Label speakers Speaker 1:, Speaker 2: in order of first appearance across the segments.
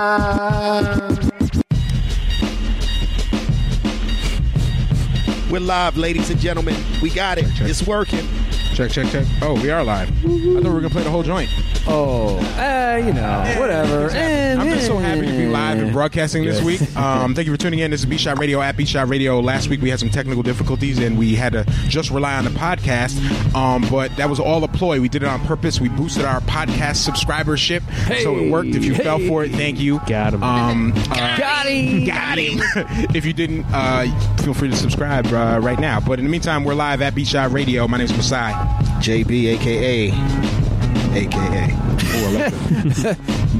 Speaker 1: Nation. We're live, ladies and gentlemen. We got it.
Speaker 2: check.
Speaker 1: It's working.
Speaker 2: Check, check, check. Oh, we are live. I thought we were gonna play the whole joint.
Speaker 3: Oh, uh, you know, whatever. Eh.
Speaker 2: I'm just so happy to be live and broadcasting this week. Um, thank you for tuning in. This is B Shot Radio at B Shot Radio. Last week we had some technical difficulties and we had to just rely on the podcast. Um, but that was all a ploy. We did it on purpose. We boosted our podcast subscribership, so it worked. If you fell for it, thank you.
Speaker 3: Got him.
Speaker 2: Um, uh,
Speaker 3: Got him.
Speaker 2: Got him. if you didn't, uh, feel free to subscribe uh, right now. But in the meantime, we're live at B Shot Radio. My name's Masai.
Speaker 1: JB, aka, aka.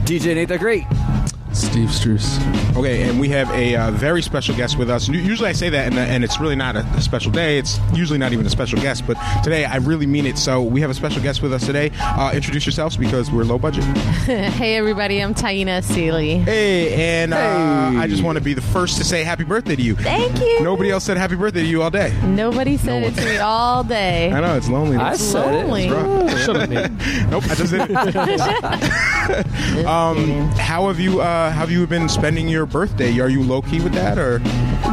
Speaker 3: DJ Nate the Great.
Speaker 4: Steve Struess.
Speaker 2: Okay, and we have a uh, very special guest with us. U- Usually I say that, and, uh, and it's really not a, a special day. It's usually not even a special guest, but today I really mean it. So we have a special guest with us today. Uh, introduce yourselves because we're low budget.
Speaker 5: Hey everybody, I'm Taina Seeley.
Speaker 2: Hey, and uh, I just want to be the first to say happy birthday to you.
Speaker 5: Thank you.
Speaker 2: Nobody else said happy birthday to you all day.
Speaker 5: Nobody said it to me all day.
Speaker 2: I know, it's lonely.
Speaker 3: I
Speaker 5: It's
Speaker 3: said
Speaker 5: lonely.
Speaker 3: it. Shut up, Nate.
Speaker 2: nope, I just did it. um, how have you, uh, how have you been spending your birthday? Are you low key with that? or?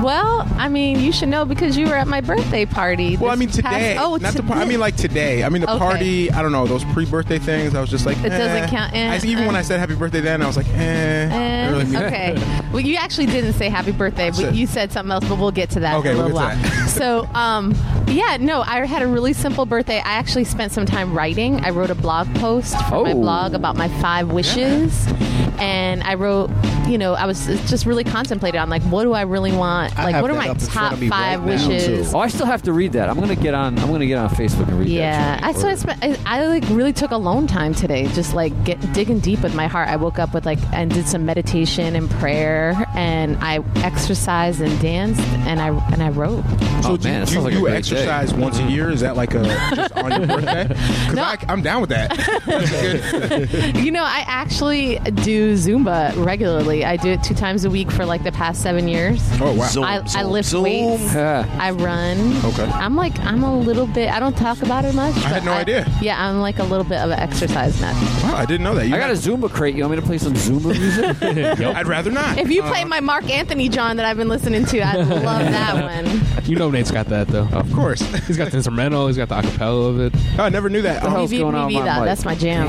Speaker 5: Well, I mean, you should know because you were at my birthday party.
Speaker 2: Well, I
Speaker 5: this
Speaker 2: mean
Speaker 5: past-
Speaker 2: today.
Speaker 5: oh,
Speaker 2: not the
Speaker 5: today.
Speaker 2: par- I mean like today. I mean the
Speaker 5: Okay.
Speaker 2: party. I don't know those pre-birthday things. I was just like,
Speaker 5: It doesn't
Speaker 2: eh.
Speaker 5: count, eh,
Speaker 2: I, even when
Speaker 5: eh.
Speaker 2: I said happy birthday, then I was like, eh. I
Speaker 5: Uh,
Speaker 2: don't really mean it.
Speaker 5: okay. Well, you actually didn't say happy birthday, but
Speaker 2: said-
Speaker 5: you said something else. But we'll get to that
Speaker 2: Okay,
Speaker 5: in a
Speaker 2: we'll
Speaker 5: little
Speaker 2: get to
Speaker 5: while. so, um, yeah, no, I had a really simple birthday. I actually spent some time writing. I wrote a blog post for my
Speaker 3: Oh.
Speaker 5: blog about my five wishes, and I wrote, you know, I was just really contemplated on like, what do I really want?
Speaker 1: I
Speaker 5: Like,
Speaker 1: have
Speaker 5: what are
Speaker 1: that
Speaker 5: my
Speaker 1: up in front
Speaker 5: top
Speaker 1: of me
Speaker 5: five
Speaker 1: right now,
Speaker 5: wishes?
Speaker 1: too.
Speaker 3: Oh, I still have to read that. I'm gonna get on. I'm gonna get on Facebook and read
Speaker 5: Yeah,
Speaker 3: that.
Speaker 5: I so I, spent, I I like really took alone time today, just like get, digging deep with my heart. I woke up with like and did some meditation and prayer, and I exercised and danced, and I and I wrote.
Speaker 2: So
Speaker 3: Oh,
Speaker 2: do,
Speaker 3: man, that
Speaker 2: do
Speaker 3: sounds like a
Speaker 2: you
Speaker 3: great
Speaker 2: exercise once a year? Is that like a just on your birthday? Because
Speaker 5: No.
Speaker 2: I'm down with that. That's good.
Speaker 5: You know, I actually do Zumba regularly. I do it two times a week for like the past seven years.
Speaker 2: Oh wow.
Speaker 1: Zoom,
Speaker 5: I, I
Speaker 1: zoom,
Speaker 5: lift
Speaker 1: zoom.
Speaker 5: weights.
Speaker 3: Yeah.
Speaker 5: I run.
Speaker 2: Okay.
Speaker 5: I'm like I'm a little bit. I don't talk about it much.
Speaker 2: had
Speaker 5: but
Speaker 2: no idea.
Speaker 5: Yeah, I'm like a little bit of an exercise nut.
Speaker 2: wow, I didn't know that. You
Speaker 3: I got a Zumba crate. You want me to play some Zumba music?
Speaker 2: I'd rather not.
Speaker 5: If you play my Mark Anthony John that I've been listening to, I love that one.
Speaker 4: You know Nate's got that though.
Speaker 2: of course.
Speaker 4: He's got the instrumental. He's got the acapella of it.
Speaker 2: I never knew that.
Speaker 1: Oh.
Speaker 2: Um,
Speaker 3: hell's
Speaker 5: Maybe-
Speaker 3: going on
Speaker 5: maybe
Speaker 3: with my
Speaker 5: that.
Speaker 3: mic?
Speaker 5: That's my jam.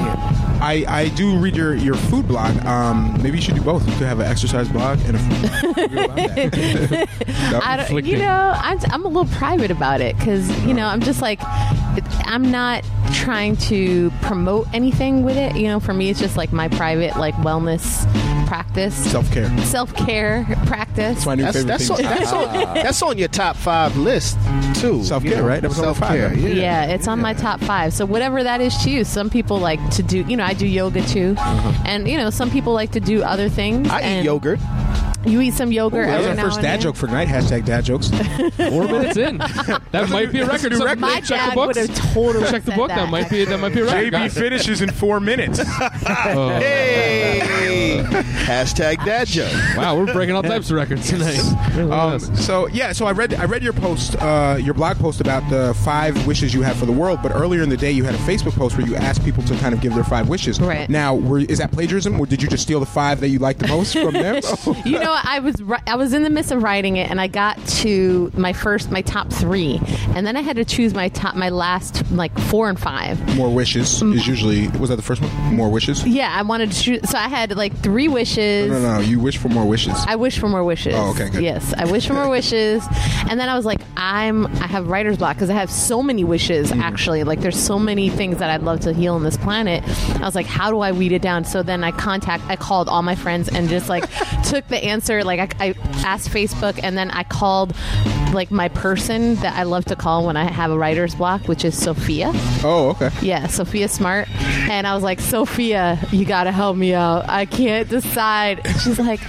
Speaker 2: I, I do read your, your food blog. Um, maybe you should do both. You could have an exercise blog and a food blog.
Speaker 5: I don't, you
Speaker 4: Conflicting.
Speaker 5: know, I'm, I'm a little private about it because you know I'm just like I'm not trying to promote anything with it. You know, for me it's just like my private like wellness practice,
Speaker 2: Self care.
Speaker 5: self care practice.
Speaker 2: That's my new
Speaker 1: That's,
Speaker 2: favorite
Speaker 1: that's,
Speaker 2: thing. Ah.
Speaker 1: on, that's, on, that's on your top five list, too.
Speaker 2: Self care, right? That was number
Speaker 1: Self
Speaker 2: five.
Speaker 1: care.
Speaker 2: right?
Speaker 1: Yeah.
Speaker 5: yeah, it's on my top five. So whatever that is to you, some people like to do. You know, I do yoga too,
Speaker 2: Uh-huh.
Speaker 5: and you know, some people like to do other things.
Speaker 1: I eat
Speaker 5: and
Speaker 1: yogurt.
Speaker 5: You eat some yogurt.
Speaker 2: That was
Speaker 5: every
Speaker 2: our
Speaker 5: now
Speaker 2: first
Speaker 5: and
Speaker 2: dad
Speaker 5: then.
Speaker 2: joke for tonight. Hashtag dad jokes.
Speaker 4: Four minutes in. That might be a record.
Speaker 2: new
Speaker 4: So
Speaker 2: record.
Speaker 5: My
Speaker 4: check
Speaker 5: dad
Speaker 4: the
Speaker 5: would
Speaker 4: books.
Speaker 5: have totally
Speaker 4: Check the
Speaker 5: said
Speaker 4: book. That,
Speaker 5: That
Speaker 4: might be. That might be a record.
Speaker 2: JB
Speaker 4: guys.
Speaker 2: finishes in four minutes.
Speaker 4: Oh. Uh,
Speaker 1: Hey! Hashtag dad joke.
Speaker 4: Wow, we're breaking all types of records tonight.
Speaker 2: Um, so yeah, so I read I read your post, uh, your blog post about the five wishes you have for the world. But earlier in the day, you had a Facebook post where you asked people to kind of give their five wishes.
Speaker 5: Right.
Speaker 2: Now, were, is that plagiarism, or did you just steal the five that you liked the most from them?
Speaker 5: You know, I was ri- I was in the midst of writing it, and I got to my first my top three, and then I had to choose my top my last like four and five.
Speaker 2: More wishes
Speaker 5: Mm.
Speaker 2: is usually was that the first one? More wishes.
Speaker 5: Yeah, I wanted to choose, so I had like three wishes.
Speaker 2: No, no, no. You wish for more wishes.
Speaker 5: I wish for more wishes.
Speaker 2: Oh, okay, good.
Speaker 5: Yes, I wish for more wishes, and then I was like, I'm I have writer's block because I have so many wishes.
Speaker 2: Mm.
Speaker 5: Actually, like there's so many things that I'd love to heal on this planet. I was like, how do I weed it down? So then I contact, I called all my friends and just like took the answer. Like I, I asked Facebook, and then I called like my person that I love to call when I have a writer's block, which is Sophia.
Speaker 2: oh, okay.
Speaker 5: Yeah, Sophia Smart. And I was like, Sophia, you gotta help me out. I can't decide. She's like,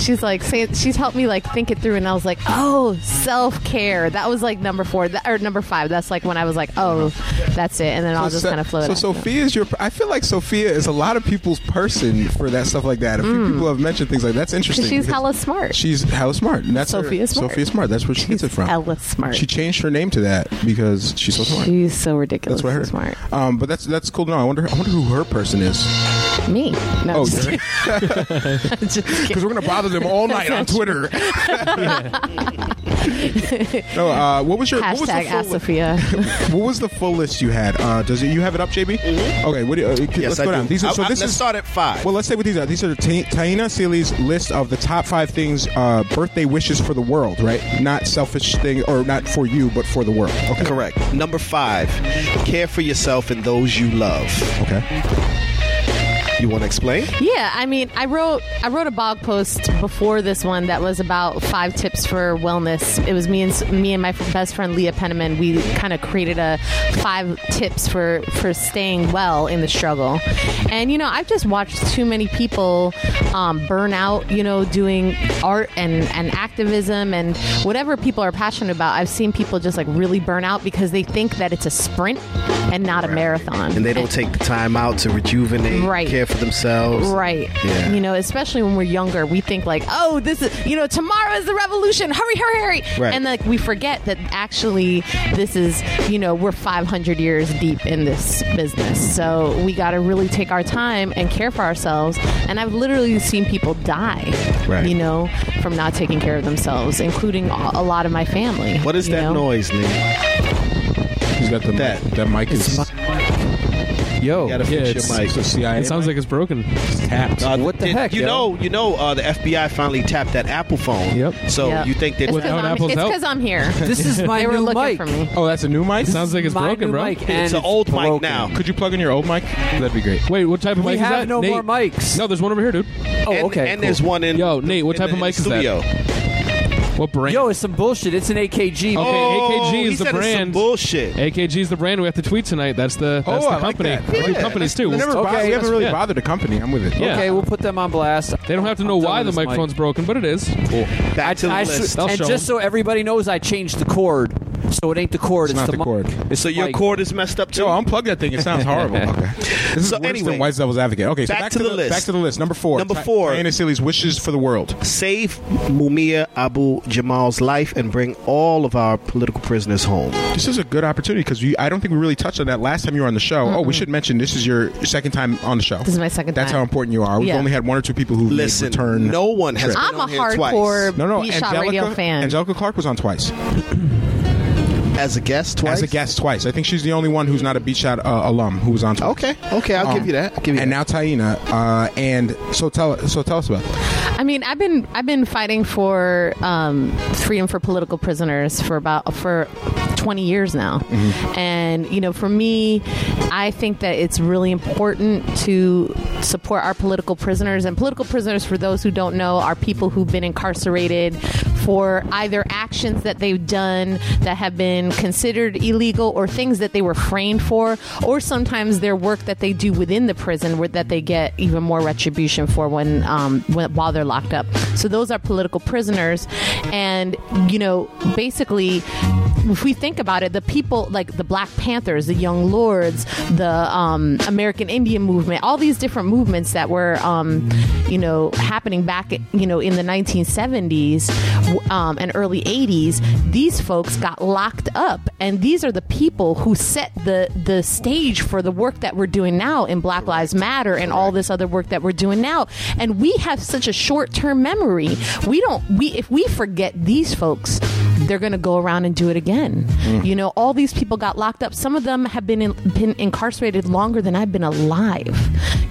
Speaker 5: she's like, saying, she's helped me like think it through. And I was like, oh, self care. That was like number four that, or number five. That's like when I was like, oh, that's it. And then I'll just
Speaker 2: So-
Speaker 5: kind of float.
Speaker 2: So
Speaker 5: out.
Speaker 2: Sophia is your. I feel like Sophia is a lot of people's person for that stuff like that. A few people have mentioned things like that's interesting.
Speaker 5: Mm. She's
Speaker 2: because
Speaker 5: hella smart.
Speaker 2: She's hella smart. And that's her-
Speaker 5: Sophia Smart.
Speaker 2: Sophia Smart. That's where she gets it from.
Speaker 5: hella smart.
Speaker 2: She changed her name to that because she's so smart.
Speaker 5: she's so
Speaker 2: that's what I
Speaker 5: ridiculously
Speaker 2: heard.
Speaker 5: smart.
Speaker 2: Um, but that's that's cool. No, I wonder. I wonder who her person is.
Speaker 5: Me. No.
Speaker 2: Oh,
Speaker 5: just-
Speaker 2: because
Speaker 5: just kidding.
Speaker 2: we're gonna bother them all night on Twitter. no, uh, what was your what was,
Speaker 5: Hashtag ask
Speaker 2: the full,
Speaker 5: Sophia.
Speaker 2: what was the full list you had? Uh, does it, you have it up, JB? Okay, what do you, uh, let's
Speaker 1: Mm-hmm. yes,
Speaker 2: go
Speaker 1: I
Speaker 2: down.
Speaker 1: do.
Speaker 2: These are, so
Speaker 1: I- I-
Speaker 2: this
Speaker 1: let's
Speaker 2: is
Speaker 1: start at five.
Speaker 2: Well, let's say what these are. These are Ta- Taina Seeley's list of the top five things, uh, birthday wishes for the world, right? Not selfish thing, or not for you, but for the world. Okay.
Speaker 1: Correct. Number five, care for yourself and those you love.
Speaker 2: Okay.
Speaker 1: You want to explain?
Speaker 5: Yeah, I mean, I wrote I wrote a blog post before this one that was about five tips for wellness. It was me and me and my best friend Leah Penniman. We kind of created a five tips for for staying well in the struggle. And you know, I've just watched too many people um, burn out. You know, doing art and and activism and whatever people are passionate about. I've seen people just like really burn out because they think that it's a sprint and not a marathon.
Speaker 1: And they don't take the time out to rejuvenate,
Speaker 5: Right.
Speaker 1: care for themselves.
Speaker 5: Right.
Speaker 1: Yeah.
Speaker 5: You know, especially when we're younger, we think like, oh, this is, you know, tomorrow is the revolution. Hurry, hurry, hurry.
Speaker 1: Right.
Speaker 5: And like we forget that actually this is, you know, we're 500 years deep in this business. So we got to really take our time and care for ourselves. And I've literally seen people die,
Speaker 1: Right.
Speaker 5: you know, from not taking care of themselves, including a a lot of my family.
Speaker 1: What is
Speaker 5: you
Speaker 1: that
Speaker 5: know?
Speaker 1: noise, Lee? You
Speaker 2: He's got the
Speaker 1: That-
Speaker 2: mic. That mic is.
Speaker 3: Yo,
Speaker 1: gotta
Speaker 4: yeah,
Speaker 1: fix
Speaker 4: it's-
Speaker 1: your mic.
Speaker 2: It's a CIA.
Speaker 4: It sounds like it's broken.
Speaker 2: tapped.
Speaker 1: Uh,
Speaker 3: What the
Speaker 1: did-
Speaker 3: heck,
Speaker 1: You
Speaker 3: yo?
Speaker 1: know, you know, uh, the FBI finally tapped that Apple phone.
Speaker 4: Yep.
Speaker 1: So
Speaker 5: Yeah.
Speaker 1: you think that
Speaker 5: It's
Speaker 4: Without
Speaker 5: because I'm,
Speaker 4: Apple's
Speaker 5: it's
Speaker 4: help?
Speaker 5: 'cause I'm here.
Speaker 3: this is my
Speaker 5: they were
Speaker 3: new
Speaker 5: looking
Speaker 3: mic.
Speaker 5: for me.
Speaker 2: oh, that's a new mic.
Speaker 4: Sounds like it's
Speaker 3: my
Speaker 4: broken,
Speaker 3: new
Speaker 4: bro.
Speaker 3: Mic, and
Speaker 1: it's an old mic
Speaker 3: broken.
Speaker 1: now.
Speaker 2: Could you plug in your old mic? That'd be great.
Speaker 4: Wait, what type of
Speaker 3: We
Speaker 4: mic is
Speaker 3: have
Speaker 4: that?
Speaker 3: no
Speaker 4: Nate.
Speaker 3: more mics.
Speaker 4: No, there's one over here, dude.
Speaker 3: Oh,
Speaker 1: And,
Speaker 3: okay.
Speaker 1: and
Speaker 3: cool.
Speaker 1: there's one in.
Speaker 4: Yo,
Speaker 1: the-
Speaker 4: Nate, what
Speaker 1: in
Speaker 4: type
Speaker 1: the
Speaker 4: of mic is that?
Speaker 1: studio.
Speaker 4: What brand?
Speaker 3: Yo, it's some bullshit. It's an AKG.
Speaker 4: Okay.
Speaker 1: Oh,
Speaker 4: AKG is the
Speaker 1: he said it's some
Speaker 4: brand.
Speaker 1: bullshit.
Speaker 4: AKG is the brand we have to tweet tonight. That's the that's
Speaker 2: oh,
Speaker 4: the
Speaker 2: I
Speaker 4: company.
Speaker 2: Like
Speaker 4: We
Speaker 2: that.
Speaker 4: do
Speaker 2: Yeah.
Speaker 4: companies too.
Speaker 2: They never
Speaker 3: Okay,
Speaker 2: bothered, we haven't really
Speaker 4: yeah.
Speaker 2: bothered the company. I'm with it.
Speaker 4: Yeah.
Speaker 3: Okay, we'll put them on blast.
Speaker 4: They don't have to know
Speaker 3: I'm done
Speaker 4: why
Speaker 3: with
Speaker 4: the
Speaker 3: this mic.
Speaker 4: microphone's broken, but it is. Cool.
Speaker 1: Back to the
Speaker 3: I
Speaker 1: list.
Speaker 3: sw-
Speaker 4: They'll
Speaker 3: and
Speaker 4: show 'em.
Speaker 3: just so everybody knows, I changed the cord. So it ain't the cord. It's,
Speaker 2: not the
Speaker 3: mic.
Speaker 2: cord.
Speaker 3: It's
Speaker 1: so
Speaker 3: the
Speaker 1: your
Speaker 3: mic.
Speaker 1: cord is messed up too.
Speaker 2: Yo, unplug that thing. It sounds horrible. Okay. This is
Speaker 1: So
Speaker 2: worse than
Speaker 1: anyway,
Speaker 2: White Devil's Advocate. Okay, so
Speaker 1: back
Speaker 2: back,
Speaker 1: to the list.
Speaker 2: Back to the list. Number four.
Speaker 1: Number
Speaker 2: Ti-
Speaker 1: four.
Speaker 2: Diana Seeley's wishes for the world.
Speaker 1: Save Mumia Abu Jamal's life and bring all of our political prisoners home.
Speaker 2: This is a good opportunity because I don't think we really touched on that last time you were on the show. Oh, we should mention this is your second time on the show. This
Speaker 5: is my second
Speaker 2: That's
Speaker 5: time.
Speaker 2: how important you are. We've
Speaker 5: Yeah.
Speaker 2: only had one or two people who
Speaker 1: Listen,
Speaker 2: return.
Speaker 1: no one
Speaker 2: trip.
Speaker 1: has. been
Speaker 5: I'm a
Speaker 1: on here twice.
Speaker 5: hardcore
Speaker 2: No, no,
Speaker 5: B
Speaker 2: Angelica,
Speaker 5: Shot Radio fan.
Speaker 2: Angelica Clark was on twice
Speaker 1: as a guest twice.
Speaker 2: as a guest twice. I think she's the only one who's not a Beach Shot uh, alum who was on twice.
Speaker 1: Okay, okay, I'll
Speaker 2: Um,
Speaker 1: give you that. I'll give you
Speaker 2: and
Speaker 1: that.
Speaker 2: now Taina, uh, and so tell so tell us about. It.
Speaker 5: I mean, I've been I've been fighting for um, freedom for political prisoners for about for 20 years now, and you know, for me, I think that it's really important to support our political prisoners. And political prisoners, for those who don't know, are people who've been incarcerated for either actions that they've done that have been considered illegal or things that they were framed for, or sometimes their work that they do within the prison where, that they get even more retribution for when, um, when while they're locked up. So those are political prisoners, and you know, basically. If we think about it, the people like the Black Panthers, the Young Lords, the um, American Indian movement, all these different movements that were, um, you know, happening back, you know, in the 1970s w- um, and early 80s, these folks got locked up, and these are the people who set the the stage for the work that we're doing now in Black Lives Matter and all this other work that we're doing now. And we have such a short term memory. We don't. We if we forget these folks. They're going to go around and do it again. You know, all these people got locked up. Some of them have been in, been incarcerated longer than I've been alive.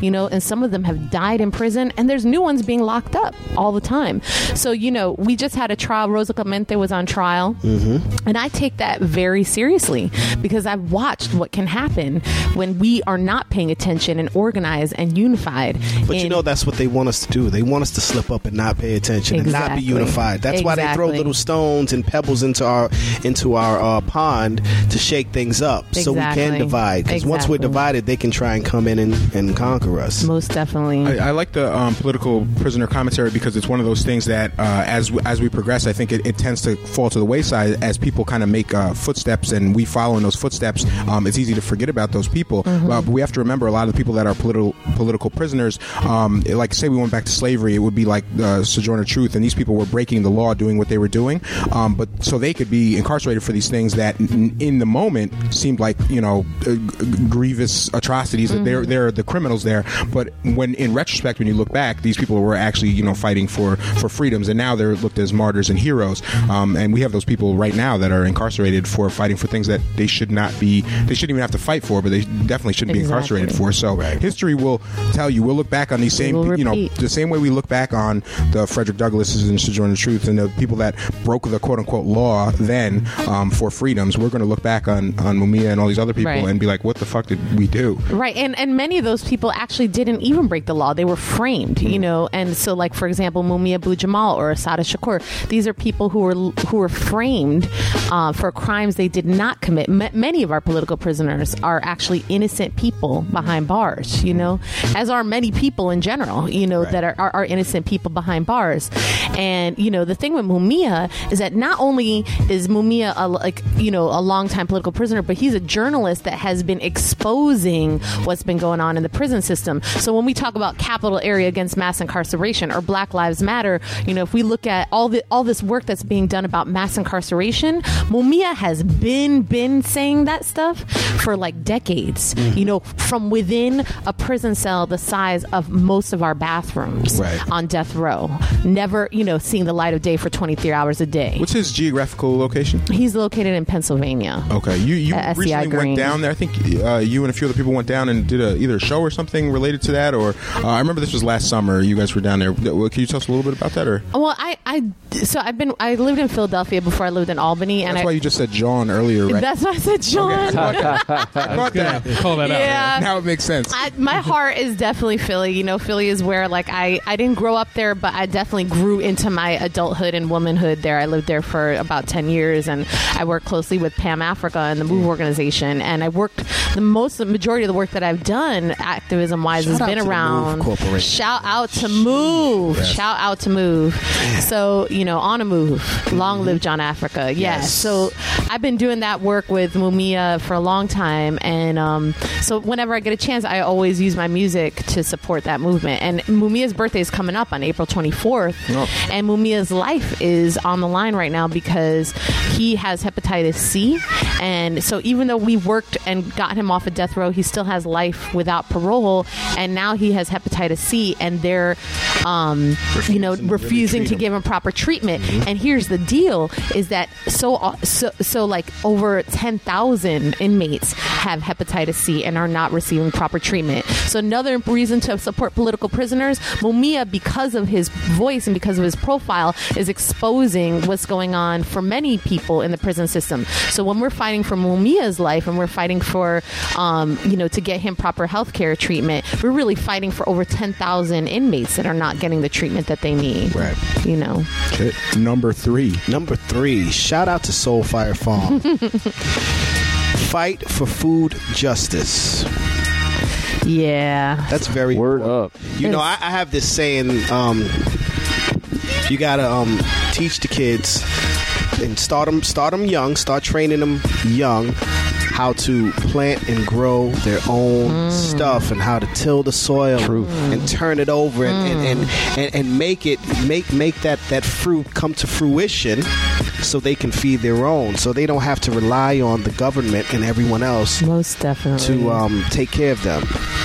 Speaker 5: You know, and some of them have died in prison. And there's new ones being locked up all the time. So you know, we just had a trial. Rosa Clemente was on trial. And I take that very seriously because I've watched what can happen when we are not paying attention and organized and unified.
Speaker 1: But you
Speaker 5: in-
Speaker 1: know that's what they want us to do. They want us to slip up and not pay attention and not be
Speaker 5: Exactly.
Speaker 1: unified. That's why they throw
Speaker 5: Exactly.
Speaker 1: little stones and pebbles into our into our uh, pond to shake things up, so we can
Speaker 5: Exactly.
Speaker 1: divide. Because once we're
Speaker 5: Exactly.
Speaker 1: divided, they can try and come in and, and conquer us.
Speaker 5: most definitely.
Speaker 2: I, I like the um, political prisoner commentary because it's one of those things that, uh, as we, as we progress, I think it, it tends to fall to the wayside as people kind of make uh, footsteps, and we follow in those footsteps. Um, it's easy to forget about those people, Uh, but we have to remember a lot of the people that are political political prisoners. Um, like say we went back to slavery, it would be like uh, Sojourner Truth, and these people were breaking the law, doing what they were doing, um, but so they could be incarcerated for these things that n- in the moment seemed like you know uh, g- grievous atrocities that
Speaker 5: Mm-hmm.
Speaker 2: they're they're the criminals there but when in retrospect when you look back these people were actually you know fighting for for freedoms and now they're looked as martyrs and heroes um, and we have those people right now that are incarcerated for fighting for things that they should not be they shouldn't even have to fight for but they definitely shouldn't be incarcerated
Speaker 5: Exactly.
Speaker 2: for so history will tell you we'll look back on these same
Speaker 5: will
Speaker 2: you know
Speaker 5: repeat.
Speaker 2: the same way we look back on the Frederick Douglasses and Sojourner Truth and the people that broke the quote unquote law then um, for freedoms, we're going to look back on, on Mumia and all these other people
Speaker 5: Right.
Speaker 2: and be like, what the fuck did we do?
Speaker 5: Right, and and many of those people actually didn't even break the law; they were framed, you know. And so, like for example, Mumia Abu Jamal or Asada Shakur, these are people who were who were framed uh, for crimes they did not commit. M- many of our political prisoners are actually innocent people behind bars, you know, as are many people in general, you know, that are, are are innocent people behind bars. And you know, the thing with Mumia is that not only is Mumia a, like you know a longtime political prisoner, but he's a journalist that has been exposing what's been going on in the prison system. So when we talk about capital area against mass incarceration or Black Lives Matter, you know, if we look at all the all this work that's being done about mass incarceration, Mumia has been been saying that stuff for like decades. You know, from within a prison cell the size of most of our bathrooms
Speaker 2: Right.
Speaker 5: on death row, never you know seeing the light of day for 23 hours a day.
Speaker 2: What's his geographical location?
Speaker 5: He's located in Pennsylvania.
Speaker 2: Okay, you you
Speaker 5: At SEI
Speaker 2: recently
Speaker 5: Green.
Speaker 2: went down there. I think uh, you and a few other people went down and did a, either a show or something related to that. Or uh, I remember this was last summer. You guys were down there. Well, Can you tell us a little bit about that? Or
Speaker 5: Well, I, I so I've been I lived in Philadelphia before I lived in Albany, and
Speaker 2: that's
Speaker 5: I
Speaker 2: why you just said John earlier, right?
Speaker 5: that's why I said John.
Speaker 2: I caught that.
Speaker 4: Call that
Speaker 5: Yeah.
Speaker 2: Now it makes sense.
Speaker 5: I, my heart is definitely Philly. You know, Philly is where like I I didn't grow up there, but I definitely grew into my adulthood and womanhood there. I lived there for about ten years, and I worked closely with Pam Africa and the
Speaker 6: Mm.
Speaker 5: Move organization. And I worked the most the majority of the work that I've done activism wise has
Speaker 6: Shout out
Speaker 5: been
Speaker 6: to the Move
Speaker 5: around.
Speaker 6: Corporation.
Speaker 5: Shout out to Move. Shout out to Move. So you know, on a move. Long live John Africa. Yeah.
Speaker 6: Yes.
Speaker 5: So I've been doing that work with Mumia for a long time, and um, so whenever I get a chance, I always use my music to support that movement. And Mumia's birthday is coming up on April 24th,
Speaker 2: Oh.
Speaker 5: and Mumia's life is on the line right now because he has hepatitis C, and so even though we worked and got him off of death row, he still has life without parole, and now he has hepatitis C, and they're, um, you know,
Speaker 2: Refusing to really
Speaker 5: refusing
Speaker 2: treat
Speaker 5: to
Speaker 2: him. Mm-hmm.
Speaker 5: give him proper treatment. And here's the deal: is that so so, so like over ten thousand inmates have hepatitis C and are not receiving proper treatment. So another reason to support political prisoners, Mumia, because of his voice and because of his profile, is exposing what's going on for many people in the prison system. So when we're fighting for Mumia's life and we're fighting for, um, you know, to get him proper health care treatment, we're really fighting for over ten thousand inmates that are not getting the treatment that they need
Speaker 2: Right.
Speaker 5: you know.
Speaker 2: Shit. Number three.
Speaker 1: Number three, shout out to Soulfire Farm. Fight for food justice.
Speaker 5: Yeah.
Speaker 1: That's very
Speaker 6: Word up.
Speaker 1: You know, I, I have this saying. Um, you gotta um, teach the kids and start them, start 'em young. Start training them young how to plant and grow their own
Speaker 5: Mm.
Speaker 1: stuff and how to till the soil and turn it over and, and,
Speaker 5: Mm.
Speaker 1: and, and, and make it make make that that fruit come to fruition so they can feed their own so they don't have to rely on the government and everyone else
Speaker 5: Most definitely.
Speaker 1: to um, take care of them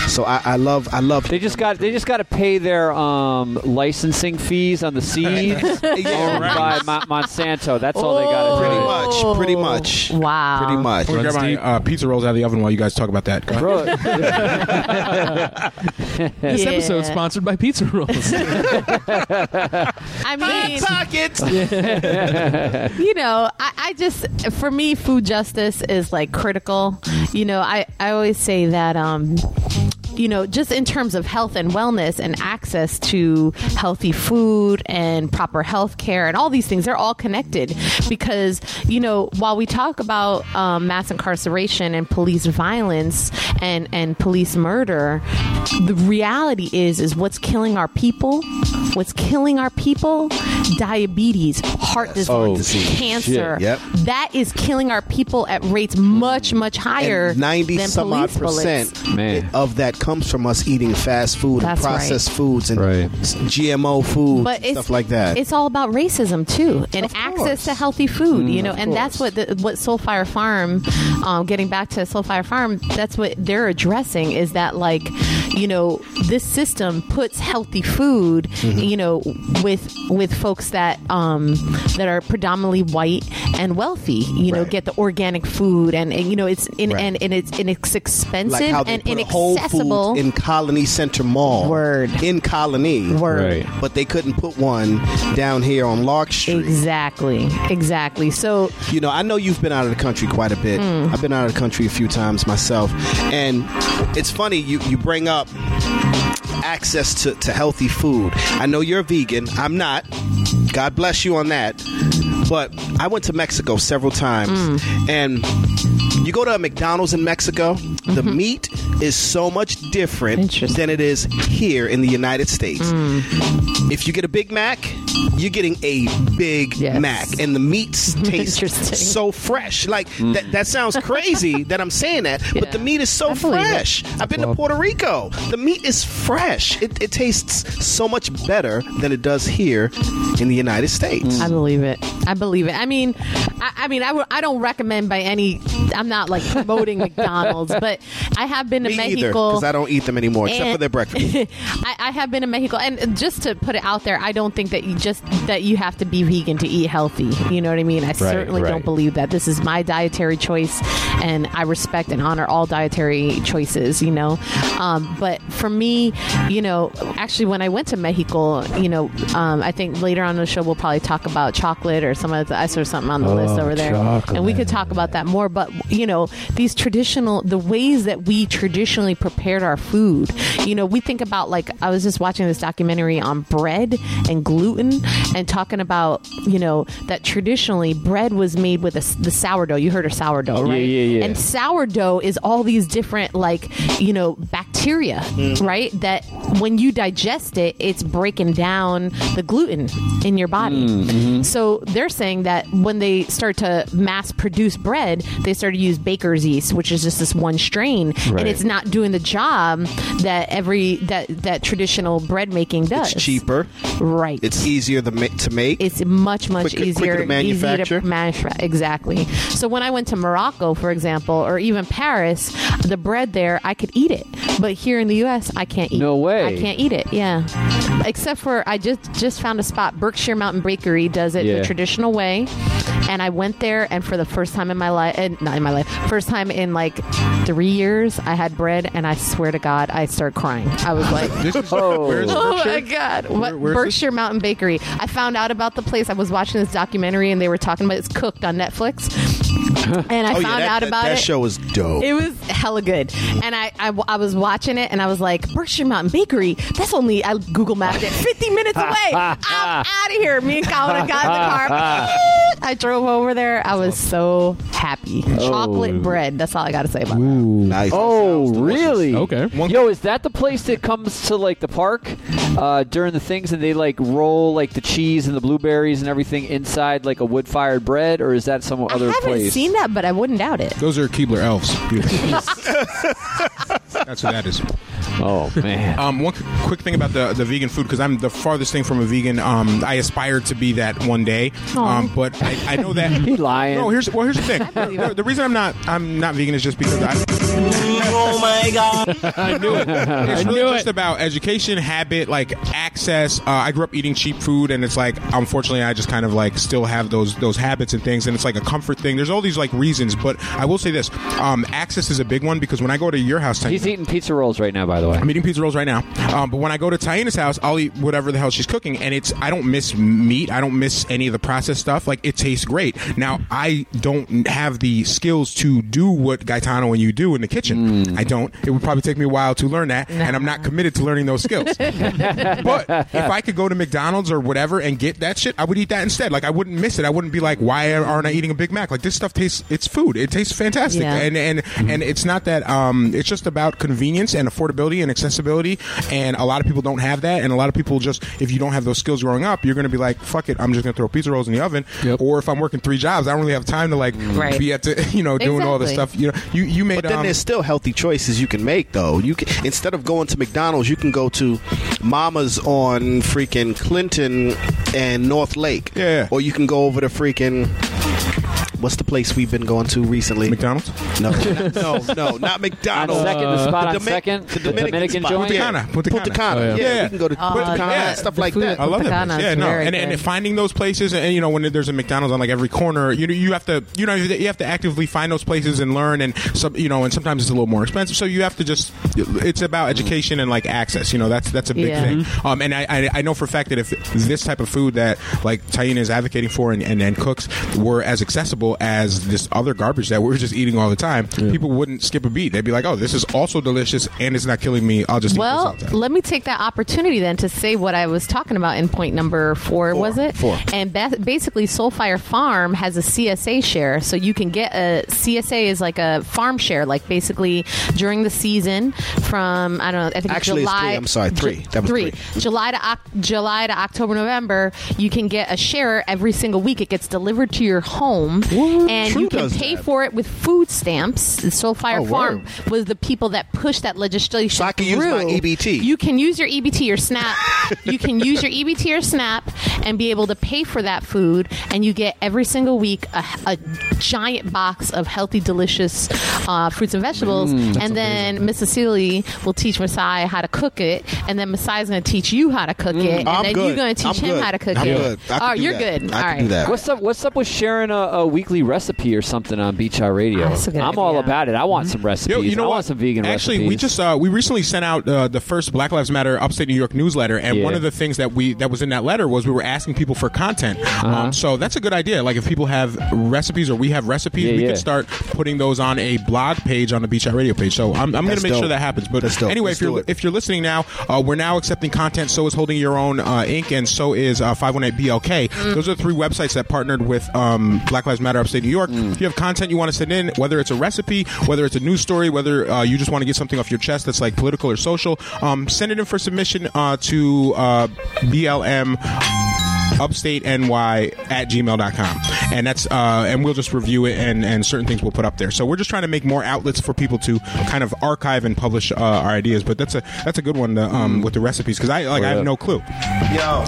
Speaker 1: so I, I love I love
Speaker 6: They just got they just got to pay their um, licensing fees on the seeds owned by Mo- Monsanto. That's all they got to
Speaker 1: Pretty
Speaker 6: do.
Speaker 1: much. Pretty much.
Speaker 5: Oh. Wow.
Speaker 6: Um,
Speaker 1: Pretty much.
Speaker 2: I'm gonna grab my uh, pizza rolls out of the oven while you guys talk about that. Go ahead.
Speaker 6: Bro,
Speaker 4: This
Speaker 5: Yeah.
Speaker 4: episode sponsored by Pizza Rolls.
Speaker 5: I mean,
Speaker 1: Pockets.
Speaker 5: you know, I, I just, for me, food justice is like critical. You know, I, I always say that, um, you know, just in terms of health and wellness and access to healthy food and proper health care and all these things, they're all connected because, you know, while we talk about um, mass incarceration and police violence and, and police murder, the reality is, is what's killing our people, what's killing our people, diabetes, heart disease,
Speaker 1: Heart disease.
Speaker 5: cancer,
Speaker 1: Oh, Shit. Yep.
Speaker 5: that is killing our people at rates much, much higher
Speaker 1: Ninety
Speaker 5: than
Speaker 1: some odd
Speaker 5: police bullets.
Speaker 1: percent
Speaker 6: Man.
Speaker 1: of that comes from us eating fast food
Speaker 5: That's
Speaker 1: and
Speaker 5: right.
Speaker 1: processed foods and
Speaker 6: Right.
Speaker 1: s- GMO foods
Speaker 5: but
Speaker 1: and
Speaker 5: it's,
Speaker 1: stuff like that.
Speaker 5: It's all about racism too, and
Speaker 1: Of
Speaker 5: access
Speaker 1: course. Mm,
Speaker 5: to healthy food. you know, and that's
Speaker 1: course.
Speaker 5: what the, what Soulfire Farm, um, getting back to Soulfire Farm, that's what they're addressing is that like, you know, this system puts healthy food,
Speaker 1: Mm-hmm.
Speaker 5: you know, with with folks that um, that are predominantly white and wealthy. You know,
Speaker 1: Right.
Speaker 5: get the organic food, and, and, you know, it's in,
Speaker 1: Right.
Speaker 5: and, and it's and it's expensive
Speaker 1: like how they
Speaker 5: and
Speaker 1: put a Whole
Speaker 5: inaccessible.
Speaker 1: Foods in Colony Center Mall.
Speaker 5: Word.
Speaker 1: In Colony.
Speaker 5: word.
Speaker 6: Right.
Speaker 1: But they couldn't put one down here on Lark Street.
Speaker 5: Exactly, exactly. So
Speaker 1: You know, I know you've been out of the country quite a bit. I've been out of the country a few times myself. And it's funny, you, you bring up access to, to healthy food. I know you're vegan. I'm not. God bless you on that. But I went to Mexico several times.
Speaker 5: Mm.
Speaker 1: And you go to a McDonald's in Mexico, the meat is so much different
Speaker 5: Mm-hmm. Interesting.
Speaker 1: than it is here in the United States.
Speaker 5: Mm.
Speaker 1: If you get a Big Mac, you're getting a Big
Speaker 5: Yes.
Speaker 1: Mac. And the meats taste
Speaker 5: Interesting.
Speaker 1: so fresh. Like that, that sounds crazy that I'm saying that, but
Speaker 5: Yeah.
Speaker 1: the meat is so
Speaker 5: I believe it.
Speaker 1: fresh. I've been to Puerto Rico. The meat is fresh. It, it tastes so much better than it does here in the United States.
Speaker 5: Mm. I believe it. I believe it. I mean, I, I mean, I w- I don't recommend by any. I'm not like promoting McDonald's, but I have been to
Speaker 1: Me either,
Speaker 5: Mexico.
Speaker 1: because I don't eat them anymore except
Speaker 5: And-
Speaker 1: for their breakfast.
Speaker 5: I, I have been in Mexico, and just to put it out there, I don't think that you just that you have to be vegan to eat healthy. You know what I mean? I certainly
Speaker 6: right.
Speaker 5: don't believe that. This is my dietary choice, and I respect and honor all dietary choices. You know, um, but for me, you know, actually, when I went to Mexico, you know, um, I think later on in the show we'll probably talk about chocolate or some of the I saw something on the
Speaker 6: Oh,
Speaker 5: list over there, and we could talk about that more. But you know, these traditional the ways that we traditionally prepared our food. You know, we think about like I was just watching this documentary on bread and gluten and talking about you know that traditionally bread was made with a s the sourdough. You heard of sourdough, right?
Speaker 6: yeah, yeah.
Speaker 5: And sourdough is all these different like you know bacteria,
Speaker 6: Mm.
Speaker 5: right? That when you digest it, it's breaking down the gluten in your body.
Speaker 6: Mm-hmm.
Speaker 5: So they're saying that when they start to mass produce bread, they start to use baker's yeast, which is just this one strain,
Speaker 6: Right.
Speaker 5: and it's not doing the job that every that that traditional bread making does.
Speaker 1: It's cheaper.
Speaker 5: right?
Speaker 1: It's easier to, ma- to make.
Speaker 5: it's much much
Speaker 1: Quicker-
Speaker 5: easier
Speaker 1: quicker to manufacture.
Speaker 5: easy to manufacture exactly so when i went to morocco for example or even paris the bread there i could eat it but here in the us i can't eat
Speaker 6: No way.
Speaker 5: i can't eat it yeah except for i just just found a spot berkshire mountain bakery does it
Speaker 6: Yeah.
Speaker 5: the traditional way and i went there and for the first time in my life and not in my life first time in like three years i had bread and i swear to god i started crying i was like
Speaker 2: This is,
Speaker 6: Oh.
Speaker 2: where's
Speaker 5: Oh
Speaker 2: Berkshire?
Speaker 5: my God! What
Speaker 2: where's this?
Speaker 5: Berkshire Mountain Bakery? I found out about the place. I was watching this documentary and they were talking about it's cooked on Netflix, and I
Speaker 1: oh,
Speaker 5: found
Speaker 1: yeah, that,
Speaker 5: out
Speaker 1: that-
Speaker 5: about it.
Speaker 1: that show is dope.
Speaker 5: It was hella good. And I, I, I was watching it and I was like, Berkshire Mountain Bakery, that's only, I Google mapped it, 50 minutes away. I'm out of here. Me and Colin got in the car. I drove over there. I was so happy. Chocolate bread. That's all I got to say about that.
Speaker 1: nice.
Speaker 6: Oh, really?
Speaker 4: Okay.
Speaker 2: One-
Speaker 6: Yo, is that the place that comes to like the park uh, during the things and they like roll like the cheese and the blueberries and everything inside like a wood-fired bread, or is that some
Speaker 5: I
Speaker 6: other
Speaker 5: haven't
Speaker 6: place?
Speaker 5: seen that, but I wouldn't doubt it.
Speaker 2: Those are Keebler elves. That's what that is.
Speaker 6: Oh man.
Speaker 2: Um, one qu- quick thing about the, the vegan food because I'm the farthest thing from a vegan. Um, I aspire to be that one day, um, but I, I know that
Speaker 6: He lying.
Speaker 2: No, here's well, here's the thing. the, the reason I'm not I'm not vegan is just because I.
Speaker 7: Oh my god.
Speaker 2: Um, It's really just about education, habit, like access. Uh, I grew up eating cheap food, and it's like unfortunately, I just kind of like still have those those habits and things, and it's like a comfort thing. There's all these like reasons, but I will say this: um, access is a big one because when I go to your house, Tanya,
Speaker 6: He's eating pizza rolls right now, by the way.
Speaker 2: I'm eating pizza rolls right now, um, but when I go to Tyana's house, I'll eat whatever the hell she's cooking, and it's I don't miss meat, I don't miss any of the processed stuff. Like it tastes great. Now I don't have the skills to do what Gaetano and you do in the kitchen. I don't. It would probably take me a while to learn that, and I'm not committed to learning those skills. but if I could go to McDonald's or whatever and get that shit, I would eat that instead. Like I wouldn't miss it. I wouldn't be like, why aren't I eating a Big Mac? Like this stuff tastes. It's food. It tastes fantastic,
Speaker 5: Yeah.
Speaker 1: Mm-hmm.
Speaker 2: and and and it's not that. Um, it's just about convenience and affordability mobility and accessibility, and a lot of people don't have that. And a lot of people just, if you don't have those skills growing up, you're going to be like, fuck it, I'm just going to throw pizza rolls in the oven.
Speaker 4: Yep.
Speaker 2: Or if I'm working three jobs, I don't really have time to like
Speaker 5: Right.
Speaker 2: be at the, you know, doing all this
Speaker 5: Exactly.
Speaker 2: stuff. You know, you you made
Speaker 1: But then
Speaker 2: um,
Speaker 1: there's still healthy choices you can make, though. You can, instead of going to McDonald's, you can go to Mama's on freaking Clinton and North Lake.
Speaker 2: Yeah.
Speaker 1: Or you can go over to freaking. What's the place we've been going to recently?
Speaker 2: McDonald's,
Speaker 1: No, no, no, not
Speaker 6: On
Speaker 1: McDonald's.
Speaker 6: second,
Speaker 2: Uh,
Speaker 6: the spot on
Speaker 1: Domin-
Speaker 6: second, the Dominican,
Speaker 1: spot.
Speaker 6: joint.
Speaker 2: Punta Cana, Punta Cana.
Speaker 1: Punta Cana,
Speaker 4: Oh,
Speaker 1: yeah.
Speaker 4: yeah.
Speaker 2: Yeah.
Speaker 1: We can go to
Speaker 5: Oh,
Speaker 1: Punta Cana,
Speaker 2: yeah.
Speaker 1: stuff like
Speaker 5: The
Speaker 1: that.
Speaker 5: food.
Speaker 2: I love that.
Speaker 5: Punta
Speaker 2: place.
Speaker 5: Cana's
Speaker 2: Yeah, no,
Speaker 5: very
Speaker 2: and, and
Speaker 5: good.
Speaker 2: finding those places, and you know, when there's a McDonald's on like every corner, you know, you have to, you know, you have to actively find those places and learn, and some, you know, and sometimes it's a little more expensive, so you have to just, it's about education and like access, you know, that's that's a big
Speaker 5: Yeah.
Speaker 2: thing. Um, and I, I I know for a fact that if this type of food that like Taina is advocating for and, and and cooks were as accessible as this other garbage that we're just eating all the time, people wouldn't skip a beat. They'd be like, oh, this is also delicious and it's not killing me. I'll just
Speaker 5: Well,
Speaker 2: eat this all the time.
Speaker 5: let me take that opportunity then to say what I was talking about in point number four, was it?
Speaker 2: four.
Speaker 5: And ba- basically, Soulfire Farm has a CSA share, so you can get a CSA is like a farm share, like basically during the season from I don't know, I think
Speaker 1: Actually,
Speaker 5: it's
Speaker 1: it's
Speaker 5: July.
Speaker 1: three. I'm sorry, three.
Speaker 5: Ju-
Speaker 1: That was
Speaker 5: three.
Speaker 1: three.
Speaker 5: July to Oc- July to October, November, you can get a share every single week. It gets delivered to your home, and
Speaker 1: True
Speaker 5: you can
Speaker 1: does
Speaker 5: pay
Speaker 1: that.
Speaker 5: for it with food stamps. Soulfire
Speaker 1: Oh,
Speaker 5: Farm
Speaker 1: word.
Speaker 5: was the people that pushed that legislation.
Speaker 1: So I can use my E
Speaker 5: through.
Speaker 1: EBT.
Speaker 5: You can use your EBT or SNAP. you can use your EBT or SNAP and be able to pay for that food, and you get every single week a, a giant box of healthy, delicious uh, fruits and vegetables.
Speaker 1: Mm,
Speaker 5: and then Miss Cecily will teach Masai how to cook it, and then Masai is going to teach you how to cook it, and
Speaker 1: Mm, I'm
Speaker 5: then
Speaker 1: good.
Speaker 5: you're going to teach
Speaker 1: I'm
Speaker 5: him
Speaker 1: good.
Speaker 5: how to cook
Speaker 1: I'm
Speaker 5: it.
Speaker 1: good. I can
Speaker 5: oh,
Speaker 1: do
Speaker 5: you're
Speaker 1: that.
Speaker 5: good.
Speaker 1: I
Speaker 5: All
Speaker 1: can
Speaker 5: right.
Speaker 1: do that.
Speaker 6: What's up? What's up with sharing a, a weekly recipe or something on Beach Eye Radio?
Speaker 5: That's a good
Speaker 6: I'm all
Speaker 5: idea.
Speaker 6: about it. I
Speaker 5: Mm-hmm.
Speaker 6: want some recipes.
Speaker 2: Yo, you know
Speaker 6: I
Speaker 2: what?
Speaker 6: want some vegan
Speaker 2: Actually,
Speaker 6: recipes.
Speaker 2: we just uh, we recently sent out uh, the first Black Lives Matter Upstate New York newsletter, and
Speaker 6: Yeah.
Speaker 2: one of the things that we that was in that letter was we were asking people for content.
Speaker 6: Uh-huh.
Speaker 2: Um, so that's a good idea. Like if people have recipes or we have recipes,
Speaker 6: Yeah,
Speaker 2: we
Speaker 6: yeah.
Speaker 2: could start putting those on a blog page on the Beach Eye Radio page. So I'm, I'm going
Speaker 1: That's
Speaker 2: to make sure
Speaker 1: dope.
Speaker 2: that happens. But
Speaker 1: That's dope.
Speaker 2: anyway,
Speaker 1: Let's
Speaker 2: if you're
Speaker 1: do it.
Speaker 2: if you're listening now, uh, we're now accepting content. So is Holding Your Own uh, Inc. and so is uh, 518 BLK. Those are three websites that partnered with um, Black Lives Matter Upstate New York.
Speaker 1: Mm.
Speaker 2: If you have content you want to send in, whether it's a recipe, whether it's a news story, whether uh, you just want to get something off your chest that's like political or social, um, send it in for submission uh, to uh, BLM upstateny at gmail.com and that's uh, and we'll just review it and and certain things we'll put up there so we're just trying to make more outlets for people to kind of archive and publish uh, our ideas but that's a that's a good one to, um, with the recipes because i like i have no clue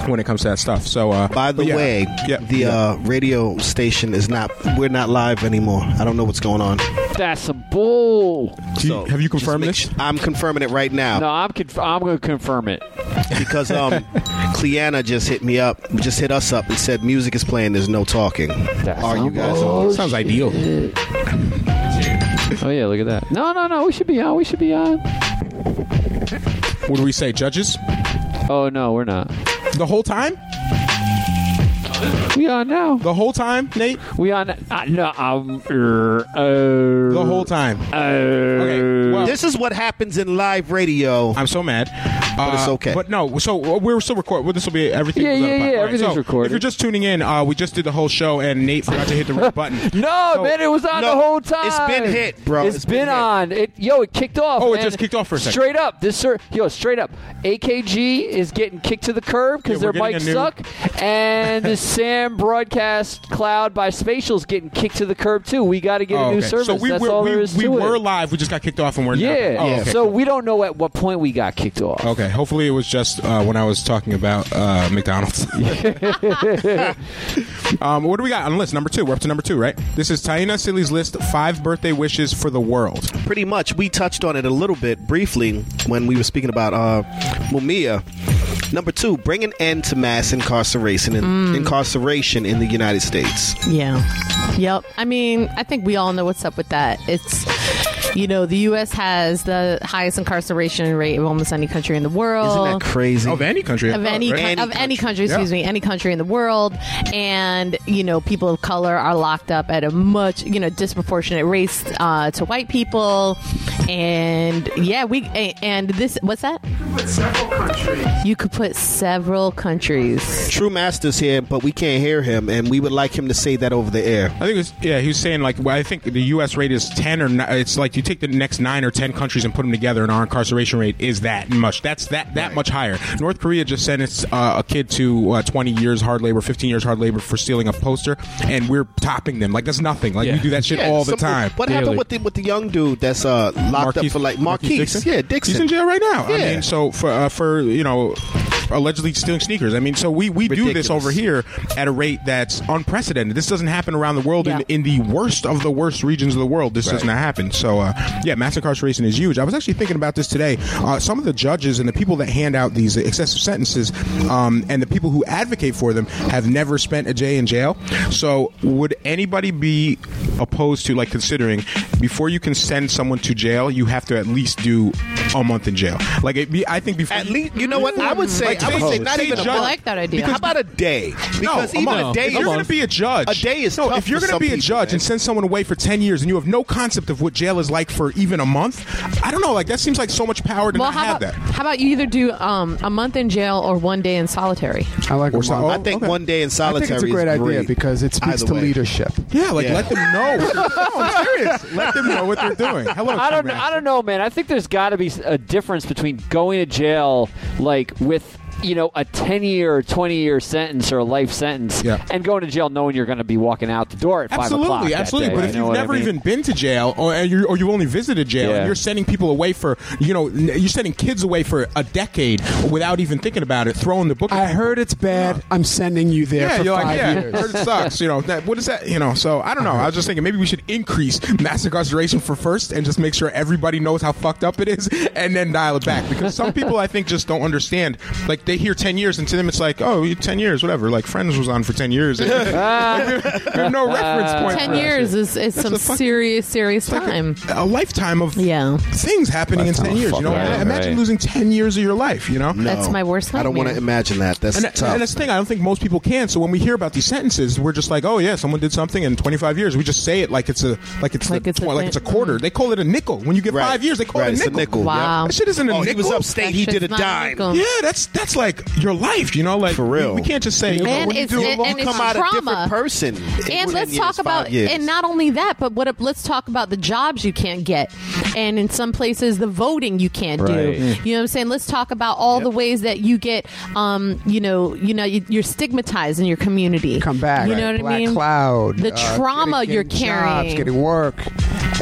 Speaker 2: when it comes to that stuff so uh
Speaker 1: By the
Speaker 2: but yeah.
Speaker 1: way,
Speaker 2: yeah
Speaker 1: the Uh, radio station is not. We're not live anymore. I don't know what's going on.
Speaker 6: that's some bull.
Speaker 2: Do you-
Speaker 1: So,
Speaker 2: have you
Speaker 1: just
Speaker 2: confirmed
Speaker 1: make
Speaker 2: this
Speaker 1: su- I'm confirming it right now
Speaker 6: No, I'm conf- I'm going to confirm it.
Speaker 1: because um, Cleanna just hit me up, just hit us up, and said music is playing. There's no talking. Are you guys?
Speaker 6: Oh,
Speaker 2: sounds ideal
Speaker 6: oh yeah, look at that. No, no, no. We should be on. We should be on.
Speaker 2: what do we say judges
Speaker 6: Oh no, we're not.
Speaker 2: the whole time
Speaker 6: We on now.
Speaker 2: the whole time nate
Speaker 6: We on. Uh, no, um, er, uh,
Speaker 2: the whole time
Speaker 6: Uh,
Speaker 2: Okay, well-
Speaker 1: This is what happens in live radio.
Speaker 2: I'm so mad, but
Speaker 1: it's okay.
Speaker 2: But no, so uh, we're still recording. Well, this will be everything.
Speaker 6: Yeah,
Speaker 2: was on
Speaker 6: yeah,
Speaker 2: the
Speaker 6: yeah,
Speaker 2: podcast. All
Speaker 6: everything's
Speaker 2: so
Speaker 6: recorded.
Speaker 2: If you're just tuning in, uh, we just did the whole show, and Nate forgot to hit the red button.
Speaker 6: No,
Speaker 2: So-
Speaker 6: man, it was on
Speaker 1: No,
Speaker 6: the whole time.
Speaker 1: it's been hit, bro.
Speaker 6: it's
Speaker 1: It's
Speaker 6: been,
Speaker 1: been hit.
Speaker 6: on. It yo, it kicked off.
Speaker 2: Oh, it
Speaker 6: man.
Speaker 2: just kicked off for a second.
Speaker 6: Straight up, this sir, yo, straight up, AKG is getting kicked to the curb because
Speaker 2: Yeah, we're
Speaker 6: their
Speaker 2: getting
Speaker 6: mics
Speaker 2: a new-
Speaker 6: suck, and the Sam Broadcast Cloud by Spatial's getting kicked to the curb too. We got to get
Speaker 2: Oh,
Speaker 6: a new
Speaker 2: okay.
Speaker 6: service.
Speaker 2: So we
Speaker 6: That's
Speaker 2: were
Speaker 6: all
Speaker 2: we,
Speaker 6: there is
Speaker 2: we
Speaker 6: to
Speaker 2: were
Speaker 6: it.
Speaker 2: live. We just got kicked off, and we're not-
Speaker 6: Yeah.
Speaker 2: Oh, okay.
Speaker 6: So we don't know at what point we got kicked off.
Speaker 2: okay. Hopefully, it was just uh, when I was talking about uh, McDonald's. um, what do we got on the list? Number two. We're up to number two, right? This is Taina Silly's list: five birthday wishes for the world.
Speaker 1: pretty much we touched on it a little bit briefly when we were speaking about uh, Mumia. Number two, bring an end to mass incarceration in,
Speaker 6: Mm.
Speaker 1: incarceration in the United States.
Speaker 5: Yeah. Yep. I mean, I think we all know what's up with that. It's you know, the US has the highest incarceration rate of almost any country in the world.
Speaker 1: Isn't that crazy?
Speaker 2: Of any country. I
Speaker 5: of
Speaker 2: thought,
Speaker 5: any,
Speaker 2: right?
Speaker 5: coun-
Speaker 1: Any
Speaker 5: of any country,
Speaker 1: country.
Speaker 5: excuse me,
Speaker 2: Yeah.
Speaker 5: any country in the world, and you know people of color are locked up at a much you know disproportionate race uh, to white people, and yeah, we a- and this what's that? You could put several countries.
Speaker 1: True Master's here, but we can't hear him, and we would like him to say that over the air.
Speaker 2: I think it was, yeah, he was saying like, well, I think the U.S. rate is ten or ni- it's like you take the next nine or ten countries and put them together, and our incarceration rate is that much. That's that that much higher. North Korea just sentenced uh, a kid to uh, twenty years hard labor, fifteen years hard labor for stealing a poster, and we're topping them. Like that's nothing. Like
Speaker 4: Yeah.
Speaker 2: we do that shit all the
Speaker 1: some-
Speaker 2: time.
Speaker 1: What
Speaker 4: Daily.
Speaker 1: happened with the with the young dude that's uh, locked up for like Marquise?
Speaker 2: Dixon?
Speaker 1: Yeah, Dixon.
Speaker 2: He's in jail right now. I
Speaker 1: Yeah.
Speaker 2: mean, so for uh, for you know. Allegedly stealing sneakers. I mean, so we, we do this
Speaker 6: Ridiculous.
Speaker 2: over here at a rate that's unprecedented. This doesn't happen around the world
Speaker 5: Yeah.
Speaker 2: in, in the worst of the worst regions of the world. This does not happen. So, uh, yeah, mass incarceration is huge. I was actually thinking about this today. Uh, some of the judges and the people that hand out these excessive sentences um, and the people who advocate for them have never spent a day in jail. So, would anybody be opposed to like considering before you can send someone to jail, you have to at least do a month in jail? Like, it be, I think before
Speaker 1: At least you know what I would say.
Speaker 2: Like,
Speaker 1: I would
Speaker 2: they-
Speaker 1: say not
Speaker 2: they
Speaker 1: even a
Speaker 2: judge-
Speaker 5: I like that idea.
Speaker 1: How about a day? Because
Speaker 2: no,
Speaker 1: even
Speaker 2: come on.
Speaker 1: a day,
Speaker 2: If you're
Speaker 1: is-
Speaker 2: going to be a judge.
Speaker 1: A day is
Speaker 2: no.
Speaker 1: tough
Speaker 2: if you're
Speaker 1: for
Speaker 2: gonna
Speaker 1: some
Speaker 2: be a
Speaker 1: people,
Speaker 2: judge
Speaker 1: man.
Speaker 2: and send someone away for ten years, and you have no concept of what jail is like for even a month, I don't know. Like that seems like so much power to
Speaker 5: Well,
Speaker 2: not
Speaker 5: how
Speaker 2: have
Speaker 5: about,
Speaker 2: that.
Speaker 5: how about you either do um, a month in jail or one day in solitary?
Speaker 8: I like
Speaker 2: Or
Speaker 8: a
Speaker 2: so-
Speaker 8: model.
Speaker 1: I think
Speaker 2: Okay.
Speaker 1: one day
Speaker 8: I
Speaker 1: in solitary
Speaker 8: think it's a great
Speaker 1: is
Speaker 8: idea
Speaker 1: great.
Speaker 8: because it speaks
Speaker 1: Either
Speaker 8: to
Speaker 1: way.
Speaker 8: leadership.
Speaker 2: Yeah, like
Speaker 1: Yeah.
Speaker 2: let them know. no, I'm serious. Let them know what they're doing. Hello,
Speaker 6: I don't.
Speaker 2: Conrad.
Speaker 6: I don't know, man. I think there's got to be a difference between going to jail, like with you know a 10 year or 20 year sentence or a life sentence,
Speaker 2: Yeah.
Speaker 6: and going to jail knowing you're going to be walking out the door at five o'clock.
Speaker 2: Absolutely,
Speaker 6: that
Speaker 2: absolutely.
Speaker 6: day.
Speaker 2: But
Speaker 6: You
Speaker 2: if
Speaker 6: know
Speaker 2: you've
Speaker 6: what I
Speaker 2: never
Speaker 6: mean?
Speaker 2: even been to jail, or and you or you've only visited jail, and
Speaker 6: Yeah.
Speaker 2: you're sending people away for you know you're sending kids away for a decade without even thinking about it, throwing the book. at
Speaker 8: I
Speaker 2: people.
Speaker 8: heard it's bad. I'm sending you there
Speaker 2: Yeah,
Speaker 8: for
Speaker 2: you're
Speaker 8: five
Speaker 2: like, yeah,
Speaker 8: years.
Speaker 2: heard it sucks. You know, that, what is that? You know, so I don't know. I was just thinking maybe we should increase mass incarceration for first and just make sure everybody knows how fucked up it is and then dial it back because some people I think just don't understand. Like they hear 10 years and to them it's like, oh, you- 10 years, whatever. Like Friends was on for 10 years. Like, we have no reference point.
Speaker 5: Uh, Ten
Speaker 2: for that
Speaker 5: years
Speaker 2: shit.
Speaker 5: is, is some
Speaker 2: a fucking-
Speaker 5: serious, serious
Speaker 2: It's like a-
Speaker 5: time.
Speaker 2: A, lifetime of
Speaker 5: Yeah.
Speaker 2: things happening in 10 years. You know,
Speaker 6: Right,
Speaker 2: imagine
Speaker 6: right.
Speaker 2: losing 10 years of your life, you know?
Speaker 5: That's my worst
Speaker 1: I don't want to
Speaker 5: nightmare.
Speaker 1: imagine that. That's
Speaker 2: And,
Speaker 1: tough.
Speaker 2: and that's the thing. I don't think most people can. So when we hear about these sentences, we're just like, oh yeah, someone did something in 25 years. We just say it like it's a like it's
Speaker 5: Like
Speaker 2: a,
Speaker 5: it's a
Speaker 2: like
Speaker 5: thing. Mm-hmm.
Speaker 2: it's a quarter. They call it a nickel. When you get
Speaker 1: Right.
Speaker 2: five years, they call
Speaker 1: Right,
Speaker 2: it a
Speaker 1: it's a
Speaker 2: nickel.
Speaker 1: nickel.
Speaker 5: Wow.
Speaker 2: That shit isn't a
Speaker 1: oh,
Speaker 2: nickel.
Speaker 1: he was upstate. He
Speaker 5: That
Speaker 1: did a
Speaker 5: shit's not
Speaker 1: dime.
Speaker 5: legal.
Speaker 2: Yeah, that's that's like your life. You know, like
Speaker 1: For real.
Speaker 2: We can't just say you know,
Speaker 5: And
Speaker 2: when you
Speaker 5: it's-
Speaker 2: do
Speaker 5: it-
Speaker 2: a long
Speaker 5: and
Speaker 1: You
Speaker 5: it's
Speaker 1: come out a
Speaker 5: trauma.
Speaker 1: different person. in 10
Speaker 5: and let's
Speaker 1: years,
Speaker 5: talk
Speaker 1: five
Speaker 5: about
Speaker 1: years.
Speaker 5: and not only that but what if- let's talk about the jobs you can't get and in some places the voting you can't
Speaker 6: Right.
Speaker 5: do you know what i'm saying let's talk about all the ways that you get um you know you know you, you're stigmatized in your community
Speaker 8: Come back.
Speaker 5: you know what
Speaker 8: Black
Speaker 5: i mean
Speaker 8: Cloud.
Speaker 5: The trauma
Speaker 8: getting-
Speaker 5: Oh, you're
Speaker 8: getting
Speaker 5: carrying.
Speaker 8: Jobs, getting work.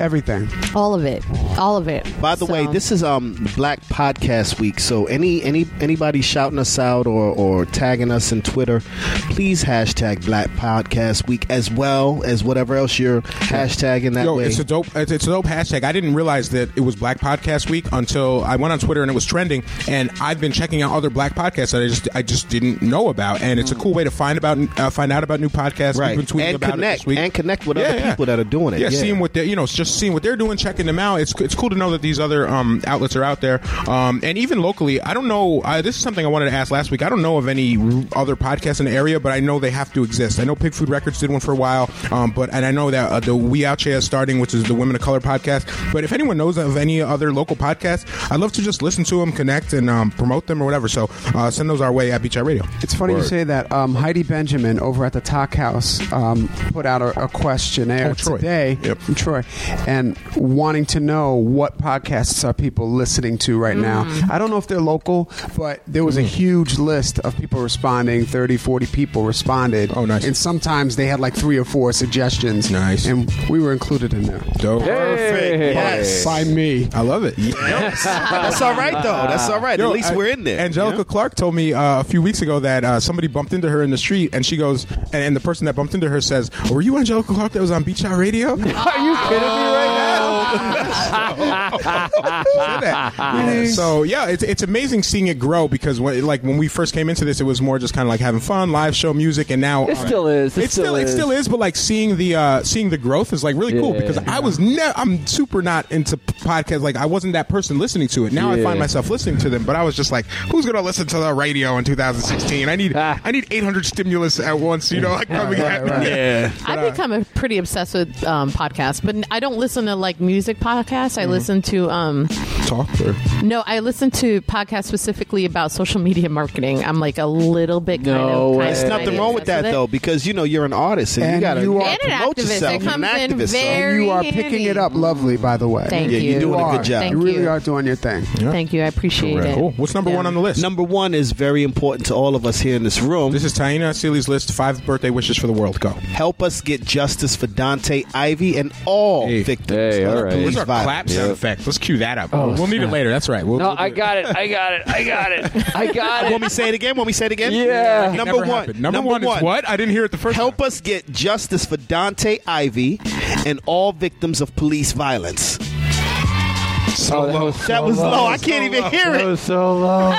Speaker 8: Everything.
Speaker 5: all of it all of it
Speaker 1: By the way,
Speaker 5: So-
Speaker 1: this is um Black Podcast Week. So any any anybody shouting us out or or tagging us in Twitter, please hashtag Black Podcast Week as well as whatever else you're hashtagging that
Speaker 2: Yo,
Speaker 1: way.
Speaker 2: it's a dope. It's, it's a dope hashtag. I didn't realize that it was Black Podcast Week until I went on Twitter and it was trending. And I've been checking out other Black podcasts that I just I just didn't know about. And it's a cool way to find about uh, find out about new podcasts.
Speaker 1: Mm. Right.
Speaker 2: We've been tweeting
Speaker 1: And
Speaker 2: about it
Speaker 1: connect-
Speaker 2: this week.
Speaker 1: and connect with other people that are doing it.
Speaker 2: Yeah,
Speaker 1: Yeah.
Speaker 2: seeing what they you know just seeing what they're doing, checking them out. It's it's cool to know that these other um, outlets are out there. Um, and even locally, I don't know. I, this is something I wanted to ask last week. I don't know of any other podcasts in the area, but I know they have to exist. I know Pig Food Records did one for a while, um, but and I know that uh, the We Out Here is starting, which is the Women of Color podcast. But if anyone knows of any other local podcasts, I'd love to just listen to them, connect, and um, promote them or whatever. So uh, send those our way at Beach Eye Radio.
Speaker 8: It's funny you say that. Um, Heidi Benjamin over at the Talk House um, put out a, a questionnaire
Speaker 2: Oh, Troy.
Speaker 8: today
Speaker 2: Yep.
Speaker 8: from Troy, and wanting to know what podcasts are people listening to right now. I don't know if they're local, but there
Speaker 2: Mm.
Speaker 8: was a huge list of people responding. 30, 40 people responded.
Speaker 2: Oh, nice.
Speaker 8: And sometimes they had like three or four suggestions.
Speaker 2: Nice.
Speaker 8: And we were included in there
Speaker 2: Dope.
Speaker 1: Perfect.
Speaker 6: Hey.
Speaker 1: Yes.
Speaker 8: by me.
Speaker 2: I love it.
Speaker 1: That's all right though. That's all right.
Speaker 2: Yo,
Speaker 1: At least
Speaker 2: I-
Speaker 1: we're in there.
Speaker 2: Angelica Clark told me uh, a few weeks ago that uh, somebody bumped into her in the street, and she goes, and, and the person that bumped into her says, "Were you Angelica Clark that was on Beach Out Radio?" She
Speaker 6: Are you kidding me right now?
Speaker 2: said that. Yeah, so yeah, it's, it's amazing seeing it grow because when like when we first came into this, it was more just kind of like having fun, live show, music, and now
Speaker 6: It still is. It
Speaker 2: It's still,
Speaker 6: still
Speaker 2: it
Speaker 6: is.
Speaker 2: still is, but like seeing the uh, seeing the growth is like really cool
Speaker 6: Yeah.
Speaker 2: because I was never I'm super not into p- podcasts. Like I wasn't that person listening to it. Now I
Speaker 6: Yeah.
Speaker 2: find myself listening to them, but I was just like, who's gonna listen to the radio in
Speaker 6: Ah.
Speaker 2: 2016? I need I need 800 stimulus at once, you know, like coming at me.
Speaker 8: right.
Speaker 2: Yeah.
Speaker 5: i become a pretty obsessed with um, podcasts, but I don't listen to like music podcasts. I listen to um,
Speaker 2: Talk. Or,
Speaker 5: no, I listen to podcasts specifically about social media marketing. I'm like a little bit kind
Speaker 6: No
Speaker 5: of.
Speaker 6: way.
Speaker 5: Kind
Speaker 6: There's
Speaker 5: of
Speaker 1: There's nothing wrong with that
Speaker 5: obsessed it.
Speaker 1: though, because you know you're an artist and, you
Speaker 8: And
Speaker 1: gotta
Speaker 8: you are-
Speaker 5: And an
Speaker 1: promote
Speaker 5: activist.
Speaker 1: yourself.
Speaker 5: It
Speaker 1: You're an
Speaker 5: comes in
Speaker 1: activist, so-
Speaker 5: very-
Speaker 8: you are picking it up lovely, by the way.
Speaker 5: Thank
Speaker 1: Yeah,
Speaker 5: you.
Speaker 1: you're doing a
Speaker 8: are.
Speaker 1: good job.
Speaker 5: Thank
Speaker 8: you really
Speaker 5: you. Oh,
Speaker 8: are doing your thing.
Speaker 5: Thank you. I appreciate it.
Speaker 2: cool. What's number one on the list?
Speaker 1: Number one is very important to all of us here in this room.
Speaker 2: This is Taina Seeley's list. Five birthday wishes for the world. Go.
Speaker 1: Help us get justice for Dante Ivy and all
Speaker 2: Hey.
Speaker 1: victims
Speaker 6: Hey,
Speaker 1: of
Speaker 6: all right.
Speaker 1: police
Speaker 2: Where's our
Speaker 1: violence.
Speaker 2: clap sound effect? Let's cue that up. we'll need it later. That's right. We'll,
Speaker 6: No,
Speaker 2: we'll do
Speaker 6: I
Speaker 2: it.
Speaker 6: got it. I got it. I got it. I got
Speaker 1: Want
Speaker 6: it.
Speaker 1: me to say it again? Want me to say it again?
Speaker 6: Yeah. It
Speaker 1: Number
Speaker 2: Never
Speaker 1: one.
Speaker 2: happened. Number, one, is what? I didn't hear it the first
Speaker 1: Help
Speaker 2: time.
Speaker 1: us get justice for Dante Ivy and all victims of police violence.
Speaker 6: Oh,
Speaker 2: So
Speaker 6: that
Speaker 2: low.
Speaker 6: was
Speaker 1: That
Speaker 6: so
Speaker 1: was
Speaker 6: low.
Speaker 1: low. I can't even hear
Speaker 6: That
Speaker 1: it.
Speaker 6: was so low.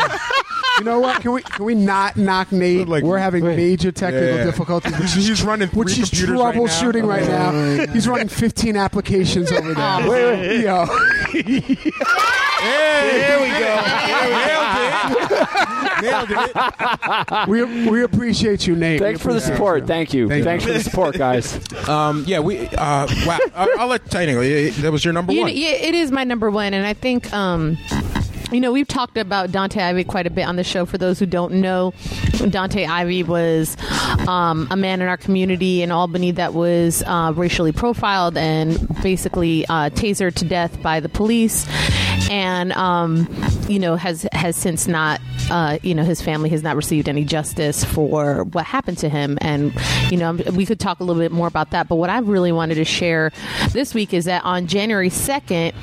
Speaker 8: You know what? Can we can we not knock Nate?
Speaker 2: Like-
Speaker 8: We're having
Speaker 6: Wait.
Speaker 8: major technical
Speaker 2: Yeah.
Speaker 8: difficulties, which
Speaker 2: He's
Speaker 8: he's,
Speaker 2: running three
Speaker 8: which he's
Speaker 2: computers right now. Oh
Speaker 8: troubleshooting right now. He's running 15 applications over there. wait, wait. Yo,
Speaker 2: There we go. Nailed it. Nailed it.
Speaker 8: we we appreciate you, Nate.
Speaker 6: Thanks
Speaker 8: We
Speaker 6: for the
Speaker 8: appreciate
Speaker 6: support.
Speaker 8: you.
Speaker 6: Thank you.
Speaker 8: Thank
Speaker 6: Thanks for the support, guys.
Speaker 2: Um, yeah, we. Uh, wow. I, I'll let Taina. That was your number
Speaker 5: You-
Speaker 2: one.
Speaker 5: yeah, it is my number one, and I think. Um, you know, we've talked about Dante Ivy quite a bit on the show. For those who don't know, Dante Ivy was um, a man in our community in Albany that was uh, racially profiled and basically uh, tasered to death by the police, and um, you know has has since not uh, you know his family has not received any justice for what happened to him. And you know we could talk a little bit more about that. But what I really wanted to share this week is that on January second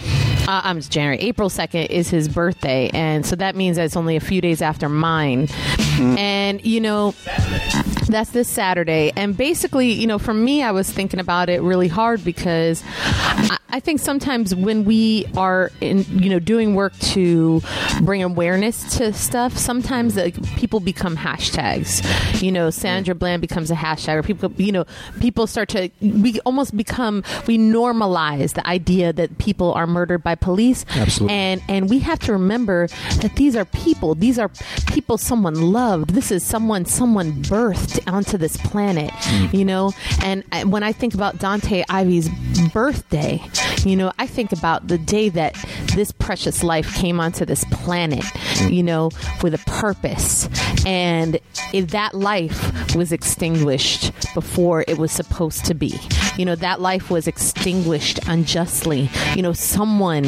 Speaker 5: uh, um, it's January, April 2nd is his birthday. And so that means that it's only a few days after mine. And, you know, that's this Saturday. And basically, you know, for me, I was thinking about it really hard because I, I think sometimes when we are in, you know, doing work to bring awareness to stuff, sometimes like, people become hashtags. You know, Sandra Bland becomes a hashtag, or people, you know, people start to, we almost become, we normalize the idea that people are murdered by police.
Speaker 2: Absolutely.
Speaker 5: And and we have to remember that these are people. These are people someone loved. This is someone someone birthed onto this planet, you know. And I, when I think about Dante Ivy's birthday, you know, I think about the day that this precious life came onto this planet, you know, with a purpose. And if that life was extinguished before it was supposed to be, you know, that life was extinguished unjustly. You know, someone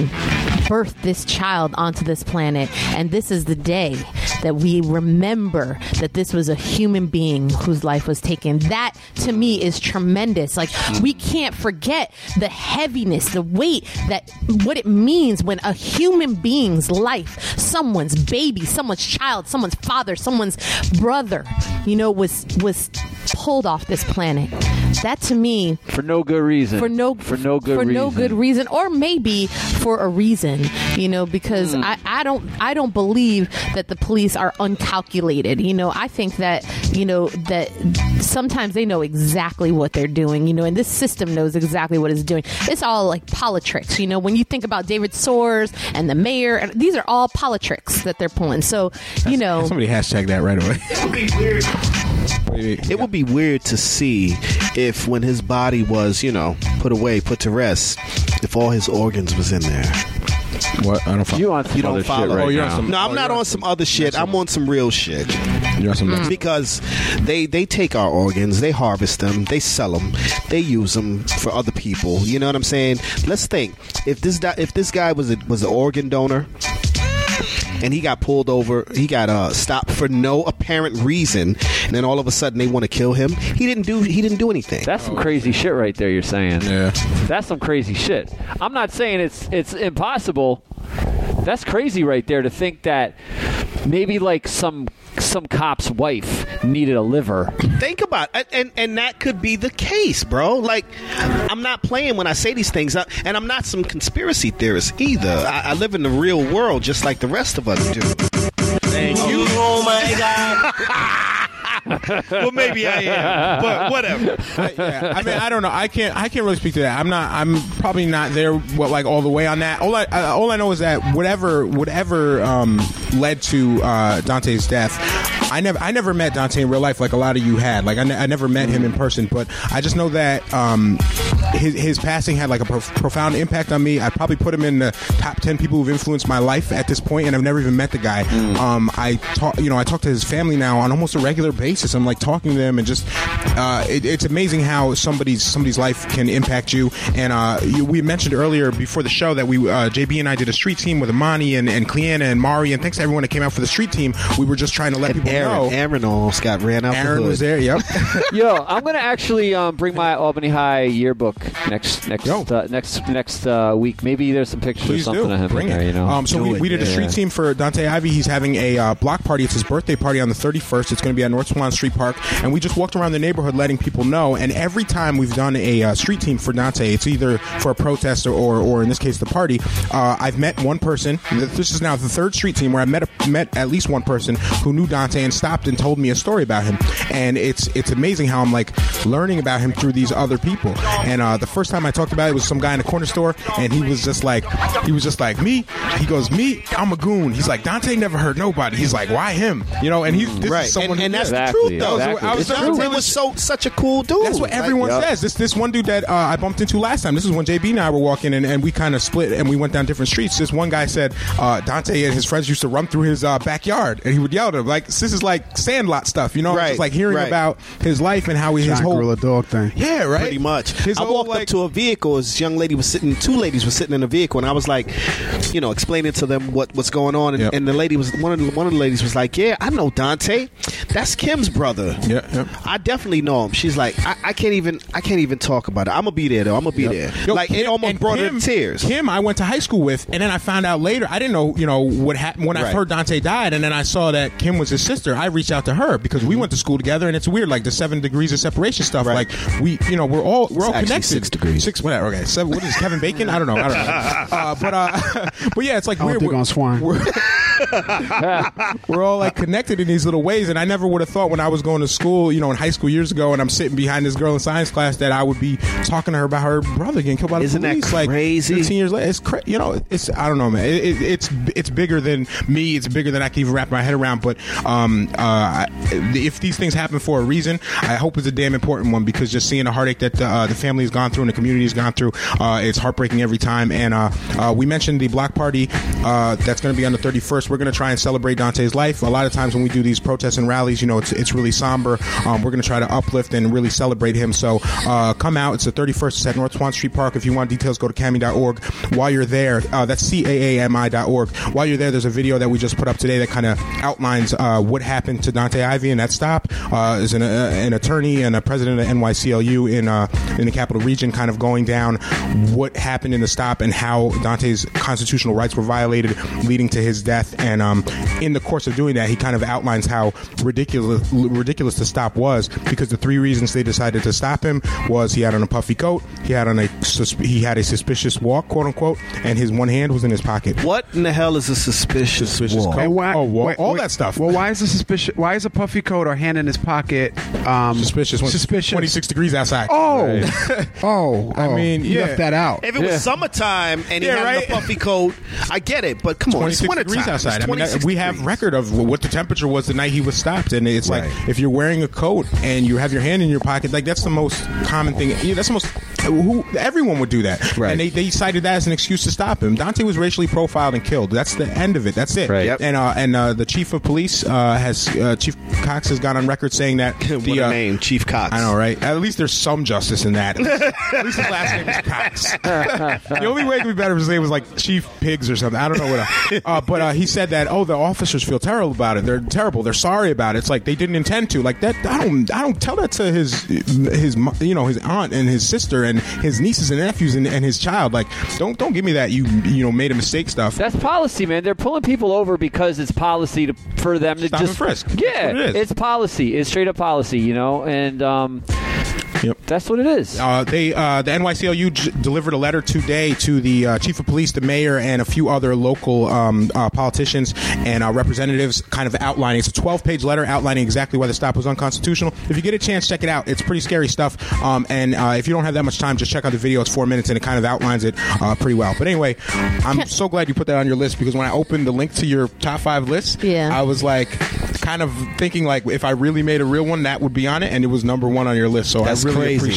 Speaker 5: birthed this child onto this planet. And this is the day that we remember that this was a human being whose life was taken. That to me is tremendous. Like, we can't forget the heaviness, the weight that what it means when a human being's life, someone's baby, someone's child, someone's father, someone's brother, you know, was was pulled off this planet. That to me
Speaker 6: For no good reason.
Speaker 5: for no
Speaker 6: for no good
Speaker 5: for
Speaker 6: reason.
Speaker 5: no good reason or maybe for a reason you know because
Speaker 6: Hmm.
Speaker 5: I, I don't I don't believe that the police are uncalculated you know I think that you know that sometimes they know exactly what they're doing you know and this system knows exactly what it's doing it's all like politics you know when you think about David Soares and the mayor and these are all politics that they're pulling so you know
Speaker 2: Somebody hashtag that right away.
Speaker 1: It would be weird to see if when his body was, you know, put away, put to rest, if all his organs was in there.
Speaker 2: What? I don't follow.
Speaker 6: You on some
Speaker 1: You don't
Speaker 6: other
Speaker 1: follow.
Speaker 6: shit right
Speaker 2: Oh, you're on
Speaker 6: now.
Speaker 2: some-
Speaker 1: No, I'm
Speaker 2: Oh,
Speaker 1: not
Speaker 2: you're
Speaker 1: on
Speaker 2: on
Speaker 1: some other shit. I'm on some real shit. Mm.
Speaker 2: You're on some.
Speaker 1: because they they take our organs, they harvest them, they sell them, they use them for other people. You know what I'm saying? Let's think. If this di- if this guy was a, was an organ donor. And he got pulled over. He got uh, stopped for no apparent reason, and then all of a sudden they want to kill him. He didn't do. He didn't do anything.
Speaker 6: That's some crazy shit right there. You're saying.
Speaker 2: Yeah.
Speaker 6: That's some crazy shit. I'm not saying it's it's impossible. That's crazy right there to think that maybe like some some cop's wife needed a liver.
Speaker 1: think about it. and and that could be the case bro like i'm not playing when i say these things I, and i'm not some conspiracy theorist either I, I live in the real world just like the rest of us do
Speaker 7: Oh my God.
Speaker 1: well maybe i am but whatever
Speaker 2: yeah. I mean, I don't know. I can't. I can't really speak to that. I'm not. I'm probably not there. What like all the way on that. All I uh, all I know is that whatever whatever um, led to uh, Dante's death. I never I never met Dante in real life like a lot of you had. Like I, ne- I never met him in person, but I just know that um, his his passing had like a prof- profound impact on me. I probably put him in the top ten people who've influenced my life at this point, and I've never even met the guy.
Speaker 1: Mm.
Speaker 2: Um, I talk you know I talk to his family now on almost a regular basis. I'm like talking to them and just uh, it, it's amazing how somebody's somebody's life can impact you. And uh, you, we mentioned earlier before the show that we uh, JB and I did a street team with Amani and and Cleanna and Mari and thanks to everyone that came out for the street team. We were just trying to let people
Speaker 1: Aaron,
Speaker 2: know.
Speaker 1: Aaron almost got ran out. the
Speaker 2: Aaron
Speaker 1: hood.
Speaker 2: was there. Yep.
Speaker 6: Yo, I'm gonna actually um, bring my Albany High yearbook next next
Speaker 2: Yo.
Speaker 6: uh, next next uh, week. Maybe there's some pictures
Speaker 2: Please
Speaker 6: or something
Speaker 2: do.
Speaker 6: of him
Speaker 2: Bring
Speaker 6: in there.
Speaker 2: it.
Speaker 6: You know.
Speaker 2: um, so
Speaker 1: Do
Speaker 2: we,
Speaker 1: it,
Speaker 2: we did a
Speaker 1: yeah.
Speaker 2: street team for Dante Ivy. He's having a uh, block party. It's his birthday party on the 31st. It's going to be at North Swan Street Park. And we just walked around the neighborhood letting people know. And every time we've done a uh, street team for Dante, it's either for a protest or, or, or in this case, the party. Uh, I've met one person. Th- This is now the third street team where I met a, met at least one person who knew Dante and stopped and told me a story about him. And it's it's amazing how I'm like learning about him through these other people. And uh, the first time I talked about it was some guy in a corner store, and he was just like, he was just like me. He goes, me, I'm a goon. He's like, Dante never hurt nobody. He's like, why him? You know, and he's this
Speaker 1: Right,
Speaker 2: is someone
Speaker 1: and, and
Speaker 2: who-
Speaker 1: that's
Speaker 6: Exactly,
Speaker 1: the truth though.
Speaker 6: exactly.
Speaker 1: I was
Speaker 6: It's
Speaker 1: Dante
Speaker 6: true.
Speaker 1: was so such a cool dude.
Speaker 2: That's what
Speaker 1: Like,
Speaker 2: everyone
Speaker 1: yeah.
Speaker 2: says. This this one dude that uh, I bumped into last time. This is when JB and I were walking and, and we kind of split and we went down different streets. This one guy said uh, Dante and his friends used to run through his uh, backyard and he would yell at him like this is like sandlot stuff, you know?
Speaker 1: Right,
Speaker 2: Just like hearing
Speaker 1: right.
Speaker 2: about his life and how he, his
Speaker 8: Giant
Speaker 2: whole
Speaker 8: gorilla dog thing.
Speaker 2: Yeah, right.
Speaker 1: Pretty much.
Speaker 2: His
Speaker 1: I
Speaker 2: whole,
Speaker 1: walked
Speaker 2: like,
Speaker 1: up to a vehicle. This young lady was sitting. Two ladies were sitting in a vehicle, and I was like, you know, explaining to them what what's going on. And,
Speaker 2: Yep.
Speaker 1: and the lady was one of the, one of the ladies was like, "Yeah, I know Dante. That's Kim's brother.
Speaker 2: Yeah, yeah.
Speaker 1: I definitely know him." She's like, I, "I can't even I can't even talk about it. I'm gonna be there though. I'm gonna be there."
Speaker 2: Yo,
Speaker 1: like it
Speaker 2: Kim-
Speaker 1: almost
Speaker 2: and
Speaker 1: brought
Speaker 2: Kim-
Speaker 1: her to tears.
Speaker 2: Kim, I went to high school with, and then I found out later. I didn't know, you know, what happened when I
Speaker 1: Right.
Speaker 2: heard Dante died, and then I saw that Kim was his sister. I reached out to her because we went to school together, and it's weird, like the seven degrees of separation stuff.
Speaker 1: Mm-hmm. Right.
Speaker 2: Like we, you know, we're all we're all
Speaker 1: actually
Speaker 2: connected.
Speaker 1: six degrees.
Speaker 2: Six, whatever. Okay, seven. What is it, Kevin Bacon? I don't know. I don't know. Uh, but uh, but yeah, it's like
Speaker 8: don't
Speaker 2: weird.
Speaker 8: think
Speaker 2: We're-
Speaker 8: on swine.
Speaker 2: We're, we're all like connected in these little ways, and I never would have thought when I was going to school, you know, in high school years ago, and I'm sitting behind this girl in science class that I would be talking to her about her brother getting killed by the
Speaker 1: Isn't that
Speaker 2: police,
Speaker 1: crazy?
Speaker 2: Like 15 years later, it's cra- you know, it's I don't know, man. It, it, it's it's bigger than me. It's bigger than I can even wrap my head around. But um, uh, I- if these things happen for a reason, I hope it's a damn important one because just seeing the heartache that the, uh, the family has gone through and the community has gone through, uh, it's heartbreaking every time. And uh, uh, we mentioned the block party uh, that's going to be on the 31st. We're going to try and celebrate Dante's life. A lot of times when we do these protests and rallies, you know, it's it's really somber. Um, we're going to try to uplift and really celebrate him. So uh, come out. It's the 31st. It's at North Swan Street Park. If you want details, go to cami.org. While you're there, uh, that's C-A-A-M-I.org. While you're there, there's a video that we just put up today that kind of outlines uh, what happened to Dante Ivy in that stop. Uh, is an, uh, an attorney and a president of NYCLU in uh, in the Capital Region, kind of going down what happened in the stop and how Dante's constitutional rights were violated, leading to his death. And um, in the course of doing that, he kind of outlines how ridiculous ridiculous the stop was because the three reasons they decided to stop him was he had on a puffy coat, he had on a sus- he had a suspicious walk, quote unquote, and his one hand was in his pocket.
Speaker 1: What in the hell is a suspicious,
Speaker 2: Suspicious
Speaker 1: walk?
Speaker 2: coat.
Speaker 8: And why,
Speaker 2: Oh, well,
Speaker 8: wait,
Speaker 2: all
Speaker 8: wait.
Speaker 2: that stuff.
Speaker 8: Well, why is a suspicious? Why is a puffy coat or hand in his pocket um,
Speaker 2: Suspicious. When it's
Speaker 8: Suspicious.
Speaker 2: 26 degrees outside.
Speaker 8: Oh, oh,
Speaker 2: I
Speaker 8: oh.
Speaker 2: mean,
Speaker 8: you
Speaker 2: yeah.
Speaker 8: left that out.
Speaker 1: If it was summertime and he
Speaker 2: Yeah,
Speaker 1: had
Speaker 2: right.
Speaker 1: a puffy coat, I get it. But come on, it's
Speaker 2: 26
Speaker 1: winter
Speaker 2: degrees outside. I mean, that- we have
Speaker 1: records.
Speaker 2: record of what the temperature was the night he was stopped, and it's like
Speaker 1: Right.
Speaker 2: if you're wearing a coat and you have your hand in your pocket, like that's the most common thing. Yeah, that's the most who everyone would do that,
Speaker 1: Right.
Speaker 2: And they, they cited that as an excuse to stop him. Dante was racially profiled and killed. That's the end of it. That's it.
Speaker 6: Right.
Speaker 1: Yep.
Speaker 2: And uh, and uh, the chief of police uh, has uh, Chief Cox has gone on record saying that
Speaker 1: what
Speaker 2: the
Speaker 1: a
Speaker 2: uh,
Speaker 1: name, Chief Cox.
Speaker 2: I know, right? At least there's some justice in that. At least his last name is Cox. the only way it could be better if his name was like Chief Pigs or something. I don't know what. Uh, but uh, he said that. Oh, the officers feel terrible about it. They're terrible. They're sorry about it. It's like they didn't intend to. Like that. I don't. I don't tell that to his his mo- you know his aunt and his sister and his nieces and nephews and, and his child. Like don't don't give me that you you know made a mistake stuff.
Speaker 6: That's policy, man. They're pulling people over because it's policy to, for them to
Speaker 2: Stop
Speaker 6: just
Speaker 2: and frisk. That's
Speaker 6: Yeah,
Speaker 2: what it is.
Speaker 6: it's policy. It's straight up policy, you know. And um,
Speaker 2: Yep.
Speaker 6: that's what it is.
Speaker 2: Uh, they uh, the NYCLU j- delivered a letter today to the uh, chief of police, the mayor, and a few other local um, uh, politicians and uh, representatives, kind of outlining. It's a 12 page letter outlining exactly why the stop was unconstitutional. If you get a chance, check it out. It's pretty scary stuff. Um, and uh, if you don't have that much time, just check out the video. It's four minutes and it kind of outlines it uh, pretty well. But anyway, I'm so glad you put that on your list because when I opened the link to your top five list,
Speaker 5: Yeah.
Speaker 2: I was like, kind of thinking like if I really made a real one, that would be on it, and it was number one on your list. So
Speaker 9: That's
Speaker 2: I really
Speaker 9: crazy. Ah,
Speaker 2: appreciate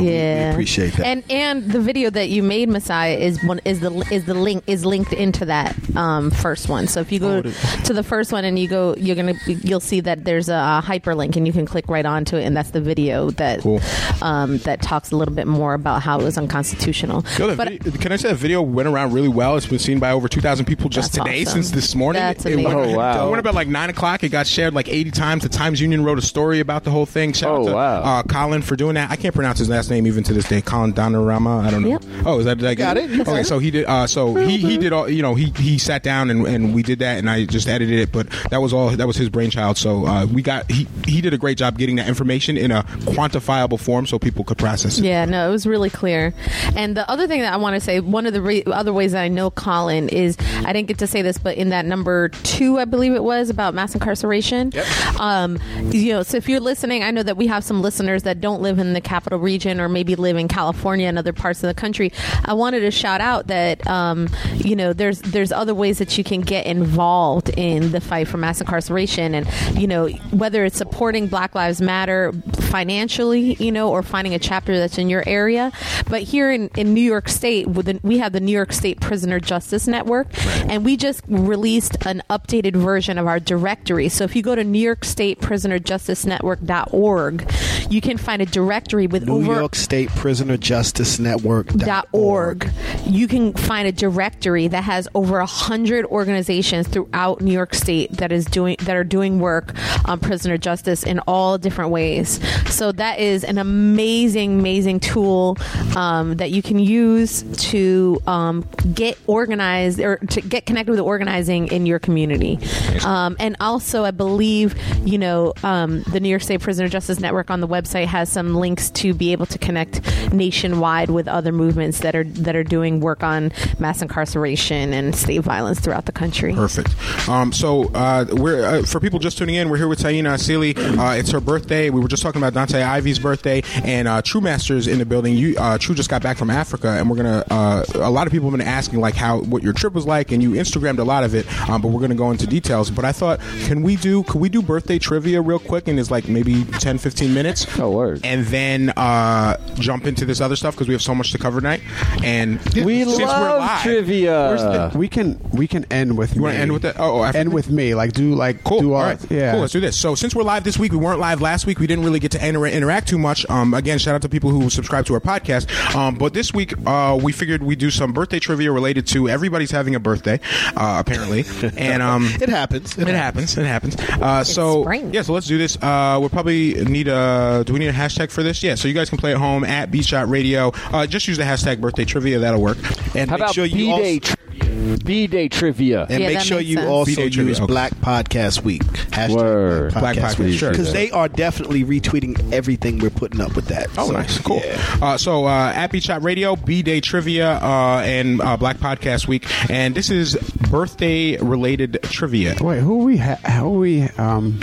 Speaker 9: Yeah, we- we appreciate that.
Speaker 5: Ah, And and the video that you made, Messiah, is one is the is the link is linked into that um, first one. So if you go to the first one and you go, you're gonna you'll see that there's a, uh hyperlink and you can click right onto it, and that's the video that
Speaker 2: Cool.
Speaker 5: um, that talks a little bit more about how it was unconstitutional.
Speaker 2: Yo, that
Speaker 5: but
Speaker 2: video- can I say that video went around really well? It's been seen by over 2,000 people just
Speaker 5: That's
Speaker 2: today
Speaker 5: awesome.
Speaker 2: since this morning.
Speaker 5: That's
Speaker 2: it, it went,
Speaker 5: amazing.
Speaker 6: Oh, wow.
Speaker 2: It went about like 9 o'clock. It got shared like 80 times. The Times Union wrote a story about the whole thing. Shout
Speaker 6: Oh,
Speaker 2: out to
Speaker 6: wow.
Speaker 2: uh, Colin for doing that. I can't pronounce his last name even to this day. Colin Donorama. I don't know.
Speaker 5: Yep.
Speaker 2: Oh, is that, did I get
Speaker 1: Got it.
Speaker 2: Okay, so he did. Uh, so he,
Speaker 5: Mm-hmm.
Speaker 2: he did all, you know, he, he sat down and, and we did that and I just edited it, but that was all, that was his brainchild. So uh, we got, he, he did a great job getting that information in a quantifiable form so people could process it.
Speaker 5: Yeah, no, it was really clear. And the other thing that I want to say, one of the re- other ways that I know Colin is, I didn't get to say this, but in that number two, I believe it was about mass incarceration. Um, you know, so if you're listening, I know that we have some listeners that don't live in the capital region or maybe live in California and other parts of the country. I wanted to shout out that um, you know there's there's other ways that you can get involved in the fight for mass incarceration, and you know whether it's supporting Black Lives Matter financially, you know, or finding a chapter that's in your area. But here in, in New York State, with the- we have the New York State Prisoner Justice Network, and we just released an updated version of our directory. So if you go to New York State Prisoner Justice Network.org, you can find a directory with
Speaker 1: New
Speaker 5: over
Speaker 1: York State Prisoner Justice Network
Speaker 5: dot org. You can find a directory that has over a hundred organizations throughout New York State that is doing that are doing work on prisoner justice in all different ways. So that is an amazing, amazing tool um, that you can use to um, get organized or to get connected with organizing in your community. Um, and also, I believe you know um, the New York State Prisoner Justice Network on the website has some links to be able to connect nationwide with other movements that are that are doing work on mass incarceration and state violence throughout the country.
Speaker 2: Perfect. Um, so uh, we're uh, for people just tuning in. We're here with Taina Asili. Uh, it's her birthday. We were just talking about Dante Ivy's birthday, and uh, True Masters in the building. You uh, True just got back from Africa, and we're gonna. Uh, a lot of people have been asking like how what your trip was like, and you Instagrammed a lot of it. Um, but we're gonna go into details. But I thought, can we do? Could we do birthday trivia real quick? And it's like maybe 10, 15 minutes.
Speaker 6: Oh, word.
Speaker 2: And then uh, jump into this other stuff because we have so much to cover tonight. And
Speaker 6: We
Speaker 2: since we're
Speaker 6: love
Speaker 2: live,
Speaker 8: Where's
Speaker 6: trivia.
Speaker 8: the- we can we can end with you
Speaker 2: wanna end with that? Oh, after-
Speaker 8: end with me like do like
Speaker 2: Cool.
Speaker 8: do
Speaker 2: all
Speaker 8: all
Speaker 2: right.
Speaker 8: yeah
Speaker 2: Cool. Let's do this. So since we're live this week, we weren't live last week. We didn't really get to enter- interact too much. Um, again, shout out to people who subscribe to our podcast. Um, but this week, uh, we figured we'd do some birthday trivia related to everybody's having a birthday, uh, apparently. and um,
Speaker 1: It happens.
Speaker 2: it happens. It happens. Uh, so
Speaker 5: spring.
Speaker 2: yeah, so let's do this. Uh, we'll probably need a. Do we need a hashtag for this? Yeah. So you guys can play at home at Beatshot Radio. Uh, just use the hashtag birthday trivia. That'll work.
Speaker 1: And
Speaker 6: How
Speaker 1: make
Speaker 6: about
Speaker 1: sure you also,
Speaker 6: B-Day trivia? B-Day trivia.
Speaker 1: and
Speaker 5: Yeah,
Speaker 1: make
Speaker 5: that
Speaker 1: sure
Speaker 5: makes
Speaker 1: you
Speaker 5: sense.
Speaker 1: also
Speaker 2: BJ trivia,
Speaker 1: use
Speaker 2: okay.
Speaker 1: Black Podcast Week. Hashtag
Speaker 6: Word.
Speaker 2: Black Podcast Week, sure.
Speaker 1: Because they are definitely retweeting everything we're putting up with that.
Speaker 2: Oh,
Speaker 1: So,
Speaker 2: nice, cool.
Speaker 1: yeah.
Speaker 2: Uh, so, uh, at Beach Shot Radio, B Day Trivia, uh, and uh, Black Podcast Week, and this is birthday related trivia.
Speaker 8: wait who we ha- how we um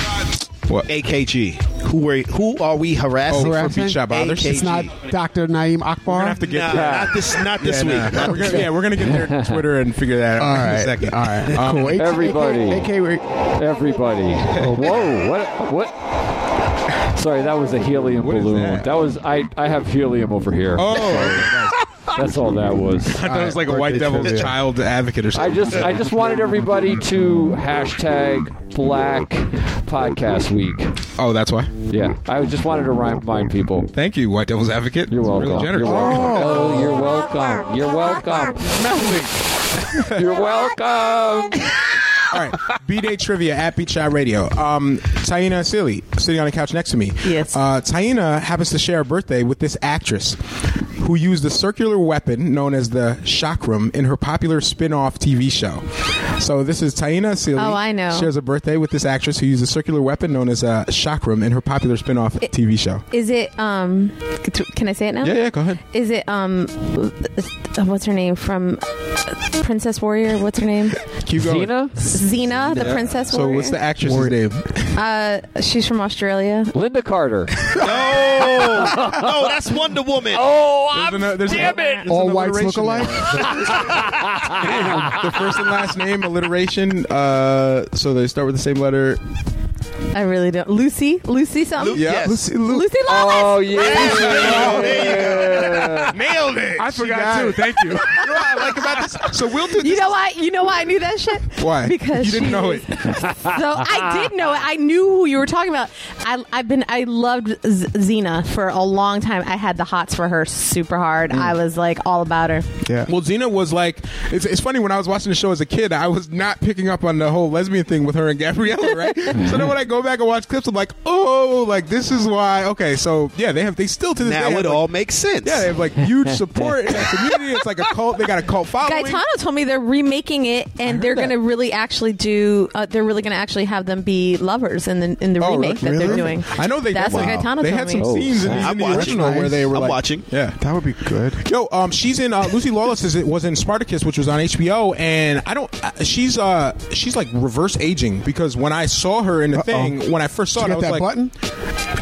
Speaker 2: What?
Speaker 1: AKG. Who were who are we harassing?
Speaker 2: Oh, for
Speaker 8: harassing?
Speaker 2: Beach Shot Bothers.
Speaker 1: AKG.
Speaker 8: it's not Dr. Naeem Akbar
Speaker 2: gonna have to get-
Speaker 1: Nah,
Speaker 2: Yeah.
Speaker 1: not this not this
Speaker 2: Yeah,
Speaker 1: week.
Speaker 2: nah.
Speaker 1: Not
Speaker 2: We're
Speaker 1: this
Speaker 2: gonna- yeah, we're gonna get their Twitter and figure that out
Speaker 8: all
Speaker 2: in
Speaker 8: right
Speaker 2: a second. Um,
Speaker 8: all right cool AK
Speaker 6: Everybody.
Speaker 8: AK
Speaker 6: Everybody.
Speaker 2: Oh,
Speaker 6: Whoa, what what Sorry, that was a helium
Speaker 2: is
Speaker 6: balloon.
Speaker 2: that?
Speaker 6: That? was I I have helium over here.
Speaker 2: Oh, I
Speaker 6: That's all that was.
Speaker 2: thought it was like a white
Speaker 8: Birthday
Speaker 2: devil's
Speaker 8: trivia.
Speaker 2: child advocate or
Speaker 6: I
Speaker 2: something.
Speaker 6: just I just wanted everybody to hashtag black podcast week.
Speaker 2: oh, that's why.
Speaker 6: Yeah. I just wanted to remind people.
Speaker 2: Thank you, white devil's advocate.
Speaker 6: You're
Speaker 2: It's
Speaker 6: welcome.
Speaker 2: Really
Speaker 6: You're
Speaker 2: generous.
Speaker 6: welcome. Oh, you're welcome. You're welcome. You're welcome.
Speaker 2: All right, B Day Trivia at Beach Chat Radio. Um, Taina Asili sitting on the couch next to me.
Speaker 5: Yes.
Speaker 2: Uh, Taina happens to share a birthday with this actress who used the circular weapon known as the chakram in her popular spin-off TV show. So this is Taina Asili.
Speaker 5: Oh, I know.
Speaker 2: Shares a birthday with this actress who used a circular weapon known as a chakram in her popular spin-off TV show.
Speaker 5: Is it? Um, can I say it now?
Speaker 2: Yeah, yeah, go ahead.
Speaker 5: Is it? Um, uh, what's her name from uh, Princess Warrior? What's her name?
Speaker 2: Keep going.
Speaker 6: Zena?
Speaker 5: Xena, the Princess
Speaker 2: So
Speaker 5: Warrior.
Speaker 2: what's the actress's name?
Speaker 5: Uh, she's from Australia.
Speaker 6: Linda Carter.
Speaker 1: No, no, that's Wonder Woman.
Speaker 6: Oh,
Speaker 2: There's
Speaker 7: uh,
Speaker 2: ano- there's
Speaker 6: damn
Speaker 2: ano-
Speaker 6: it.
Speaker 2: there's
Speaker 8: all
Speaker 2: an
Speaker 8: whites look
Speaker 2: alliteration there.
Speaker 8: alike
Speaker 5: Ah.
Speaker 2: the first and last name alliteration. Uh, so they start with the same letter.
Speaker 5: I really don't. Lucy, Lucy, something.
Speaker 2: Lu- Yeah.
Speaker 5: Lucy,
Speaker 8: Lucy, Lu-
Speaker 5: Lawless.
Speaker 6: Oh yeah.
Speaker 2: Nailed it.
Speaker 8: I
Speaker 2: She
Speaker 8: forgot
Speaker 2: got
Speaker 8: too.
Speaker 2: it.
Speaker 8: Thank you.
Speaker 2: You know what I like about this? So we'll do
Speaker 5: You know why? You know why I knew that shit?
Speaker 2: Why?
Speaker 5: Because
Speaker 2: you didn't
Speaker 5: she
Speaker 2: know
Speaker 5: is-
Speaker 2: it.
Speaker 5: So I did know it. I knew who you were talking about. I, I've been. I loved Z- Xena for a long time. I had the hots for her super hard.
Speaker 2: Mm.
Speaker 5: I was like all about her.
Speaker 8: yeah.
Speaker 2: Well, Xena was like, it's, it's funny when I was watching the show as a kid, I was not picking up on the whole lesbian thing with her and Gabriella, right? so then when I go back and watch clips, I'm like, oh, like this is why. Okay, so yeah, they have they still to this day
Speaker 1: Now
Speaker 2: have,
Speaker 1: it
Speaker 2: like-
Speaker 1: all makes sense.
Speaker 2: yeah, they have like huge support in that community. It's like a cult. They got a cult following.
Speaker 5: Gaetano told me they're remaking it, and they're going to really actually do. Uh, they're really going to actually have them be lovers in the in the
Speaker 2: Oh,
Speaker 5: remake that
Speaker 2: really?
Speaker 5: they're doing.
Speaker 2: I know they.
Speaker 5: That's
Speaker 2: did-
Speaker 5: what
Speaker 2: wow.
Speaker 5: Gaetano
Speaker 2: They
Speaker 5: told
Speaker 2: had
Speaker 5: me.
Speaker 2: some
Speaker 6: Oh,
Speaker 2: scenes in, the- in
Speaker 1: I'm
Speaker 2: the
Speaker 1: watching.
Speaker 2: original where they were
Speaker 1: I'm
Speaker 2: like,
Speaker 1: watching.
Speaker 2: Yeah,
Speaker 8: that would be good.
Speaker 2: Yo, um, she's in uh, Lucy Lawless is, was in Spartacus, which was on HBO, and I don't. Uh, she's uh, she's like reverse aging because when I saw her in the thing, when I first saw
Speaker 8: She
Speaker 2: it, I
Speaker 8: got
Speaker 2: was
Speaker 8: that
Speaker 2: like,
Speaker 8: button?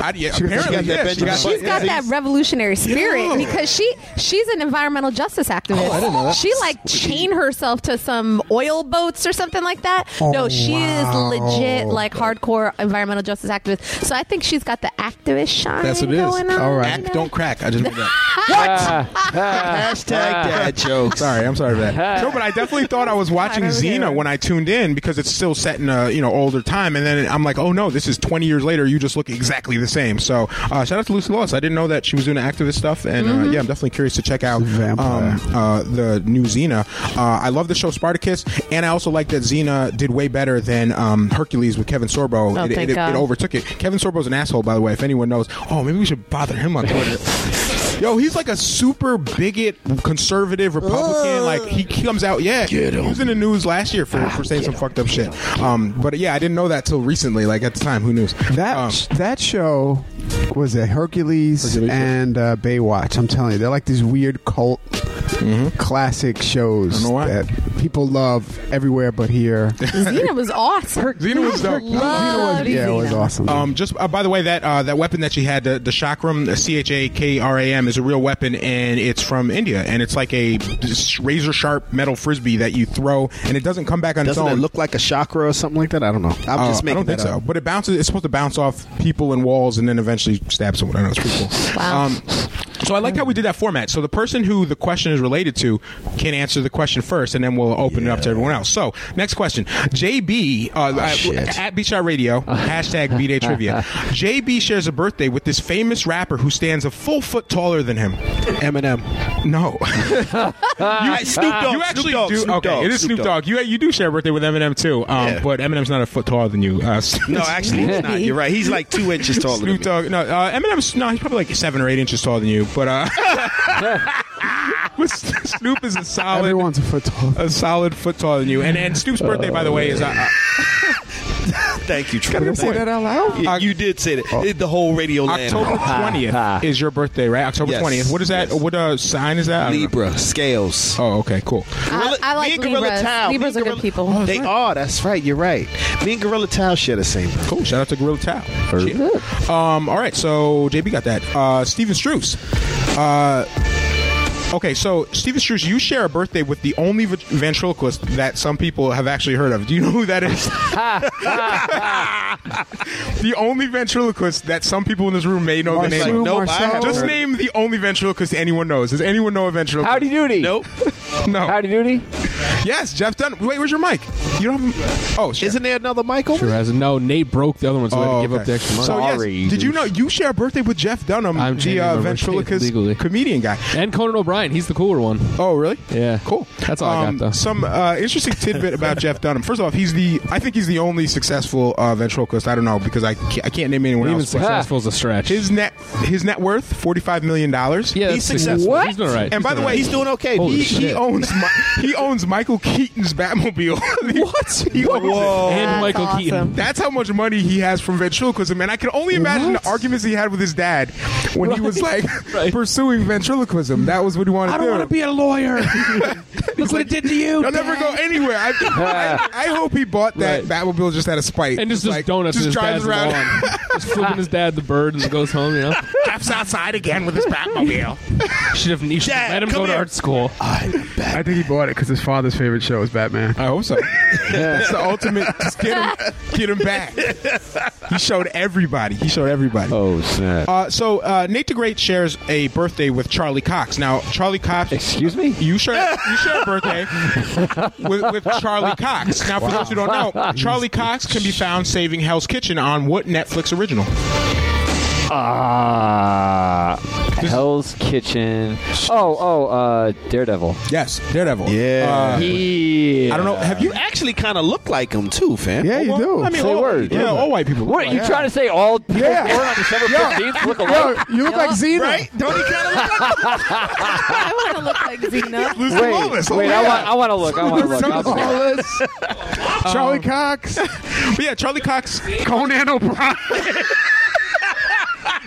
Speaker 2: I, yeah,
Speaker 8: She got that- she got that
Speaker 2: apparently, yeah, she got
Speaker 8: Benjamin
Speaker 5: She's
Speaker 2: button.
Speaker 5: got that revolutionary spirit
Speaker 2: Yeah.
Speaker 5: because she she's an environmental justice activist.
Speaker 2: Oh, I didn't know that.
Speaker 5: She like chained herself to some oil boats or something like that.
Speaker 2: Oh,
Speaker 5: no, she
Speaker 8: wow.
Speaker 5: is legit like hardcore environmental justice activist. So I think she's got the activist shine.
Speaker 2: That's what it is.
Speaker 5: going on,
Speaker 8: All right.
Speaker 5: you know?
Speaker 2: Act, don't crack. I just made that.
Speaker 6: Ah,
Speaker 1: Hashtag dad jokes.
Speaker 2: Sorry, I'm sorry for that. No, but I definitely thought I was watching
Speaker 5: I don't
Speaker 2: Xena
Speaker 5: care.
Speaker 2: when I tuned in because it's still set in a you know older time, and then I'm like, oh no, this is 20 years later. You just look exactly the same. So uh, shout out to Lucy Lawless. I didn't know that she was doing activist stuff, and
Speaker 5: Mm-hmm.
Speaker 2: uh, yeah, I'm definitely curious to check out
Speaker 8: Vampire.
Speaker 2: um, uh, the new Xena. Uh, I love the show Spartacus, and I also like that Xena did way better than um, Hercules with Kevin Sorbo.
Speaker 5: Oh,
Speaker 2: it,
Speaker 5: thank
Speaker 2: it, it,
Speaker 5: God.
Speaker 2: it overtook it. Kevin Sorbo's an asshole, by the way. If anyone knows, oh, maybe we should bother him on Twitter. Yo, he's like a super bigot, conservative Republican. Like he comes out, yeah. He was in the news last year for, for saying some fucked up shit. Um, but yeah, I didn't know that till recently. Like at the time, who knew?
Speaker 8: That
Speaker 2: Um,
Speaker 8: that show was a Hercules,
Speaker 2: Hercules, yeah.
Speaker 8: and uh, Baywatch. I'm telling you, they're like these weird cult classic shows
Speaker 2: Mm-hmm. know why.
Speaker 8: that people love everywhere but here.
Speaker 5: Xena was awesome.
Speaker 2: Xena was dope.
Speaker 5: Loved
Speaker 8: yeah, it was
Speaker 5: Xena.
Speaker 8: awesome.
Speaker 2: Um, just uh, by the way, that uh, that weapon that she had, the, the chakram, the C H A K R A M, is a real weapon, and it's from India, and it's like a razor sharp metal frisbee that you throw, and it doesn't come back on
Speaker 1: Doesn't
Speaker 2: its
Speaker 1: it
Speaker 2: own.
Speaker 1: look like a chakra or something like that? I don't know. I'm just
Speaker 2: Uh, I
Speaker 1: making
Speaker 2: don't think
Speaker 1: that
Speaker 2: so,
Speaker 1: up.
Speaker 2: but it bounces. It's supposed to bounce off people and walls, and then eventually stab someone. I know it's pretty cool. Um, so I like how we did that format. So the person who the question is related to can answer the question first, and then we'll open it up to everyone else. So next question, JB uh, uh,
Speaker 1: Oh, shit.
Speaker 2: at Beach Out Radio hashtag BDay Trivia. JB shares a birthday with this famous rapper who stands a full foot taller than him.
Speaker 1: Eminem.
Speaker 2: No,
Speaker 1: You, Snoop Dogg.
Speaker 2: you actually
Speaker 1: Snoop Dogg,
Speaker 2: do.
Speaker 1: Snoop
Speaker 2: okay,
Speaker 1: Dogg,
Speaker 2: it is Snoop Dogg. You you do share a birthday with Eminem too, um,
Speaker 1: Yeah.
Speaker 2: but Eminem's not a foot taller than you. Uh,
Speaker 1: No, actually, he's not. You're right. He's like two inches taller than me.
Speaker 2: Snoop Dogg. No, uh, Eminem's no, he's probably like seven or eight inches taller than you. But uh, but Snoop is a solid,
Speaker 8: Everyone's a foot tall.
Speaker 2: a solid foot taller than you. And and Snoop's birthday, by the way, is. Uh,
Speaker 1: Thank you,
Speaker 8: Did I
Speaker 1: Trevor.
Speaker 8: say that out loud?
Speaker 1: You, you did say that. The whole radio land.
Speaker 2: Oh. October twentieth is your birthday, right? October
Speaker 1: Yes.
Speaker 2: twentieth. What is that?
Speaker 1: Yes.
Speaker 2: What uh, sign is that? I don't know.
Speaker 1: Libra scales.
Speaker 2: Oh, okay, cool.
Speaker 5: I, I
Speaker 1: me
Speaker 5: like
Speaker 1: and Gorilla
Speaker 5: Libras.
Speaker 1: Tao.
Speaker 5: Libras
Speaker 1: me
Speaker 5: are
Speaker 1: and
Speaker 5: good
Speaker 1: Gorilla-
Speaker 5: people.
Speaker 1: they are. That's right. You're right. Me and Gorilla Tao share the same.
Speaker 2: Cool. Shout out to Gorilla Tao. Shit. Um, all right, so JB got that. Uh, Steven Struce. Uh, okay, so Steven Struce, you share a birthday with the only v- ventriloquist that some people have actually heard of. Do you know who that is? the only ventriloquist that some people in this room may know the name
Speaker 1: Marcel.
Speaker 2: of.
Speaker 1: Nope, I haven't
Speaker 2: Just
Speaker 1: heard.
Speaker 2: name the only ventriloquist anyone knows. Does anyone know a ventriloquist?
Speaker 6: Howdy doody.
Speaker 1: Nope.
Speaker 2: No.
Speaker 6: Howdy doody.
Speaker 2: yes, Jeff Dunn. Wait, where's your mic? You don't have. Oh, shit.
Speaker 1: Isn't there another Michael?
Speaker 4: Sure has no. Nate broke the other one, so I had
Speaker 2: Oh,
Speaker 4: to give up
Speaker 2: okay.
Speaker 4: the extra money.
Speaker 2: So, yes,
Speaker 6: Sorry,
Speaker 2: did you
Speaker 6: dude.
Speaker 2: know you share a birthday with Jeff Dunham,
Speaker 4: I'm
Speaker 2: the
Speaker 4: changing
Speaker 2: uh,
Speaker 4: my birthday
Speaker 2: ventriloquist
Speaker 4: legally.
Speaker 2: comedian guy?
Speaker 4: And Conan O'Brien, he's the cooler one.
Speaker 2: Oh, really?
Speaker 4: Yeah.
Speaker 2: Cool.
Speaker 4: That's all I got,
Speaker 2: Um,
Speaker 4: though.
Speaker 2: Some uh, interesting tidbit about Jeff Dunham. First off, he's the I think he's the only successful uh, ventriloquist. I don't know because I can't, I can't name anyone
Speaker 4: Even
Speaker 2: else. but
Speaker 4: successful is a stretch.
Speaker 2: His net his net worth forty five million dollars.
Speaker 4: yeah,
Speaker 1: he's
Speaker 4: that's
Speaker 1: successful.
Speaker 4: What? He's doing all right.
Speaker 2: And by
Speaker 4: He's
Speaker 2: the
Speaker 4: doing
Speaker 2: way,
Speaker 1: He's doing okay.
Speaker 4: Holy
Speaker 2: he,
Speaker 1: He-
Speaker 2: he
Speaker 4: shit.
Speaker 2: owns Mi- he owns Michael Keaton's Batmobile. what? He owns Whoa.
Speaker 4: all right. and
Speaker 5: That's
Speaker 4: Michael
Speaker 5: awesome.
Speaker 4: Keaton.
Speaker 2: That's how much money he has from ventriloquism, and I can only imagine the arguments he had with his dad when he was like
Speaker 4: Right.
Speaker 2: pursuing ventriloquism. That was what he wanted to do.
Speaker 4: a lawyer. Look what it did to you.
Speaker 2: I'll never go anywhere. I, I, I hope he bought that Batmobile just out of spite.
Speaker 4: And just does
Speaker 2: Like,
Speaker 4: donuts
Speaker 2: just
Speaker 4: in his
Speaker 2: drives
Speaker 4: dad's
Speaker 2: around,
Speaker 4: lawn. just flipping his dad the bird and goes home, you know?
Speaker 2: drives outside again with his Batmobile.
Speaker 4: Should have, you should have
Speaker 1: Dad,
Speaker 4: let him
Speaker 1: come
Speaker 4: go to
Speaker 1: here.
Speaker 4: art school.
Speaker 8: I think he bought it because his father's favorite show is Batman.
Speaker 2: I hope so. That's the ultimate. Just get him, get him back. he showed everybody. He showed everybody.
Speaker 6: Oh snap!
Speaker 2: Uh, so uh, Nate the Great shares a birthday with Charlie Cox. Now Charlie Cox,
Speaker 6: Excuse me?
Speaker 2: you share you share a birthday with, with Charlie Cox. Now for those who don't know, Charlie Cox can be found saving Hell's Kitchen on what Netflix original?
Speaker 6: Ah, Hell's Kitchen. Oh, oh, uh, Daredevil.
Speaker 2: Yes, Daredevil.
Speaker 8: Uh,
Speaker 1: Yeah.
Speaker 6: Yeah.
Speaker 2: I don't know. Have you?
Speaker 1: You actually kind of look like him too, fam.
Speaker 8: Yeah, you do.
Speaker 2: I mean,
Speaker 6: Say
Speaker 2: all,
Speaker 6: word.
Speaker 2: Yeah, all white people.
Speaker 6: What are you trying to say? All people
Speaker 8: Yeah.
Speaker 6: born on December fifteenth look alike.
Speaker 8: you look like Zena.
Speaker 1: Right? Don't he kind of look like
Speaker 5: I want to look like Zena.
Speaker 1: Lucy
Speaker 6: Wait,
Speaker 1: Lawless?
Speaker 6: wait. I want. I want to look. I want to look. I'll see.
Speaker 8: Charlie
Speaker 2: Um,
Speaker 8: Cox,
Speaker 2: But yeah, Charlie Cox.
Speaker 8: Conan O'Brien.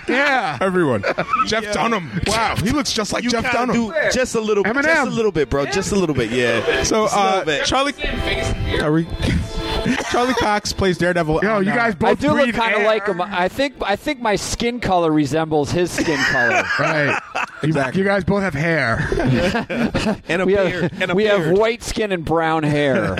Speaker 8: yeah.
Speaker 2: Everyone. Jeff Dunham. Wow, he looks just like
Speaker 1: You
Speaker 2: Jeff
Speaker 1: kinda
Speaker 2: Dunham.
Speaker 1: do just a little, just a
Speaker 8: Eminem.
Speaker 1: little bit, bro. Just a little bit, yeah.
Speaker 2: So
Speaker 1: Just a little
Speaker 2: uh,
Speaker 1: bit.
Speaker 2: Charlie, Tyreek- Charlie Cox plays Daredevil.
Speaker 8: Yo,
Speaker 2: on,
Speaker 8: you
Speaker 2: uh,
Speaker 8: guys both
Speaker 6: I do look
Speaker 8: breathe
Speaker 6: kind of
Speaker 8: air.
Speaker 6: like him. I think. I think my skin color resembles his skin color.
Speaker 8: Right. You-
Speaker 2: Exactly.
Speaker 8: You, guys both have hair.
Speaker 1: and a
Speaker 6: We
Speaker 1: beard.
Speaker 6: have
Speaker 1: and a
Speaker 6: we
Speaker 1: beard.
Speaker 6: have white skin and brown hair.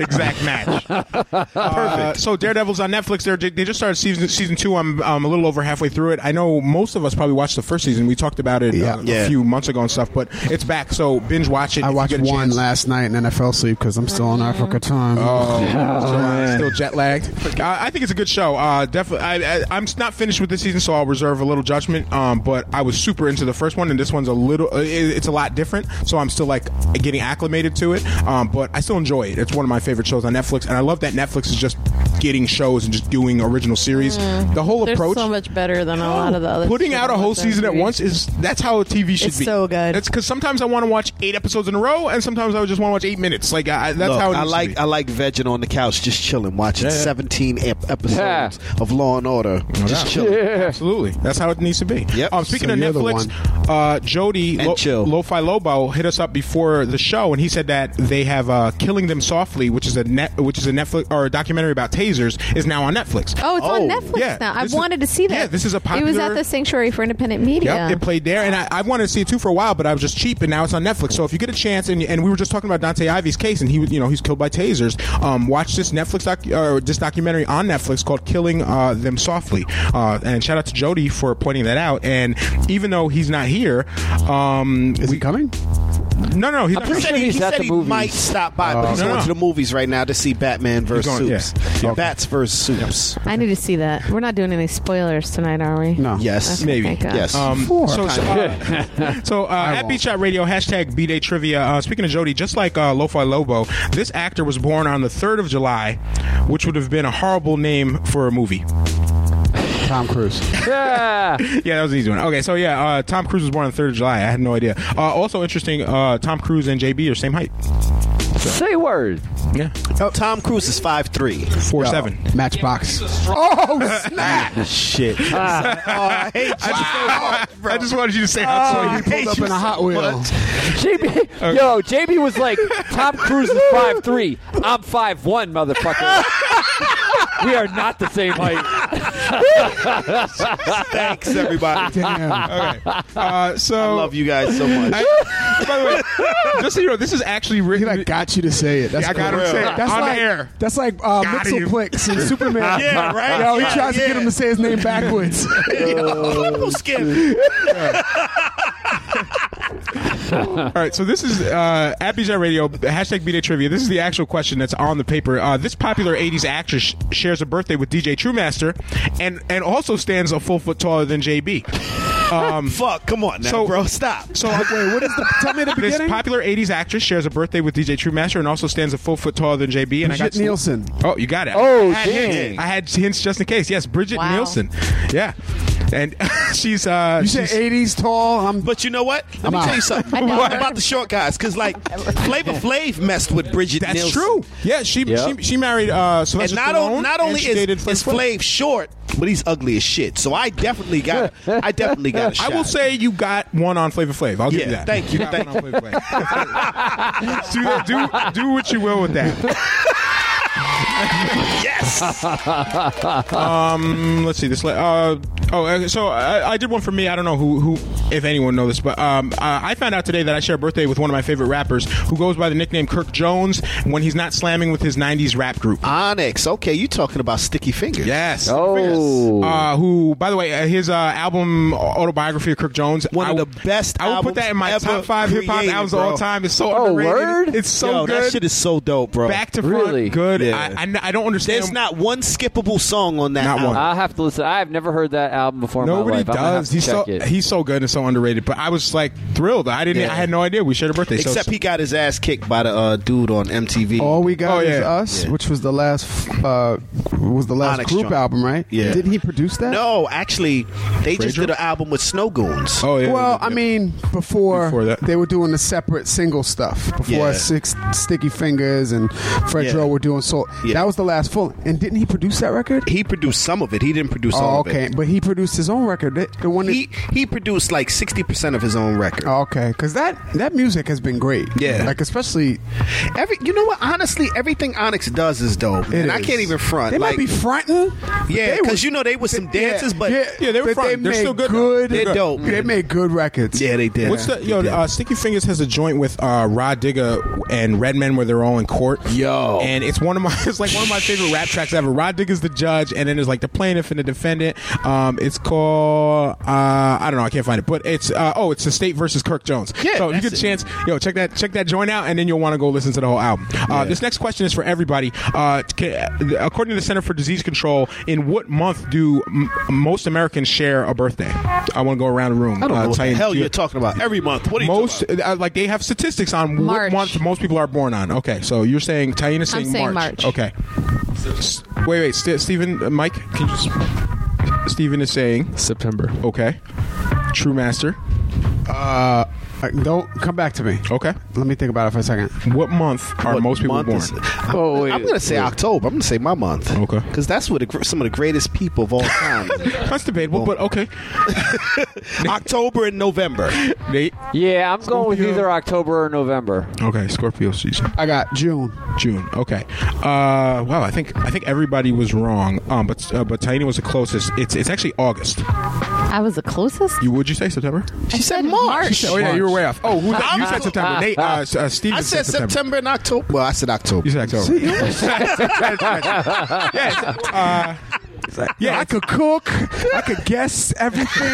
Speaker 2: exact match. Perfect. Uh, So Daredevil's on Netflix. They're, they just started season season two. I'm um, a little over halfway through it. I know most of us probably watched the first season. We talked about it uh,
Speaker 8: Yeah.
Speaker 1: Yeah.
Speaker 2: a few months ago and stuff. But it's back. So binge watch it.
Speaker 8: I
Speaker 2: if you
Speaker 8: watched
Speaker 2: get a
Speaker 8: one
Speaker 2: chance.
Speaker 8: last night and then I fell asleep because I'm still on Africa time.
Speaker 2: Oh, still, still jet lagged. Uh, I think it's a good show. Uh, definitely, I, I, I'm not finished with this season, so I'll reserve a little judgment. Um, but I was super into the first one, and this one's a little. Uh, it- it's a lot different, so I'm still like getting acclimated to it. Um, but I still enjoy it. It's one of my favorite shows on Netflix, and I love that Netflix is just getting shows and just doing original series. The whole
Speaker 5: They're
Speaker 2: approach.
Speaker 5: Mm. so much better than a lot of the other.
Speaker 2: Putting
Speaker 5: shit
Speaker 2: out a
Speaker 5: on
Speaker 2: whole
Speaker 5: the
Speaker 2: season at
Speaker 5: TV.
Speaker 2: once is that's how a TV should
Speaker 5: It's
Speaker 2: be.
Speaker 5: so good.
Speaker 2: That's because sometimes I want to watch eight episodes in a row, and sometimes I just want to watch eight minutes. Like I, that's
Speaker 1: Look,
Speaker 2: how it
Speaker 1: I
Speaker 2: needs to
Speaker 1: like
Speaker 2: be.
Speaker 1: I like vegging on the couch, just chilling, watching
Speaker 2: Yeah, yeah.
Speaker 1: 17 ep- episodes
Speaker 6: Yeah.
Speaker 1: of Law and Order, just chilling.
Speaker 2: Absolutely. Oh, That's how it needs to be.
Speaker 1: Yep.
Speaker 2: Um, speaking
Speaker 8: So
Speaker 2: of
Speaker 8: you're the
Speaker 2: Netflix, uh, Jody
Speaker 1: And
Speaker 2: Lo-
Speaker 1: chill.
Speaker 2: Lo-Fi Lobo hit us up before the show, and he said that they have uh, "Killing Them Softly," which is a net, which is a Netflix or a documentary about tasers, is now on Netflix.
Speaker 5: Oh, it's
Speaker 1: Oh,
Speaker 5: on Netflix
Speaker 2: yeah.
Speaker 5: now. I
Speaker 2: This is-
Speaker 5: wanted to see that.
Speaker 2: yeah, this is a
Speaker 5: It was
Speaker 2: popular-
Speaker 5: at the Sanctuary for Independent
Speaker 2: Yep,
Speaker 5: Media.
Speaker 2: it played there, and I, I wanted to see it too for a while, but I was just cheap, and now it's on Netflix. So if you get a chance, and, and we were just talking about Dante Ivy's case, and he, was- you know, he's killed by tasers. Um, watch this Netflix doc, or this documentary on Netflix called "Killing uh, Them Softly," uh, and shout out to Jody for pointing that out. And even though he's not here, um,
Speaker 8: Is he coming?
Speaker 2: no, no, he's not.
Speaker 6: pretty
Speaker 1: He
Speaker 2: here.
Speaker 1: said
Speaker 6: sure
Speaker 1: he,
Speaker 6: he's
Speaker 1: he
Speaker 6: at
Speaker 1: said
Speaker 6: the
Speaker 1: he
Speaker 6: movies. Uh,
Speaker 1: might stop by, but he's
Speaker 2: No,
Speaker 1: going
Speaker 2: no.
Speaker 1: to the movies right now to see Batman versus
Speaker 2: going- yeah.
Speaker 1: Supes.
Speaker 2: Yeah.
Speaker 1: Bats versus Supes.
Speaker 5: I need to see that. We're not doing any spoilers tonight, are we?
Speaker 8: No.
Speaker 1: Yes,
Speaker 5: Okay, Maybe. thank God.
Speaker 1: Yes.
Speaker 2: Um,
Speaker 8: Four.
Speaker 2: So, so, uh, so uh, at
Speaker 8: won't.
Speaker 2: Beach Shot Radio, hashtag B Day Trivia. Uh, speaking of Jody, just like uh, Lo-Fi Lobo, this actor was born on the 3rd of July, which would have been a horrible name for a movie.
Speaker 8: Tom Cruise.
Speaker 6: yeah.
Speaker 2: Yeah, that was an easy one. Okay, so yeah, uh, Tom Cruise was born on the 3rd of July. I had no idea. Uh, also interesting, uh, Tom Cruise and JB are same height.
Speaker 6: Say word.
Speaker 2: Yeah.
Speaker 1: Oh, Tom Cruise is five three.
Speaker 2: 4 7.
Speaker 8: Matchbox. Oh, snap.
Speaker 1: Shit.
Speaker 2: Oh,
Speaker 1: I hate you so much, bro.
Speaker 2: I just wanted you to say how tall
Speaker 8: he
Speaker 2: Oh, you
Speaker 8: pulled up in a Hot Wheel.
Speaker 6: JB, yo, JB was like, Tom Cruise is five three. I'm five one, motherfucker. we are not the same height.
Speaker 1: Thanks, everybody.
Speaker 8: Damn.
Speaker 2: Uh, so,
Speaker 1: I love you guys so much.
Speaker 2: by the way, just so you know, this is actually
Speaker 8: He
Speaker 2: written.
Speaker 8: like got you to say it. That's
Speaker 2: I got him
Speaker 8: cool.
Speaker 2: to say it.
Speaker 8: That's
Speaker 2: on
Speaker 8: like,
Speaker 2: air.
Speaker 8: That's like uh,
Speaker 2: Got him.
Speaker 8: Mixelplex and Superman.
Speaker 1: Yeah, right?
Speaker 8: Yo, he
Speaker 1: Yeah,
Speaker 8: tries to
Speaker 1: yeah.
Speaker 8: get him to say his name backwards.
Speaker 1: Incredible skin.
Speaker 2: All right, so this is uh, at BJ Radio hashtag BJ Trivia. This is the actual question that's on the paper. Uh, this popular '80s actress sh- shares a birthday with DJ Truemaster, and and also stands a full foot taller than JB.
Speaker 1: Fuck, come on now,
Speaker 2: So-
Speaker 1: bro. Stop.
Speaker 2: So wait, what is the? Tell me the This
Speaker 8: beginning.
Speaker 2: popular '80s actress shares a birthday with DJ Truemaster and also stands a full foot taller than JB. And I got
Speaker 8: Bridget Nielsen.
Speaker 2: Oh, you got it.
Speaker 6: Oh,
Speaker 2: I had
Speaker 6: dang.
Speaker 2: hints. I had hints just in case. Yes, Bridget
Speaker 5: Wow.
Speaker 2: Nielsen. Yeah, and she's uh,
Speaker 8: You said
Speaker 2: she's-
Speaker 8: 80s tall. I'm
Speaker 1: But you know what? Let me
Speaker 8: out.
Speaker 1: tell you something
Speaker 5: I know.
Speaker 1: What about the short guys. Because like Flavor Flav messed with Bridget.
Speaker 2: That's
Speaker 1: Nielsen.
Speaker 2: true. Yeah, she,
Speaker 6: Yep.
Speaker 2: she she married uh,
Speaker 1: And
Speaker 2: Sylvester
Speaker 1: not,
Speaker 2: Stallone.
Speaker 1: on, not
Speaker 2: and
Speaker 1: only
Speaker 2: she dated
Speaker 1: is,
Speaker 2: Flav
Speaker 1: is
Speaker 2: Flav.
Speaker 1: Flav short, but he's ugly as shit. So I definitely got, I definitely got. A
Speaker 2: I
Speaker 1: shot.
Speaker 2: will say you got one on Flavor Flav. I'll give
Speaker 1: Yeah,
Speaker 2: you that.
Speaker 1: thank you,
Speaker 2: got
Speaker 1: thank
Speaker 2: one on Flavor Flav. do, do, do what you will with that.
Speaker 1: yes.
Speaker 2: Um, let's see this. le- Uh, Oh, uh, so I, I did one for me. I don't know who, who if anyone knows this, but um, I I found out today that I share a birthday with one of my favorite rappers who goes by the nickname Kirk Jones when he's not slamming with his '90s rap group.
Speaker 1: Onyx. Okay, you talking about Sticky Fingers?
Speaker 2: Yes.
Speaker 6: Oh.
Speaker 2: Uh, who, by the way, uh, his uh, album autobiography of Kirk Jones,
Speaker 1: One of
Speaker 2: I-
Speaker 1: the best
Speaker 2: I would put
Speaker 1: albums
Speaker 2: that in my
Speaker 1: ever
Speaker 2: top five hip hop
Speaker 1: created,
Speaker 2: albums of
Speaker 1: bro.
Speaker 2: all time. It's so
Speaker 6: Oh,
Speaker 2: underrated.
Speaker 6: word?
Speaker 2: It's so
Speaker 1: Yo,
Speaker 2: good.
Speaker 1: that shit is so dope, bro.
Speaker 2: Back to front,
Speaker 6: Really?
Speaker 2: good.
Speaker 1: Yeah.
Speaker 2: I, I n- I don't understand.
Speaker 1: There's not one skippable song on that.
Speaker 2: Not
Speaker 1: album.
Speaker 2: one.
Speaker 6: I'll have to listen. I've never heard that album before.
Speaker 2: Nobody
Speaker 6: in my life. I'm gonna have
Speaker 2: does.
Speaker 6: to
Speaker 2: He's so
Speaker 6: check it.
Speaker 2: he's so good and so underrated. But I was like thrilled. I didn't.
Speaker 1: Yeah.
Speaker 2: I had no idea we shared a birthday.
Speaker 1: Except
Speaker 2: so,
Speaker 1: he got his ass kicked by the uh, dude on MTV.
Speaker 8: All we got
Speaker 2: Oh,
Speaker 8: is
Speaker 2: yeah.
Speaker 8: us, which was the last uh, was the last
Speaker 1: Onyx
Speaker 8: group
Speaker 1: joint.
Speaker 8: album, right?
Speaker 1: Yeah.
Speaker 8: Didn't he produce that?
Speaker 1: no, actually, they just did an album with Snow Goons.
Speaker 2: Oh yeah.
Speaker 8: Well, I mean, before,
Speaker 2: Before that.
Speaker 8: they were doing the separate single stuff. Before
Speaker 1: Yeah.
Speaker 8: Six Sticky Fingers and Fred
Speaker 1: Yeah.
Speaker 8: Rowe were doing Soul.
Speaker 1: Yeah.
Speaker 8: That was the last full. And didn't he produce that record?
Speaker 1: He produced some of it. He didn't produce all
Speaker 8: oh,
Speaker 1: of
Speaker 8: okay.
Speaker 1: it.
Speaker 8: But he produced his own record. The, the one that,
Speaker 1: He he produced like sixty percent of his own record.
Speaker 8: Oh, okay, because that that music has been great.
Speaker 1: Yeah.
Speaker 8: like especially
Speaker 1: Every you know what? Honestly, everything Onyx does is dope,
Speaker 8: it
Speaker 1: and I
Speaker 8: is.
Speaker 1: can't even front.
Speaker 8: They
Speaker 1: like,
Speaker 8: might be fronting.
Speaker 1: yeah, because you know they was some dances, but yeah,
Speaker 2: Yeah, they were fronting. They're
Speaker 8: made
Speaker 2: still good, though.
Speaker 1: They're
Speaker 8: good-
Speaker 1: dope.
Speaker 8: They made good records.
Speaker 1: they did.
Speaker 2: What's the
Speaker 1: They
Speaker 2: yo?
Speaker 1: did.
Speaker 2: Uh, Sticky Fingers has a joint with uh, Rod Digga and Redman where they're all in court.
Speaker 1: Yo.
Speaker 2: and it's one of my it's like one of my favorite rap tracks ever. Rod Digga's the judge, and then there's like the plaintiff and the defendant. Um, it's called uh, I don't know, I can't find it, but it's uh, oh, it's the state versus Kirk Jones.
Speaker 1: Yeah,
Speaker 2: so you
Speaker 1: that's
Speaker 2: get a
Speaker 1: it.
Speaker 2: chance, yo, check that check that joint out, and then you'll want to go listen to the whole album. Uh, This next question is for everybody. Uh, ca- according to the Center for Disease Control, in what month do m- most Americans share a birthday? I want to go around the room.
Speaker 1: I don't
Speaker 2: uh,
Speaker 1: know what the
Speaker 2: Tayyip,
Speaker 1: hell
Speaker 2: you-
Speaker 1: you're talking about. Every month, what are you
Speaker 2: most
Speaker 1: talking
Speaker 2: uh, like they have statistics on
Speaker 5: March.
Speaker 2: what month most people are born on. Okay, so you're saying Tyena saying,
Speaker 5: saying March.
Speaker 2: Okay. S- Wait, wait, St- Stephen, uh, Mike, can you just? Stephen is saying
Speaker 4: September.
Speaker 2: okay. True master.
Speaker 8: Uh, don't come back to me.
Speaker 2: Okay.
Speaker 8: Let me think about it for a second.
Speaker 2: What month are
Speaker 1: about?
Speaker 2: most people
Speaker 1: Month
Speaker 2: born?
Speaker 1: is-
Speaker 6: Oh, wait,
Speaker 1: I'm gonna say October. I'm gonna say my month.
Speaker 2: Okay.
Speaker 1: because that's what the, gr- some of the greatest people of all time.
Speaker 2: That's debatable, but okay.
Speaker 1: October and November.
Speaker 2: Nate.
Speaker 6: Yeah, I'm going with
Speaker 2: Scorpio.
Speaker 6: either October or November.
Speaker 2: Okay, Scorpio season.
Speaker 8: I got June.
Speaker 2: June. Okay. Uh, wow, I think I think everybody was wrong. Um, but uh, but Taina was the closest. It's it's actually August.
Speaker 5: I was the closest.
Speaker 2: You would you say September?
Speaker 1: She said March.
Speaker 2: Oh yeah, you were way off. Oh, who you said September? Nate, uh, s- uh, Steven
Speaker 1: I said September and October. Well, I said October.
Speaker 2: You said October. yes. Uh, yeah,
Speaker 8: I could cook. I could guess everything.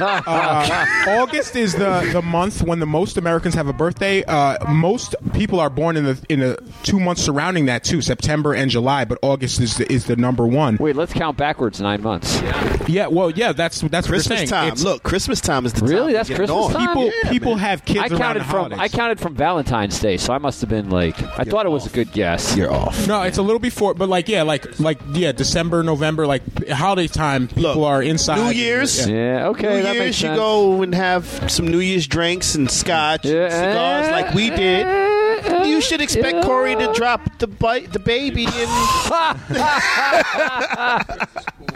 Speaker 2: uh, August is the, the month when the most Americans have a birthday. Uh, most people are born in the in the two months surrounding that too, September and July. But August is the, is the number one.
Speaker 6: Wait, let's count backwards nine months.
Speaker 2: Yeah, well, yeah, that's that's what we're
Speaker 1: Christmas
Speaker 2: saying.
Speaker 1: time.
Speaker 2: It's-
Speaker 1: Look, Christmas time is the time
Speaker 6: Really?
Speaker 1: to
Speaker 6: That's
Speaker 1: get it
Speaker 6: Christmas
Speaker 1: on.
Speaker 6: time?
Speaker 2: people
Speaker 6: Yeah,
Speaker 2: people have kids
Speaker 6: I
Speaker 2: around
Speaker 6: counted
Speaker 2: the
Speaker 6: from
Speaker 2: holidays.
Speaker 6: I counted from Valentine's Day, so I must have been like I thought it was a good guess.
Speaker 1: You're off.
Speaker 2: No, it's a little before, but like yeah, like like yeah, December, November, like holiday time. People
Speaker 1: Look,
Speaker 2: are inside.
Speaker 1: New Year's.
Speaker 2: Yeah.
Speaker 6: Yeah, okay,
Speaker 1: New
Speaker 6: that makes
Speaker 1: Year's, you
Speaker 6: sense.
Speaker 1: go and have some New Year's drinks and scotch and cigars like we did. You should expect Corey to drop the bi- the baby and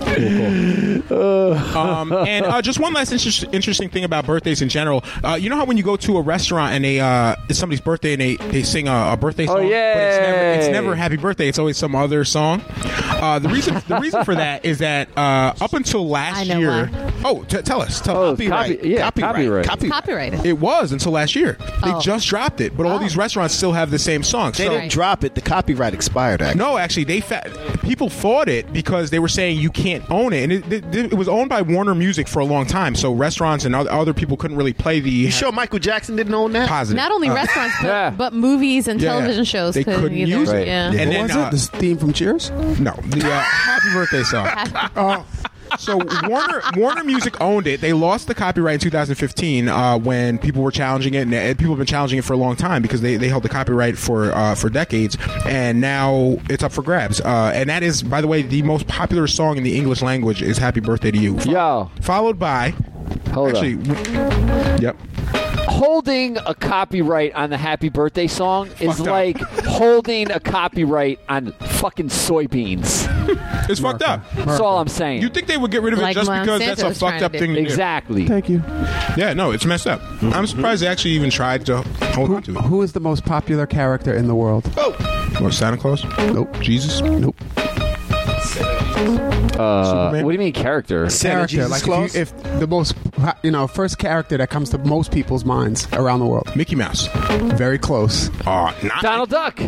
Speaker 2: Um, and uh, just one last inter- interesting thing about birthdays in general. Uh, you know how when you go to a restaurant and they uh, it's somebody's birthday and they, they sing a, a birthday song, but it's never, it's
Speaker 6: Oh, yay.
Speaker 2: never Happy Birthday. It's always some other song. Uh, the reason the reason for that is that uh, up until last
Speaker 5: I know
Speaker 2: year,
Speaker 5: why.
Speaker 2: oh, t- tell us, tell
Speaker 6: Oh,
Speaker 2: us.
Speaker 6: copy- yeah, copyright.
Speaker 5: Copyrighted.
Speaker 2: It was until last year. They
Speaker 5: Oh.
Speaker 2: just dropped it, but all
Speaker 5: Oh.
Speaker 2: these restaurants still have the same song.
Speaker 1: They
Speaker 2: so,
Speaker 1: didn't drop it. The copyright expired. Actually.
Speaker 2: No, actually, they fa- people fought it because they were saying you can't own it, and it, it, it was owned by Warner Music for a long time. So restaurants and oth- other people couldn't really play the
Speaker 1: You sure Michael Jackson didn't own that?
Speaker 2: positive.
Speaker 5: Not only
Speaker 2: Uh,
Speaker 5: restaurants, but,
Speaker 6: Yeah.
Speaker 5: but movies and
Speaker 2: yeah,
Speaker 5: television shows
Speaker 2: They
Speaker 5: couldn't,
Speaker 2: couldn't
Speaker 5: either.
Speaker 2: use it.
Speaker 5: Yeah.
Speaker 2: And
Speaker 8: what
Speaker 2: then,
Speaker 8: was
Speaker 2: uh,
Speaker 8: it? The theme from Cheers.
Speaker 2: No, the uh, Happy Birthday song.
Speaker 8: Oh,
Speaker 2: So Warner Warner Music owned it. They lost the copyright in 2015 uh, when people were challenging it, and uh, people have been challenging it for a long time because they, they held the copyright for uh, for decades, and now it's up for grabs. Uh, and that is, by the way, the most popular song in the English language is "Happy Birthday to You."
Speaker 6: Yo,
Speaker 2: followed by
Speaker 6: hold
Speaker 2: actually,
Speaker 6: up.
Speaker 2: w- yep.
Speaker 6: Holding a copyright on the Happy Birthday song is
Speaker 2: Fucked up.
Speaker 6: like holding a copyright on fucking soybeans.
Speaker 2: It's fucked up.
Speaker 6: That's all I'm saying.
Speaker 2: You think they would get rid of
Speaker 5: Like
Speaker 2: it just because
Speaker 5: Monsanto
Speaker 2: that's a
Speaker 5: was
Speaker 2: fucked
Speaker 5: trying to
Speaker 2: up
Speaker 5: do.
Speaker 2: thing to do.
Speaker 6: exactly?
Speaker 8: thank you.
Speaker 2: Yeah, no, it's messed up. I'm surprised they actually even tried to hold on Oh. to it.
Speaker 8: Who is the most popular character in the world? Oh,
Speaker 2: What, Santa Claus?
Speaker 8: Nope.
Speaker 2: Jesus?
Speaker 8: Nope.
Speaker 7: Uh,
Speaker 2: Superman?
Speaker 7: what do you mean character?
Speaker 1: Santa
Speaker 8: character,
Speaker 1: Jesus
Speaker 8: like
Speaker 1: Claus?
Speaker 8: if, you, if the most you know first character that comes to most people's minds around the world.
Speaker 2: Mickey Mouse.
Speaker 8: Very close.
Speaker 2: Uh, not
Speaker 7: Donald Duck.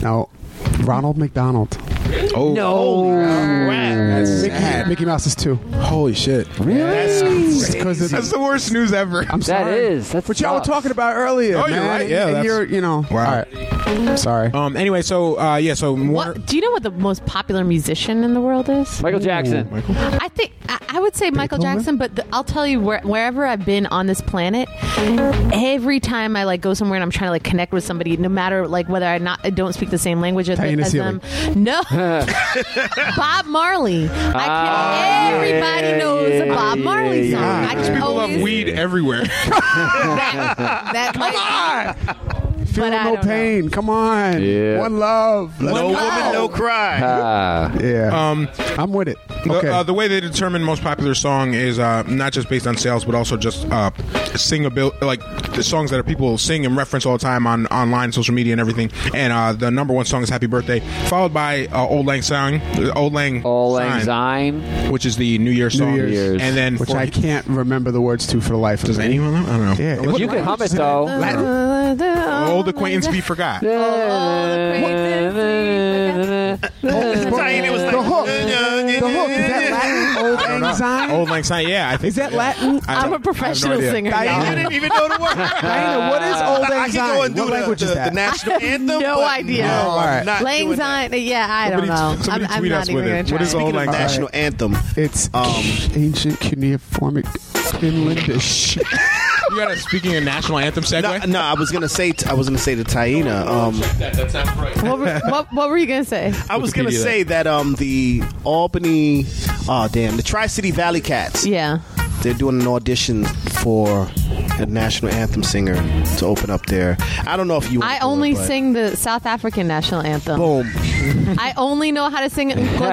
Speaker 8: Now, Ronald McDonald.
Speaker 2: oh,
Speaker 7: No.
Speaker 2: That's
Speaker 8: Mickey, Mickey Mouse is two.
Speaker 2: Holy shit. Really? That's,
Speaker 8: Because
Speaker 2: crazy. that's the worst news ever.
Speaker 8: I'm
Speaker 7: That
Speaker 8: sorry.
Speaker 7: is- that's
Speaker 8: what y'all were
Speaker 7: tough.
Speaker 8: talking about earlier.
Speaker 2: Oh, you're
Speaker 8: man.
Speaker 2: right.
Speaker 8: And-
Speaker 2: Yeah,
Speaker 8: and
Speaker 2: that's-
Speaker 8: you're you know. All
Speaker 2: Wow.
Speaker 8: right. Sorry.
Speaker 2: Um. Anyway, so uh, yeah, so Warner,
Speaker 10: What, do you know what the most popular musician in the world is?
Speaker 7: Michael Jackson.
Speaker 10: I think I, I would say Michael
Speaker 8: Beethoven?
Speaker 10: Jackson, but the, I'll tell you where, wherever I've been on this planet, every time I like go somewhere and I'm trying to like connect with somebody, no matter like whether I not I don't speak the same language as,
Speaker 8: Diana
Speaker 10: as
Speaker 8: Sealy.
Speaker 10: them. No, Bob Marley. I can, everybody
Speaker 7: yeah,
Speaker 10: knows a
Speaker 7: yeah,
Speaker 10: Bob
Speaker 7: yeah,
Speaker 10: Marley
Speaker 7: yeah,
Speaker 10: song.
Speaker 7: yeah.
Speaker 10: I
Speaker 2: These
Speaker 10: can
Speaker 2: people
Speaker 10: always
Speaker 2: love weed everywhere.
Speaker 10: that. Come
Speaker 8: Feel
Speaker 10: I
Speaker 8: no
Speaker 10: don't know.
Speaker 8: pain. Come on.
Speaker 7: Yeah.
Speaker 8: One love. Let's
Speaker 5: No
Speaker 8: go.
Speaker 5: woman, no cry.
Speaker 8: Uh, Yeah.
Speaker 2: Um,
Speaker 8: I'm with it. Okay.
Speaker 2: the, uh, the way they determine most popular song is uh, not just based on sales, but also just uh, singabil like the songs that are people sing and reference all the time on online, social media, and everything. And uh, the number one song is "Happy Birthday," followed by uh, "Old Lang Syne," uh, "Old Lang,"
Speaker 7: All
Speaker 2: Syne,
Speaker 7: Syne.
Speaker 2: which is the New Year song,
Speaker 7: Year's.
Speaker 2: and then
Speaker 8: which
Speaker 2: for-
Speaker 8: I can't remember the words to for the life of
Speaker 2: does
Speaker 8: me.
Speaker 2: anyone? know? I don't know.
Speaker 8: Yeah.
Speaker 7: You can hum it though.
Speaker 10: on.
Speaker 2: Old acquaintance be forgot.
Speaker 5: It was like,
Speaker 8: The hook. The hook. Is that Latin? Old anxiety.
Speaker 2: Old Lang Syne. Yeah, I think
Speaker 8: Is that Latin?
Speaker 10: I'm
Speaker 2: I don't- I
Speaker 10: a
Speaker 2: have no
Speaker 10: professional
Speaker 2: idea. Ah,
Speaker 10: singer.
Speaker 8: Diana-
Speaker 10: y'all.
Speaker 5: You didn't even know the word.
Speaker 8: Diana, what is old
Speaker 5: I
Speaker 8: anxiety?
Speaker 5: can go and do
Speaker 8: what
Speaker 5: the,
Speaker 8: language
Speaker 5: the,
Speaker 8: is that?
Speaker 5: the national anthem.
Speaker 10: no
Speaker 5: but
Speaker 10: idea.
Speaker 5: No,
Speaker 8: All
Speaker 5: I'm
Speaker 8: right.
Speaker 5: not doing
Speaker 10: Lang's
Speaker 5: that.
Speaker 10: on. Yeah, I don't know.
Speaker 2: somebody
Speaker 10: I'm, I'm
Speaker 2: tweet
Speaker 10: not
Speaker 2: us
Speaker 10: even
Speaker 2: with
Speaker 10: gonna
Speaker 2: it. What
Speaker 10: try.
Speaker 2: is old
Speaker 5: Speaking of
Speaker 2: Lang Syne?
Speaker 5: national anthem,
Speaker 8: It's ancient cuneiformic Finlandish.
Speaker 2: You got a speaking of national anthem segue.
Speaker 1: No, no, I was gonna say t- I was gonna say to Taina. Um,
Speaker 10: What were, what, what were you gonna say?
Speaker 1: I was gonna
Speaker 2: Wikipedia that.
Speaker 1: say that um the Albany, oh damn, the Tri City Valley Cats.
Speaker 10: Yeah.
Speaker 1: They're doing an audition for a national anthem singer to open up there. I don't know if you. wanna
Speaker 10: I
Speaker 1: do it,
Speaker 10: only
Speaker 1: but-
Speaker 10: sing the South African national anthem.
Speaker 1: Boom.
Speaker 10: I only know how to sing Nkosi
Speaker 1: That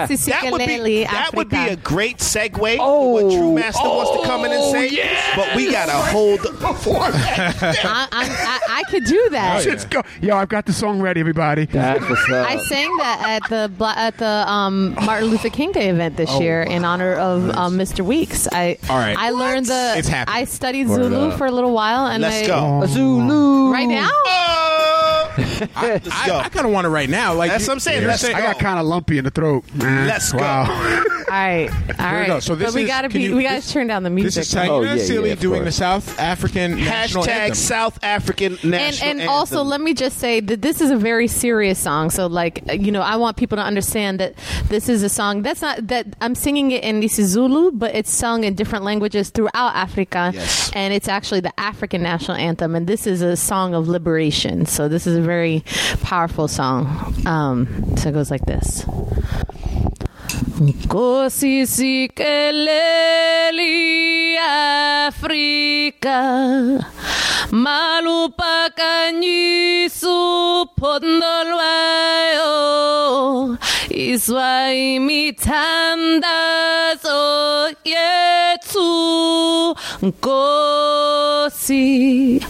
Speaker 1: would
Speaker 10: Sikelele,
Speaker 1: be that would be a
Speaker 10: Africa.
Speaker 1: great segue
Speaker 7: Oh.
Speaker 1: for what True Master wants to come in and
Speaker 2: Oh,
Speaker 1: say. But we gotta hold.
Speaker 10: I, I'm- I, I could do that.
Speaker 8: Let's go. Yo, I've got the song ready, everybody.
Speaker 7: That's what's up.
Speaker 10: I sang that at the bla- at the um, Martin Luther King Day event this year in honor of um, Mr. Weeks. I
Speaker 2: Oh, All right.
Speaker 10: I learned the
Speaker 2: It's happening.
Speaker 10: I studied Zulu for a little while and
Speaker 1: Let's
Speaker 10: I,
Speaker 1: go.
Speaker 7: Zulu.
Speaker 10: right now.
Speaker 2: I,
Speaker 1: Let's go.
Speaker 2: I kind of want to right now. Like
Speaker 1: That's
Speaker 2: you-
Speaker 1: what I'm saying.
Speaker 2: you're
Speaker 1: Let's
Speaker 8: I got
Speaker 1: go.
Speaker 8: kind of lumpy in the throat, man.
Speaker 1: Let's
Speaker 8: wow.
Speaker 1: go.
Speaker 10: All right, all
Speaker 2: we
Speaker 10: right.
Speaker 2: go. So this
Speaker 10: but we
Speaker 2: is-
Speaker 10: gotta
Speaker 2: can
Speaker 10: be
Speaker 2: you-
Speaker 10: we gotta
Speaker 2: this-
Speaker 10: turn down the
Speaker 2: This
Speaker 10: music.
Speaker 2: is Taina
Speaker 7: Oh, yeah, yeah,
Speaker 2: Sealy
Speaker 7: of
Speaker 2: doing the
Speaker 7: course.
Speaker 2: South African national
Speaker 1: Hashtag
Speaker 2: anthem.
Speaker 1: South African national
Speaker 10: and and
Speaker 1: anthem.
Speaker 10: also let me just say that this is a very serious song so like uh, you know i want people to understand that this is a song that's not that i'm singing it in isizulu but it's sung in different languages throughout africa
Speaker 1: Yes.
Speaker 10: and it's actually the african national anthem and this is a song of liberation so this is a very powerful song um, so it goes like this Nkosi sikeleli Africa Malupakanyisu pondolwayo Iswa imithandazo yethu Nkosi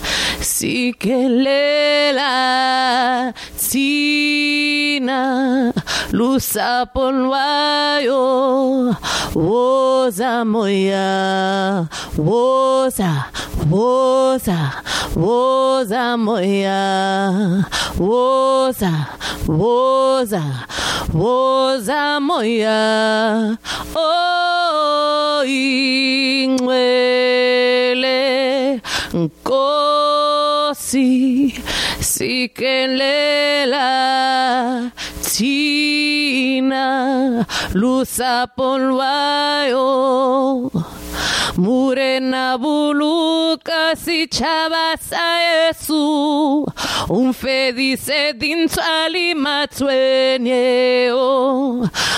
Speaker 10: sikelela thina lusapho lwayo woza moya woza woza woza moya woza woza woza moya o ingcwele nkosi sikelela thina lusapho lwayo murena buluka sichava sa yesu umfedise dintswali matswenyeo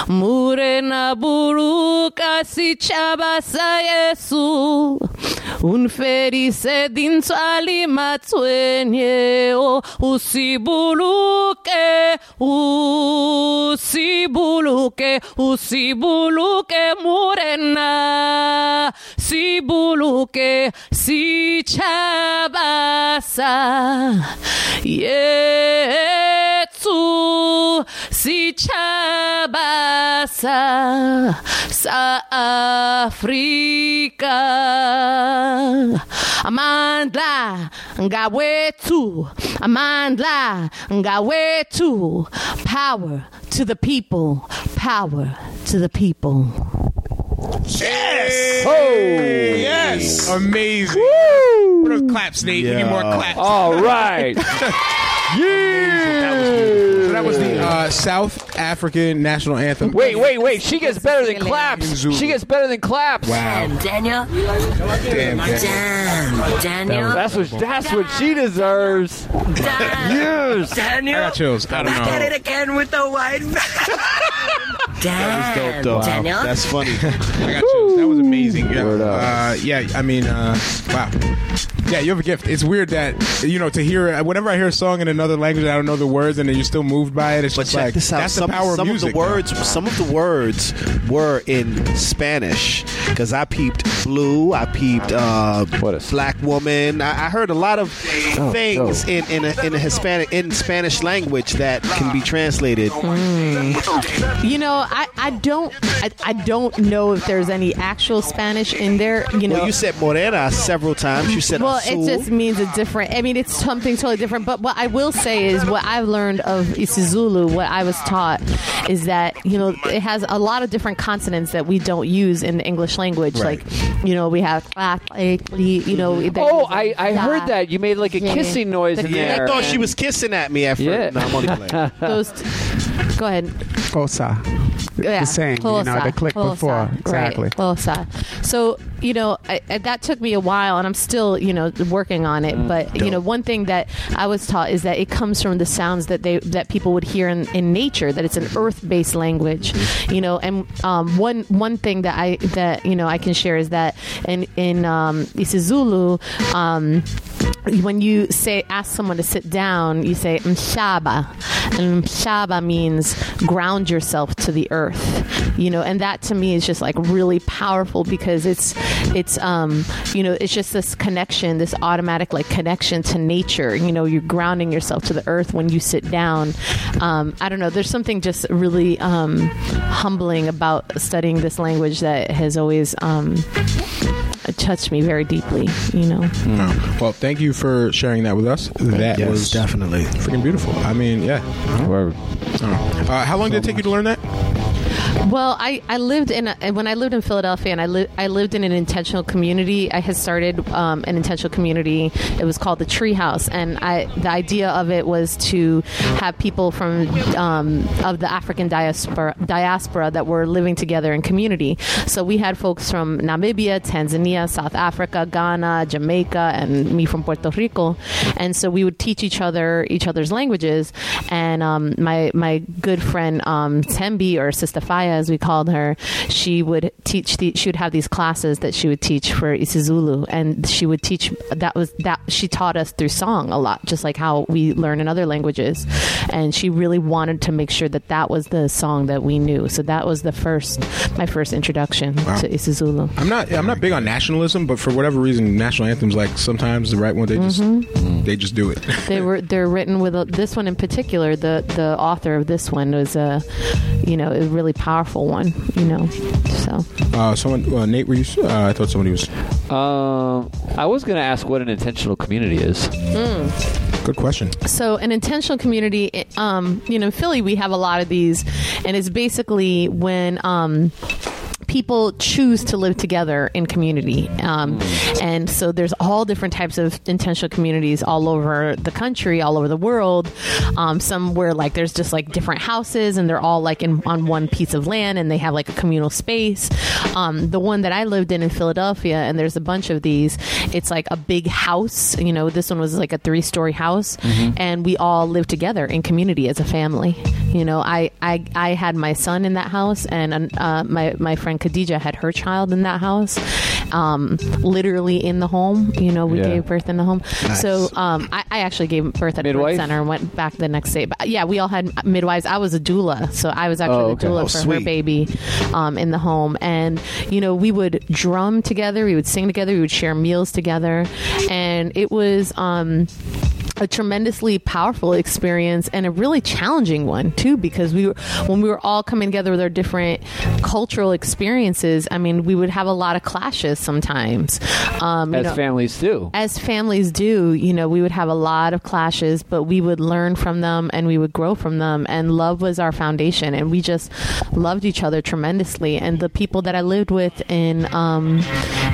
Speaker 10: murena buluka sichava sa yesu unfedise dintswali matswenyeo usibuluke usibuluke usibuluke murena sibuluke sichabasa yetsu
Speaker 5: Ku si chaba sa sa Afrika Amandla nga wetu
Speaker 10: "Ah,
Speaker 5: Amandla nga wetu Power to the people Power to the people
Speaker 2: Yes. Yes. Amazing. Put a clap, Snake. We need more
Speaker 1: Yeah.
Speaker 2: claps.
Speaker 6: All right. yeah.
Speaker 2: So that was the uh, South African national anthem.
Speaker 6: Wait, wait, wait. She gets better than claps.
Speaker 2: Zulu.
Speaker 6: She gets better than claps.
Speaker 2: Wow.
Speaker 9: Daniel,
Speaker 2: Damn. damn.
Speaker 9: damn, Daniel,
Speaker 6: That's what that's what she deserves.
Speaker 9: damn,
Speaker 6: Yes.
Speaker 2: I
Speaker 9: Daniel.
Speaker 2: got chills. I don't
Speaker 9: Get it
Speaker 2: know.
Speaker 9: again with the white Damn,
Speaker 1: Dope, though.
Speaker 9: Daniel.
Speaker 1: That's funny.
Speaker 2: I got chills. That was amazing. Yeah.
Speaker 6: Word up.
Speaker 2: Uh, yeah. I mean, uh, wow. Yeah, you have a gift. It's weird that you know to hear. Whenever I hear a song in another language, I don't know the words, and then you're still moved by it. It's
Speaker 1: But
Speaker 2: just
Speaker 1: check
Speaker 2: like
Speaker 1: this out.
Speaker 2: that's
Speaker 1: some
Speaker 2: the power
Speaker 1: some
Speaker 2: of music.
Speaker 1: the words, some of the words were in Spanish because I peeped blue, I peeped uh,
Speaker 6: What a- Oh,
Speaker 1: black woman. I, I heard a lot of things
Speaker 6: dope.
Speaker 1: in in a, in a Hispanic in Spanish language that can be translated.
Speaker 6: Mm.
Speaker 5: You know, I, I don't I, I don't know if there's any actual Spanish in there. You know,
Speaker 1: Well, you said morena several times. You said
Speaker 5: well,
Speaker 1: azul.
Speaker 5: it just means a different. I mean, it's something totally different. But what I will say is, what I've learned of isiZulu, what I was taught, is that you know it has a lot of different consonants that we don't use in the English language.
Speaker 2: Right.
Speaker 5: Like, you know, we have ah, eh, li- you know. they
Speaker 6: Oh,
Speaker 5: use a
Speaker 6: I, I
Speaker 5: da.
Speaker 6: heard that. You made like a
Speaker 5: Yeah.
Speaker 6: kissing noise in
Speaker 5: Yeah,
Speaker 1: I
Speaker 6: there.
Speaker 1: thought she was kissing at me at first.
Speaker 6: Yeah.
Speaker 1: No, I'm only playing.
Speaker 5: Those. T- go ahead.
Speaker 8: Cosa.
Speaker 5: yeah.
Speaker 8: The same. You know,
Speaker 5: Closer,
Speaker 8: the click
Speaker 5: closer,
Speaker 8: before.
Speaker 5: right,
Speaker 8: Exactly.
Speaker 5: closer. So you know I, I- that took me a while, and I'm still you know working on it. But you know, one thing that I was taught is that it comes from the sounds that they that people would hear in, in nature. That it's an earth-based language. You know, and um, one one thing that I that you know I can share is that in in um, isiZulu. Um, when you say ask someone to sit down, you say "Mm, mshaba, and mshaba means ground yourself to the earth. You know, and that to me is just like really powerful because it's it's um you know it's just this connection, this automatic like connection to nature. You know, you're grounding yourself to the earth when you sit down. Um, I don't know. There's something just really um, humbling about studying this language that has always um, touched me very deeply. You know.
Speaker 2: No. Hmm. Well, thank you for sharing that with us. That
Speaker 1: Yes,
Speaker 2: was
Speaker 1: definitely.
Speaker 2: freaking beautiful. I mean, yeah.
Speaker 6: Word.
Speaker 2: Uh, how long did it take you to learn that?
Speaker 5: Well, I, I lived in a, when I lived in Philadelphia, and I li- I lived in an intentional community. I had started um, an intentional community. It was called the Tree House, and I the idea of it was to have people from um, of the African diaspora diaspora that were living together in community. So we had folks from Namibia, Tanzania, South Africa, Ghana, Jamaica, and me from Puerto Rico, and so we would teach each other each other's languages. And um, my my good friend um, Tembi or Sister Faya, as we called her, she would teach. The, she would have these classes that she would teach for isiZulu, and she would teach. That was that she taught us through song a lot, just like how we learn in other languages. And she really wanted to make sure that that was the song that we knew. So that was the first, my first introduction to isiZulu.
Speaker 2: I'm not. I'm not big on nationalism, but for whatever reason, national anthems like sometimes the right one they just
Speaker 1: Mm-hmm.
Speaker 2: they just do it.
Speaker 5: they were they're written with a, this one in particular the the author of this one was a you know a really powerful one you know so
Speaker 2: Uh, someone, uh, Nate, were you? s- Uh, I thought somebody was.
Speaker 6: Um, I was gonna ask what an intentional community is.
Speaker 2: Good question.
Speaker 5: so an intentional community it, um you know in philly we have a lot of these and it's basically when um people choose to live together in community um, and so there's all different types of intentional communities all over the country all over the world um, some where like there's just like different houses and they're all like in on one piece of land and they have like a communal space um, the one that i lived in in philadelphia and there's a bunch of these it's like a big house you know this one was like a three story house and we all live together in community as a family you know i i, I had my son in that house and uh, my my friend Khadija had her child in that house um, literally in the home you know we
Speaker 6: Yeah.
Speaker 5: gave birth in the home so um, I, I actually gave birth at
Speaker 6: Midwife?
Speaker 5: birth center and went back the next day but yeah we all had midwives I was a doula so I was actually
Speaker 6: Oh,
Speaker 5: the
Speaker 6: okay.
Speaker 5: doula
Speaker 6: Oh,
Speaker 5: for her
Speaker 1: sweet.
Speaker 5: baby um, in the home and you know we would drum together we would sing together we would share meals together and it was um, a tremendously powerful experience and a really challenging one too because we were, when we were all coming together with our different cultural experiences i mean we would have a lot of clashes sometimes um, you
Speaker 6: as
Speaker 5: know,
Speaker 6: families do.
Speaker 5: as families do, you know, we would have a lot of clashes, but we would learn from them and we would grow from them. And love was our foundation. And we just loved each other tremendously. And the people that I lived with in um,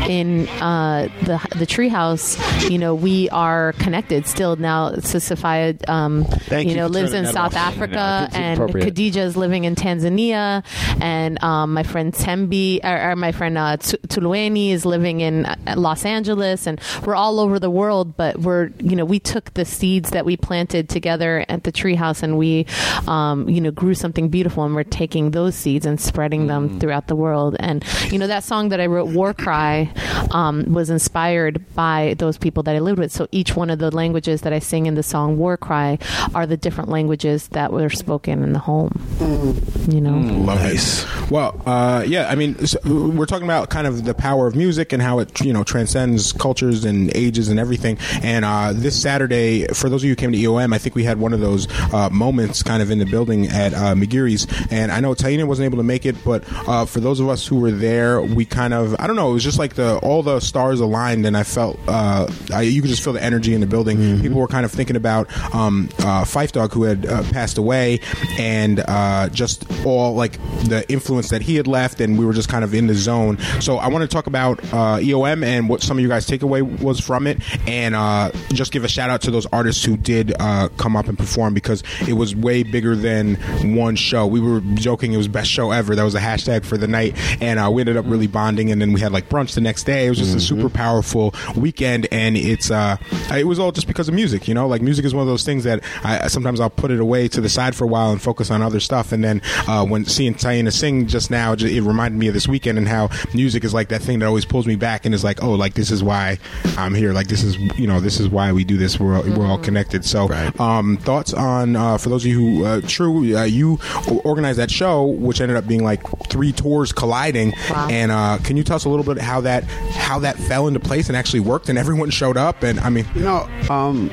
Speaker 5: in uh, the the treehouse, you know, we are connected still now. So Sophia, um,
Speaker 1: Thank
Speaker 5: you
Speaker 1: you
Speaker 5: know,
Speaker 1: for
Speaker 5: lives in
Speaker 1: turning that
Speaker 5: South
Speaker 1: off.
Speaker 6: No,
Speaker 5: Africa,
Speaker 6: it's
Speaker 5: and
Speaker 6: appropriate.
Speaker 5: Khadija is living in Tanzania, and um, my friend Tembi, or, or my friend uh, Tu- Tulueni is living in uh, Los Angeles, and we're all over the world. But we're, you know, we took the seeds that we planted together at the treehouse, and we, um, you know, grew something beautiful. And we're taking those seeds and spreading them throughout the world. And you know, that song that I wrote, War Cry, um, was inspired by those people that I lived with. So each one of the languages that I sing in the song War Cry are the different languages that were spoken in the home. Mm. You know.
Speaker 2: Love Mm. nice. Well, uh, yeah, I mean, s we're talking about kind of the power of music and how it you know transcends cultures and ages and everything. And uh, this Saturday, for those of you who came to EOM, I think we had one of those uh, moments kind of in the building at uh, McGeary's. And I know Taina wasn't able to make it, but uh, for those of us who were there, we kind of I don't know, it was just like the all the stars aligned, and I felt uh, I, you could just feel the energy in the building. People were kind of thinking about um, uh, Fife Dog, who had uh, passed away, and uh, just all like the influence that he had left, and we were just kind of in the zone. So I want to talk about uh, EOM and what some of you guys' takeaway was from it, and uh, just give a shout out to those artists who did uh, come up and perform because it was way bigger than one show. We were joking it was best show ever. That was a hashtag for the night, and uh, we ended up really bonding. And then we had like brunch the next day. It was just a super powerful weekend, and it's uh, it was all just because of music. You know, like music is one of those things that I sometimes I'll put it away to the side for a while and focus on other stuff. And then uh, when seeing Tiana sing just now, ju- it reminded me of this weekend and how music is like that thing that always pulls me back and is like, oh, like this is why I'm here. Like this is you know this is why we do this. We're all, we're all connected. So um, thoughts on uh, for those of you who uh, true uh, you o- organized that show, which ended up being like three tours colliding.
Speaker 5: Wow.
Speaker 2: And uh, can you tell us a little bit how that how that fell into place and actually worked and everyone showed up and I mean
Speaker 8: You know, um,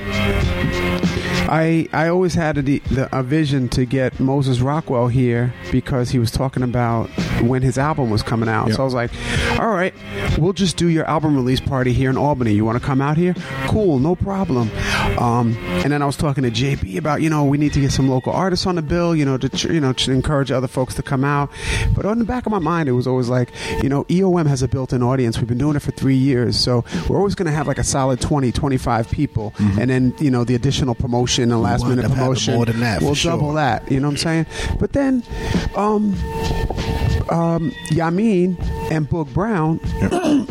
Speaker 8: I I always had a, de- the, a vision to get Moses Rockwell here because he was talking about when his album was coming out.
Speaker 2: Yeah.
Speaker 8: So I was like, all right, we'll just do your album release party here in Albany. You want to come out here? Cool, no problem. Um, and then I was talking to JP about you know we need to get some local artists on the bill, you know to tr- you know to encourage other folks to come out. But on the back of my mind, it was always like you know EOM has a built-in audience. We've been doing it for three years, so we're always going to have like a solid 20, 25 people, and then you know the additional promotion and last
Speaker 1: Mm-hmm. wind
Speaker 8: minute
Speaker 1: up having
Speaker 8: promotion.
Speaker 1: more than that, for
Speaker 8: we'll
Speaker 1: sure.
Speaker 8: double that. You know what I'm saying? But then, um, um, Yamin and Book Brown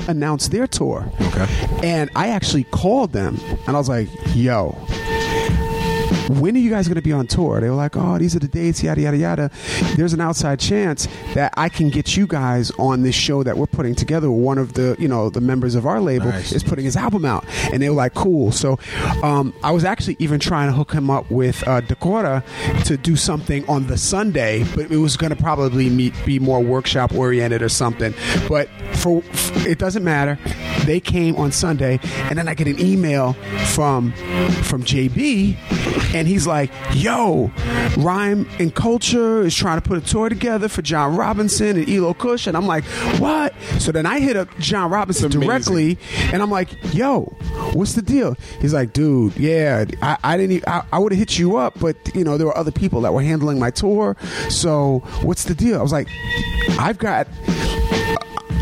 Speaker 8: announced their tour.
Speaker 2: Okay.
Speaker 8: And I actually called them and I was like, yo, when are you guys going to be on tour? They were like, oh, these are the dates, yada, yada, yada. There's an outside chance that I can get you guys on this show that we're putting together. One of the, you know, the members of our label
Speaker 2: Nice.
Speaker 8: is putting his album out. And they were like, cool. So um, I was actually even trying to hook him up with uh, Dakota to do something on the Sunday, but it was going to probably meet, be more workshop oriented or something. But for f- it doesn't matter. They came on Sunday, and then I get an email from from JB, and he's like, "Yo, Rhyme and Culture is trying to put a tour together for John Robinson and Elo Kush," and I'm like, "What?" So then I hit up John Robinson
Speaker 2: It's amazing.
Speaker 8: directly, and I'm like, yo, what's the deal? He's like, dude, yeah, I, I didn't, even, I, I would have hit you up, but you know, there were other people that were handling my tour. So what's the deal? I was like, I've got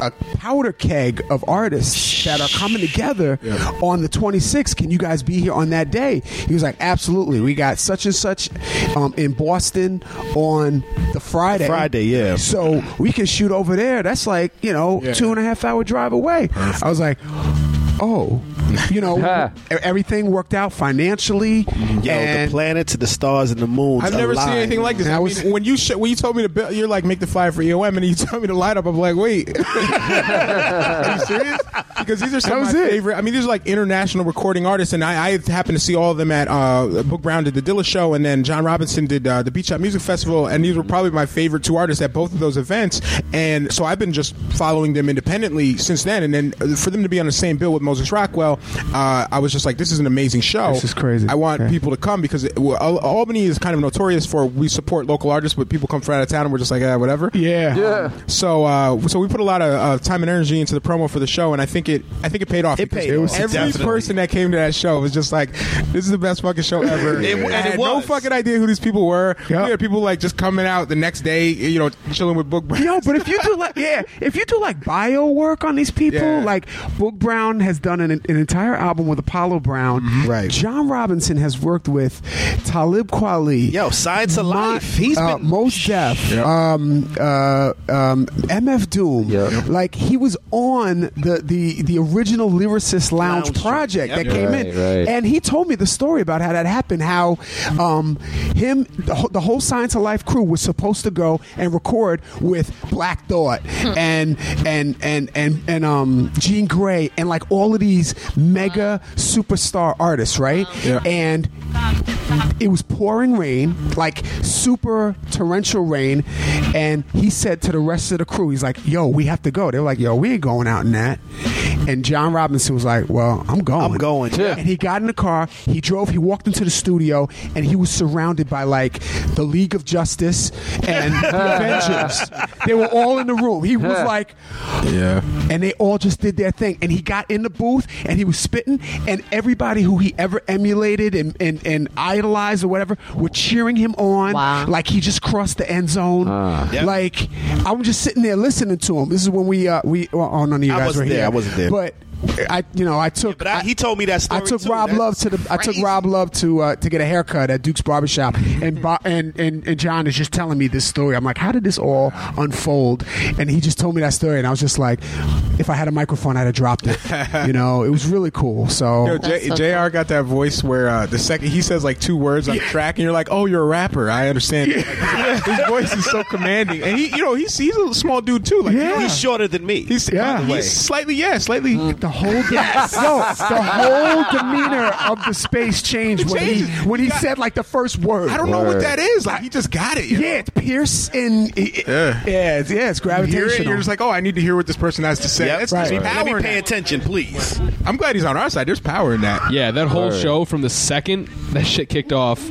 Speaker 8: a powder keg of artists that are coming together on the 26th. Can you guys be here on that day? He was like, absolutely. We got such and such um, in Boston on the Friday.
Speaker 1: Friday, yeah.
Speaker 8: So we can shoot over there. That's like, you know,
Speaker 2: Yeah.
Speaker 8: two and a half hour drive away. I was like, oh, you know, e-, everything worked out financially.
Speaker 1: Yo,
Speaker 8: and
Speaker 1: the planets, the stars, and the moons.
Speaker 2: I've never seen
Speaker 1: aligned.
Speaker 2: anything like this.
Speaker 8: And
Speaker 2: I
Speaker 8: I
Speaker 2: mean,
Speaker 8: was-
Speaker 2: when you sh- when you told me to build, E you're like make the flyer for EOM, and you told me to light up. I'm like, wait, are you serious? because these are some
Speaker 8: That
Speaker 2: of
Speaker 8: was
Speaker 2: my
Speaker 8: it.
Speaker 2: favorite. I mean, these are like international recording artists, and I, I happened to see all of them at uh, Book Brown did the Dilla show, and then John Robinson did uh, the Beach Out Music Festival, and these were probably my favorite two artists at both of those events. And so I've been just following them independently since then, and then uh, for them to be on the same bill with Moses Rockwell, uh, I was just like, this is an amazing show.
Speaker 8: This is crazy.
Speaker 2: I want
Speaker 8: Okay.
Speaker 2: people to come because it, well, Al- Albany is kind of notorious for we support local artists, but people come from out of town, and we're just like, ah, whatever.
Speaker 8: Yeah.
Speaker 2: Yeah. So, uh, so we put a lot of uh, time and energy into the promo for the show, and I think it, I think it paid off.
Speaker 1: It
Speaker 2: because
Speaker 1: paid It was- off.
Speaker 2: every
Speaker 1: definitely.
Speaker 2: person that came to that show was just like, "This is the best fucking show ever."
Speaker 1: It- and
Speaker 2: I had
Speaker 1: it
Speaker 2: no
Speaker 1: was.
Speaker 2: fucking idea who these people were.
Speaker 8: Yep.
Speaker 2: We had people like just coming out the next day, you know, chilling with Book.
Speaker 8: Yo, but if you do like yeah, if you do like bio work on these people,
Speaker 2: Yeah.
Speaker 8: like Book Brown has done an, an entire album with Apollo Brown.
Speaker 1: Mm-hmm. Right.
Speaker 8: John Robinson has worked with Talib Kweli.
Speaker 1: Yo, Science of
Speaker 8: Mo-
Speaker 1: Life. He's
Speaker 8: uh,
Speaker 1: been
Speaker 8: most deaf. Um, uh, um, MF Doom.
Speaker 6: Yep.
Speaker 8: Like he was on the the the original lyricist lounge,
Speaker 1: Lounge.
Speaker 8: project
Speaker 1: Yep.
Speaker 8: that came in,
Speaker 6: Right, right.
Speaker 8: and he told me the story about how that happened. How um, him the, whole- the whole Science of Life crew was supposed to go and record with Black Thought and and and and and um, Gene Gray and like all of these mega superstar artists, right?
Speaker 2: Yeah.
Speaker 8: And it was pouring rain, like super torrential rain, and he said to the rest of the crew, he's like, "Yo, we have to go." They were like, "Yo, we ain't going out in that." And John Robinson was like, "Well, I'm going.
Speaker 1: I'm going. Yeah.
Speaker 8: And he got in the car, he drove, he walked into the studio, and he was surrounded by like the League of Justice and the Avengers. They were all in the room. He was like,
Speaker 2: Yeah.
Speaker 8: and they all just did their thing. And he got in the booth and he was spitting, and everybody who he ever emulated and, and, and idolized or whatever were cheering him on.
Speaker 5: Wow.
Speaker 8: Like he just crossed the end zone.
Speaker 1: Yep.
Speaker 8: Like I'm just sitting there listening to him. This is when we uh, we well, oh none of you
Speaker 1: I
Speaker 8: guys
Speaker 1: wasn't
Speaker 8: were
Speaker 1: there.
Speaker 8: here.
Speaker 1: I wasn't there.
Speaker 8: But I you know I took
Speaker 1: but I- he told me that story
Speaker 8: I took
Speaker 1: too.
Speaker 8: Rob
Speaker 1: That's
Speaker 8: Love to the I took
Speaker 1: crazy.
Speaker 8: Rob Love to uh, to get a haircut at Duke's barbershop and, Bo- and and and John is just telling me this story. I'm like, how did this all unfold? And he just told me that story, and I was just like, if I had a microphone, I'd have dropped it. you know, it was really cool. So
Speaker 2: Yo, J-
Speaker 5: so
Speaker 2: JR got that voice where uh, the second he says like two words on the track, and you're like, "Oh, you're a rapper." I understand. Like, his voice is so commanding, and he, you know, he's he's a small dude too. Like,
Speaker 8: Yeah.
Speaker 1: He's shorter than me.
Speaker 2: he's,
Speaker 8: Yeah.
Speaker 2: he's slightly, yeah, slightly.
Speaker 8: the whole Mm. yo, the whole demeanor of the space changed
Speaker 2: It
Speaker 8: when he
Speaker 2: changes.
Speaker 8: when he said like the first word.
Speaker 2: I don't know what that is. Like, he just got it. you know?
Speaker 8: Yeah, it's Pierce and
Speaker 2: Yeah.
Speaker 8: yeah, yeah, it's, yeah, it's
Speaker 2: You hear
Speaker 8: gravitational.
Speaker 2: it, you're just like, oh, I need to hear what this person has to say.
Speaker 1: Yep.
Speaker 2: That's
Speaker 8: Right.
Speaker 2: there's
Speaker 1: Let
Speaker 2: power
Speaker 1: me
Speaker 2: in
Speaker 1: pay
Speaker 2: that.
Speaker 1: attention, please.
Speaker 2: I'm glad he's on our side. There's power in that.
Speaker 4: Yeah, that whole show from the second that shit kicked off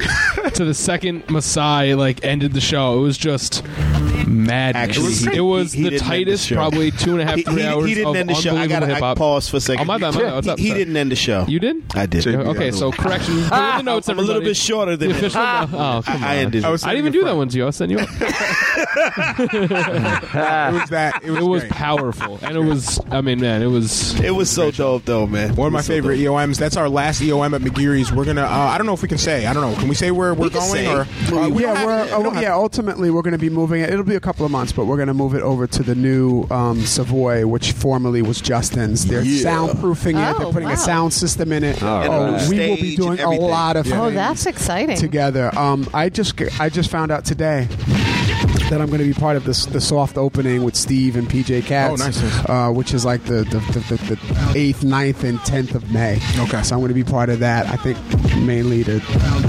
Speaker 4: to the second Masai like ended the show, it was just mad.
Speaker 1: Actually, he-
Speaker 4: it was
Speaker 1: he- he
Speaker 4: the
Speaker 1: didn't end the
Speaker 4: tightest,
Speaker 1: show.
Speaker 4: probably two and a half,
Speaker 1: He,
Speaker 4: three
Speaker 1: he- he
Speaker 4: hours
Speaker 1: didn't
Speaker 4: of
Speaker 1: end the show. I
Speaker 4: unbelievable
Speaker 1: got
Speaker 4: hip
Speaker 1: to
Speaker 4: hop.
Speaker 1: pause for a second.
Speaker 4: Oh, my bad, my bad. What's up?
Speaker 1: He, he
Speaker 4: Sorry.
Speaker 1: didn't end the show.
Speaker 4: You did?
Speaker 1: I did.
Speaker 4: Yeah, Okay, so correction. Go to the notes,
Speaker 1: I'm a little
Speaker 4: everybody.
Speaker 1: bit shorter than
Speaker 4: The
Speaker 1: him.
Speaker 4: official- oh, come
Speaker 1: I
Speaker 4: on.
Speaker 1: ended.
Speaker 2: I
Speaker 1: it.
Speaker 2: was
Speaker 4: I didn't even do that one to you. I sent you. up.
Speaker 2: It was that. It was,
Speaker 4: It was
Speaker 2: great.
Speaker 4: powerful, and it was. I mean, man, it was.
Speaker 1: It was so dope, though, man.
Speaker 2: One of
Speaker 1: It
Speaker 2: my
Speaker 1: was so
Speaker 2: favorite EOMs. That's our last EOM at McGeary's. We're gonna. Uh, I don't know if we can say. I don't know. Can we say where we're
Speaker 1: can
Speaker 2: going
Speaker 1: say.
Speaker 2: or? Uh, we don't
Speaker 8: yeah,
Speaker 2: have
Speaker 8: we're
Speaker 2: to- we don't
Speaker 8: uh,
Speaker 2: have
Speaker 8: yeah. Ultimately, we're going to be moving it. It'll be a couple of months, but we're going to move it over to the new um, Savoy, which formerly was Justin's. They're soundproofing it. They're
Speaker 5: Oh,
Speaker 8: putting
Speaker 5: wow.
Speaker 8: a sound system in it.
Speaker 6: All
Speaker 8: oh,
Speaker 6: right.
Speaker 8: we will be
Speaker 1: Stage and
Speaker 8: doing a
Speaker 1: everything.
Speaker 8: lot of
Speaker 5: Oh,
Speaker 8: things
Speaker 5: that's exciting.
Speaker 8: together. Um, I just I just found out today that I'm going to be part of this the soft opening with Steve and PJ Katz,
Speaker 2: Oh, nice.
Speaker 8: uh, which is like the the, the, the, the eighth, 9th, and tenth of May.
Speaker 2: Okay.
Speaker 8: so I'm going to be part of that. I think mainly to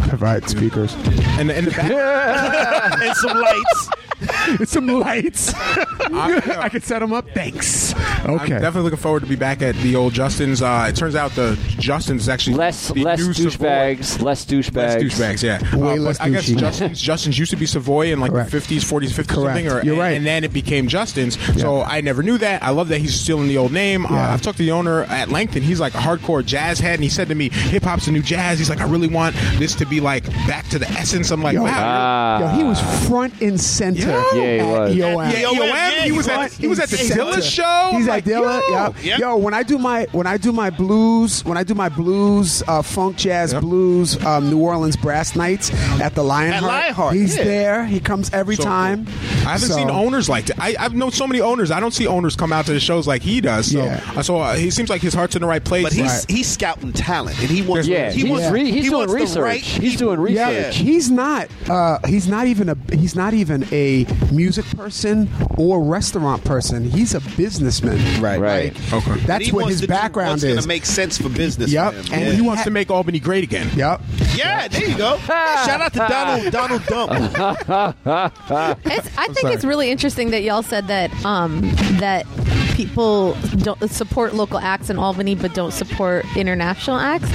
Speaker 8: provide speakers.
Speaker 2: to- And, and the back.
Speaker 1: dope. and some lights.
Speaker 8: It's some lights.
Speaker 2: I-
Speaker 8: I can set them up. Thanks.
Speaker 2: I'm
Speaker 8: Okay.
Speaker 2: definitely looking forward to be back at the old Justin's. Uh, it turns out the Justin's is actually
Speaker 6: Less,
Speaker 2: the
Speaker 6: less
Speaker 2: new Savoy.
Speaker 6: douchebags, less douchebags.
Speaker 2: Less douchebags, yeah.
Speaker 8: Way
Speaker 2: Uh,
Speaker 8: less
Speaker 2: but I guess
Speaker 8: douchey.
Speaker 2: Justin's, Justin's used to be Savoy in like
Speaker 8: Correct.
Speaker 2: the 50s, 40s, 50s, something. Or,
Speaker 8: Correct. You're right.
Speaker 2: And then it became Justin's. So I never knew that. I love that he's still in the old name. Uh,
Speaker 8: Yeah.
Speaker 2: I've talked to the owner at length, and he's like a hardcore jazz head. And he said to me, hip hop's the new jazz. He's like, I really want this to be like back to the essence. I'm like,
Speaker 8: Yo,
Speaker 2: wow.
Speaker 8: Yo, he was front and center.
Speaker 2: Yo.
Speaker 6: Ah. Yeah, he
Speaker 8: at E
Speaker 6: was.
Speaker 8: EOM.
Speaker 2: Yeah, EOM, E he was at he was at the
Speaker 8: Front
Speaker 2: Dilla
Speaker 8: and center.
Speaker 2: show.
Speaker 8: E He's
Speaker 2: like,
Speaker 8: at Dilla.
Speaker 2: yo.
Speaker 8: Yo. yo, when I do my when I do my blues, when I do my blues, uh, funk, jazz,
Speaker 2: Yep.
Speaker 8: blues, um, New Orleans brass nights at the Lionheart.
Speaker 1: Lionheart,
Speaker 8: he's
Speaker 1: yeah.
Speaker 8: there. He comes every
Speaker 2: So
Speaker 8: time.
Speaker 2: I haven't
Speaker 8: So-
Speaker 2: seen owners like that. I, I've known so many owners. I don't see owners come out to the shows like he does. So,
Speaker 8: Yeah.
Speaker 2: so uh, he seems like his heart's in the right place.
Speaker 7: But he's
Speaker 8: Right.
Speaker 7: he's scouting talent, and he wants
Speaker 6: Yeah,
Speaker 7: he
Speaker 6: he's
Speaker 7: wants
Speaker 6: re- he's
Speaker 7: he
Speaker 6: doing
Speaker 7: wants the
Speaker 6: research.
Speaker 7: right
Speaker 6: He's
Speaker 7: people.
Speaker 6: doing
Speaker 8: Yeah,
Speaker 6: research.
Speaker 8: he's not. Uh, he's not even a. He's not even a music person or restaurant person. He's a businessman.
Speaker 1: Right.
Speaker 6: Right.
Speaker 8: Like,
Speaker 2: Okay.
Speaker 8: That's what his background
Speaker 7: Going
Speaker 8: is.
Speaker 7: to make sense for business.
Speaker 8: Yep.
Speaker 7: for him.
Speaker 8: And
Speaker 7: yeah.
Speaker 2: he wants to make Albany great again.
Speaker 8: yep.
Speaker 7: Yeah, there you go. Yeah, shout out to Donald Donald Dump.
Speaker 5: It's, I think it's really interesting that y'all said that um, that people don't support local acts in Albany, but don't support international acts.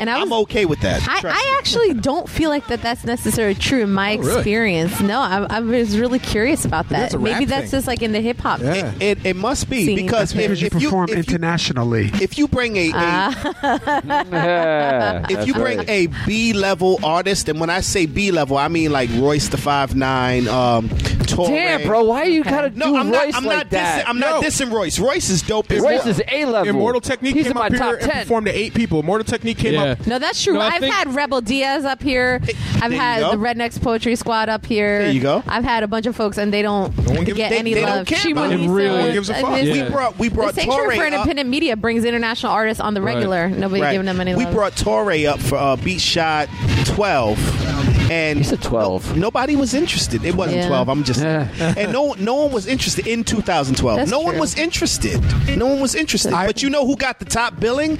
Speaker 5: And I was,
Speaker 7: I'm okay with that.
Speaker 5: I,
Speaker 7: Trust me.
Speaker 5: I actually don't feel like that that's necessarily true in
Speaker 1: Oh,
Speaker 5: my
Speaker 2: really?
Speaker 5: experience. No, I, I was really curious about that.
Speaker 2: That's a rap
Speaker 5: Maybe that's
Speaker 2: thing.
Speaker 5: just like in the hip hop.
Speaker 2: Yeah.
Speaker 1: It, it must be
Speaker 5: Singing.
Speaker 1: because if,
Speaker 8: Because you
Speaker 1: if you
Speaker 8: perform
Speaker 1: if you-
Speaker 8: internationally.
Speaker 1: if you bring a, a
Speaker 4: Uh.
Speaker 6: Yeah,
Speaker 1: if
Speaker 6: that's
Speaker 1: you bring
Speaker 6: right.
Speaker 1: a B level artist, and when I say B level, I mean like Royce the Five Nine, um, Torre.
Speaker 6: damn, bro, why you gotta do
Speaker 1: No, I'm
Speaker 6: Royce
Speaker 1: not. I'm
Speaker 6: like
Speaker 1: not
Speaker 6: that?
Speaker 1: dissing. I'm not
Speaker 2: No.
Speaker 1: dissing Royce. Royce is dope. as
Speaker 6: Royce
Speaker 1: well.
Speaker 6: is A level.
Speaker 2: Immortal Technique
Speaker 6: He's
Speaker 2: came
Speaker 6: in my
Speaker 2: up here
Speaker 6: top
Speaker 2: and
Speaker 6: ten.
Speaker 2: performed to eight people. Immortal Technique came
Speaker 4: Yeah.
Speaker 2: up.
Speaker 5: No, that's true.
Speaker 4: No, I
Speaker 5: I've
Speaker 4: think-
Speaker 5: had Rebel Diaz up here. I've
Speaker 1: there you
Speaker 5: had
Speaker 1: go.
Speaker 5: the Rednecks Poetry Squad up here.
Speaker 1: There you go.
Speaker 5: I've had a bunch of folks, and they don't
Speaker 2: one gives-
Speaker 5: get
Speaker 1: they-
Speaker 5: any
Speaker 1: they don't
Speaker 5: love.
Speaker 1: care about
Speaker 5: Chiwetel
Speaker 4: it. It really-
Speaker 5: Ejiofor.
Speaker 4: No one
Speaker 2: gives a
Speaker 5: I
Speaker 2: fuck.
Speaker 5: mean,
Speaker 4: Yeah.
Speaker 1: We brought we
Speaker 5: The
Speaker 1: brought
Speaker 5: Sanctuary for
Speaker 1: Torre up.
Speaker 5: Independent Media brings international artists on the regular. Nobody
Speaker 1: Right.
Speaker 5: giving them any
Speaker 1: we
Speaker 5: love.
Speaker 1: brought Torre up for uh, Beat Shot 12. And
Speaker 6: You said 12.
Speaker 1: no- nobody was interested. It wasn't
Speaker 5: Yeah.
Speaker 1: 12. I'm just
Speaker 6: Yeah.
Speaker 1: and no no one was interested in 2012.
Speaker 5: That's
Speaker 1: no one
Speaker 5: true.
Speaker 1: was interested. No one was interested. but you know who got the top billing?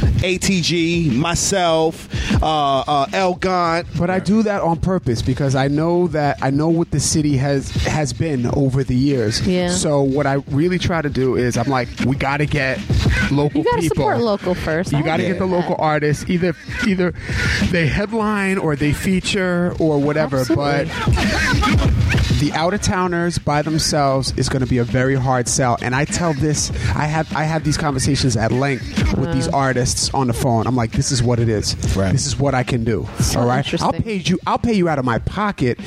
Speaker 1: ATG, myself, uh, uh, Elgon.
Speaker 8: But I do that on purpose because I know that I know what the city has has been over the years.
Speaker 5: Yeah.
Speaker 8: So what I really try to do is I'm like, we got to get local
Speaker 5: you got to
Speaker 8: people.
Speaker 5: support local first.
Speaker 8: You got to get the local artists, either either they headline or they feature or whatever. But the out of towners by themselves is going to be a very hard sell. And I tell this, I have I have these conversations at length with
Speaker 5: Uh-huh.
Speaker 8: these artists on the phone. I'm like, this is what it is.
Speaker 2: Right.
Speaker 8: This is what I can do. all right, I'll
Speaker 5: interesting.
Speaker 8: pay you. I'll pay you out of my pocket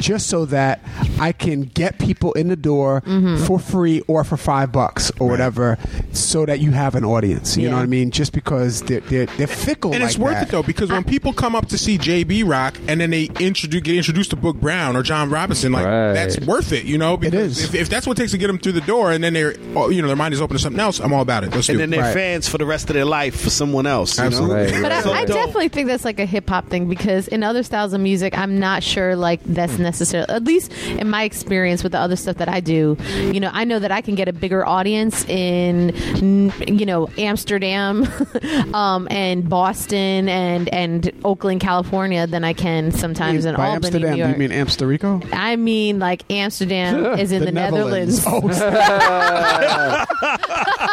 Speaker 8: just so that I can get people in the door
Speaker 5: Mm-hmm.
Speaker 8: for free or for five bucks or whatever, so that you have an audience. You
Speaker 5: Yeah.
Speaker 8: know what I mean? Just because they're they're, they're fickle.
Speaker 2: And it's
Speaker 8: like
Speaker 2: worth
Speaker 8: that.
Speaker 2: it though because when people come up to see JB Rock and then they introduce get introduced to Book Brown or John Robinson, like
Speaker 6: Right.
Speaker 2: that's worth it, you know. Because
Speaker 8: is.
Speaker 2: If, if that's what it takes to get them through the door, and then they're oh, you know their mind is open to something else, I'm all about it. Let's
Speaker 1: And
Speaker 2: do
Speaker 1: then
Speaker 2: it.
Speaker 1: they're
Speaker 8: Right.
Speaker 1: fans for the rest of their life for someone else. you know?
Speaker 2: Absolutely.
Speaker 5: But I,
Speaker 1: So
Speaker 5: I
Speaker 1: don't-
Speaker 5: definitely think that's like a hip hop thing because in other styles of music, I'm not sure like that's necessarily. At least in my experience with the other stuff that I do, you know, I know that I can get a bigger audience in, n- you know, Amsterdam, um, and Boston and and Oakland, California, than I can sometimes in
Speaker 8: By
Speaker 5: Albany,
Speaker 8: Amsterdam,
Speaker 5: New
Speaker 8: do
Speaker 5: York.
Speaker 8: you mean Amsterdam? Rico?
Speaker 5: I mean, like Amsterdam is in the, Netherlands.
Speaker 8: Oh,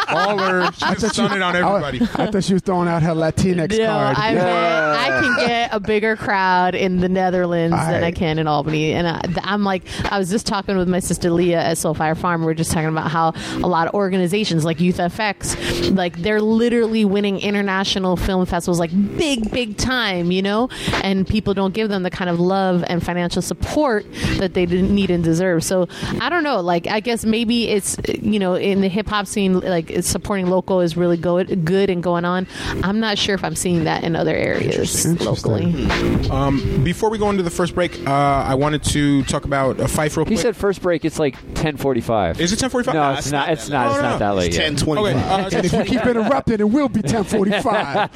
Speaker 2: All are sun it on everybody.
Speaker 8: I, I thought she was throwing out her Latinx
Speaker 5: No,
Speaker 8: card.
Speaker 5: I mean, I can get a bigger crowd in the Netherlands than I
Speaker 8: Alright.
Speaker 5: can in Albany, and I, th- I'm like, I was just talking with my sister Leah at Soulfire Farm. We were just talking about how a lot of organizations like Youth FX, like they're literally winning international film festivals, like big, big time, you know, and people don't give them the kind of love and financial support that they didn't need and deserve. So I don't know, like I guess maybe it's you know in the hip hop scene, like it's supporting local is really go- good and going on. I'm not sure if I'm seeing that in other areas locally.
Speaker 2: Um, Before we go into the first break, uh, I wanted to talk about a fight real
Speaker 6: He
Speaker 2: quick.
Speaker 6: said first break. It's like ten forty-five.
Speaker 2: Is it
Speaker 6: No,
Speaker 2: 10:45? Nah,
Speaker 6: it's
Speaker 2: it's
Speaker 6: not.
Speaker 2: not
Speaker 6: It's
Speaker 2: that
Speaker 6: not.
Speaker 2: late.
Speaker 6: It's
Speaker 2: No, no,
Speaker 6: not that
Speaker 2: no.
Speaker 6: late
Speaker 1: It's
Speaker 6: yet.
Speaker 1: 10, 25.
Speaker 2: okay, uh,
Speaker 8: and if you keep interrupting, it will be 1045.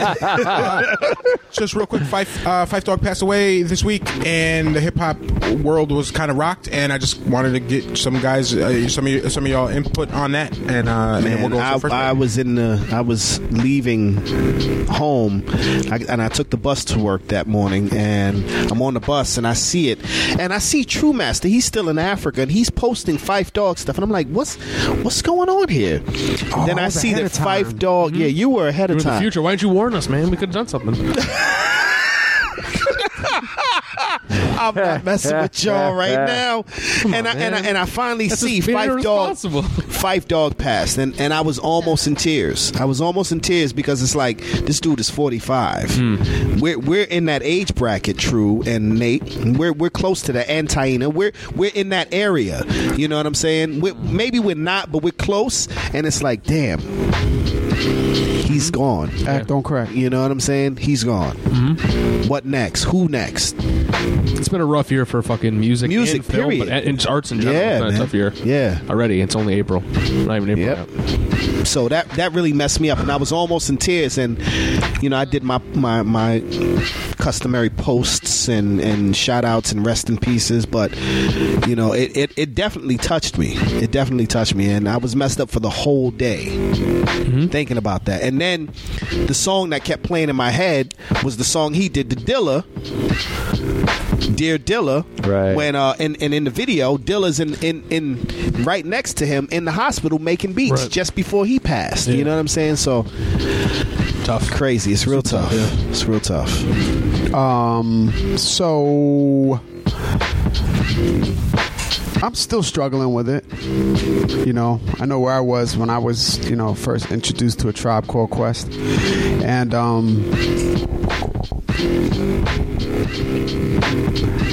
Speaker 2: just real quick, Fife, uh, Fife Dog passed away this week, and the hip hop world was kind of rocked. And I just wanted to get some guys, uh, some of y- some of y'all input on that, and, uh, and then we'll go
Speaker 1: Man,
Speaker 2: to
Speaker 1: I,
Speaker 2: the first
Speaker 1: I
Speaker 2: break.
Speaker 1: was in the I was leaving home, I, and I took the bus to work that morning. And I'm on the bus, and I see it, and I see True Master. He's still in Africa, and he's posting Fife Dog stuff. And I'm like, what's what's going on here?
Speaker 4: Oh,
Speaker 1: then
Speaker 8: I
Speaker 1: I
Speaker 8: was
Speaker 1: see
Speaker 8: ahead
Speaker 1: that
Speaker 8: of time.
Speaker 1: Fife Dog. Yeah, you were ahead
Speaker 4: It
Speaker 1: of
Speaker 4: was the
Speaker 1: time.
Speaker 4: future. Why didn't Mm-hmm. you warn us, man? We could have done something.
Speaker 1: I'm not messing with y'all right now. and, I, and I and I finally see
Speaker 4: being
Speaker 1: Fife Dog.
Speaker 4: irresponsible.
Speaker 1: Fife Dog passed, and and I was almost in tears. I was almost in tears because it's like this dude is 45.
Speaker 8: Hmm.
Speaker 1: We're we're in that age bracket, True and Nate. We're we're close to the Antina. We're we're in that area. You know what I'm saying? We're, maybe we're not, but we're close. And it's like, damn, he's gone.
Speaker 8: Hmm. Act on crack. Hmm.
Speaker 1: You know what I'm saying? He's gone. What next? Who next?
Speaker 4: it's been a rough year for fucking music,
Speaker 1: Music,
Speaker 4: and film,
Speaker 1: period.
Speaker 4: but and and arts in general.
Speaker 1: Yeah,
Speaker 4: it's been
Speaker 1: man.
Speaker 4: a tough year.
Speaker 1: Yeah.
Speaker 4: already. It's only April. Not even April.
Speaker 1: Yep.
Speaker 4: yet.
Speaker 1: So that that really messed me up, and I was almost in tears. And you know, I did my my my customary posts and and shout outs and rest in pieces, but you know, it, it it definitely touched me. It definitely touched me, and I was messed up for the whole day
Speaker 4: Mm-hmm.
Speaker 1: thinking about that. And then the song that kept playing in my head was the song he did to Dilla. Dear Dilla,
Speaker 6: Right.
Speaker 1: when uh, and, and in the video, Dilla's in, in in right next to him in the hospital making beats
Speaker 4: Right.
Speaker 1: just before he passed. You
Speaker 4: Yeah.
Speaker 1: know what I'm saying? So tough, crazy. It's real tough. It's real tough.
Speaker 8: Um, so I'm still struggling with it. You know, I know where I was when I was, you know, first introduced to a tribe called Quest, and um.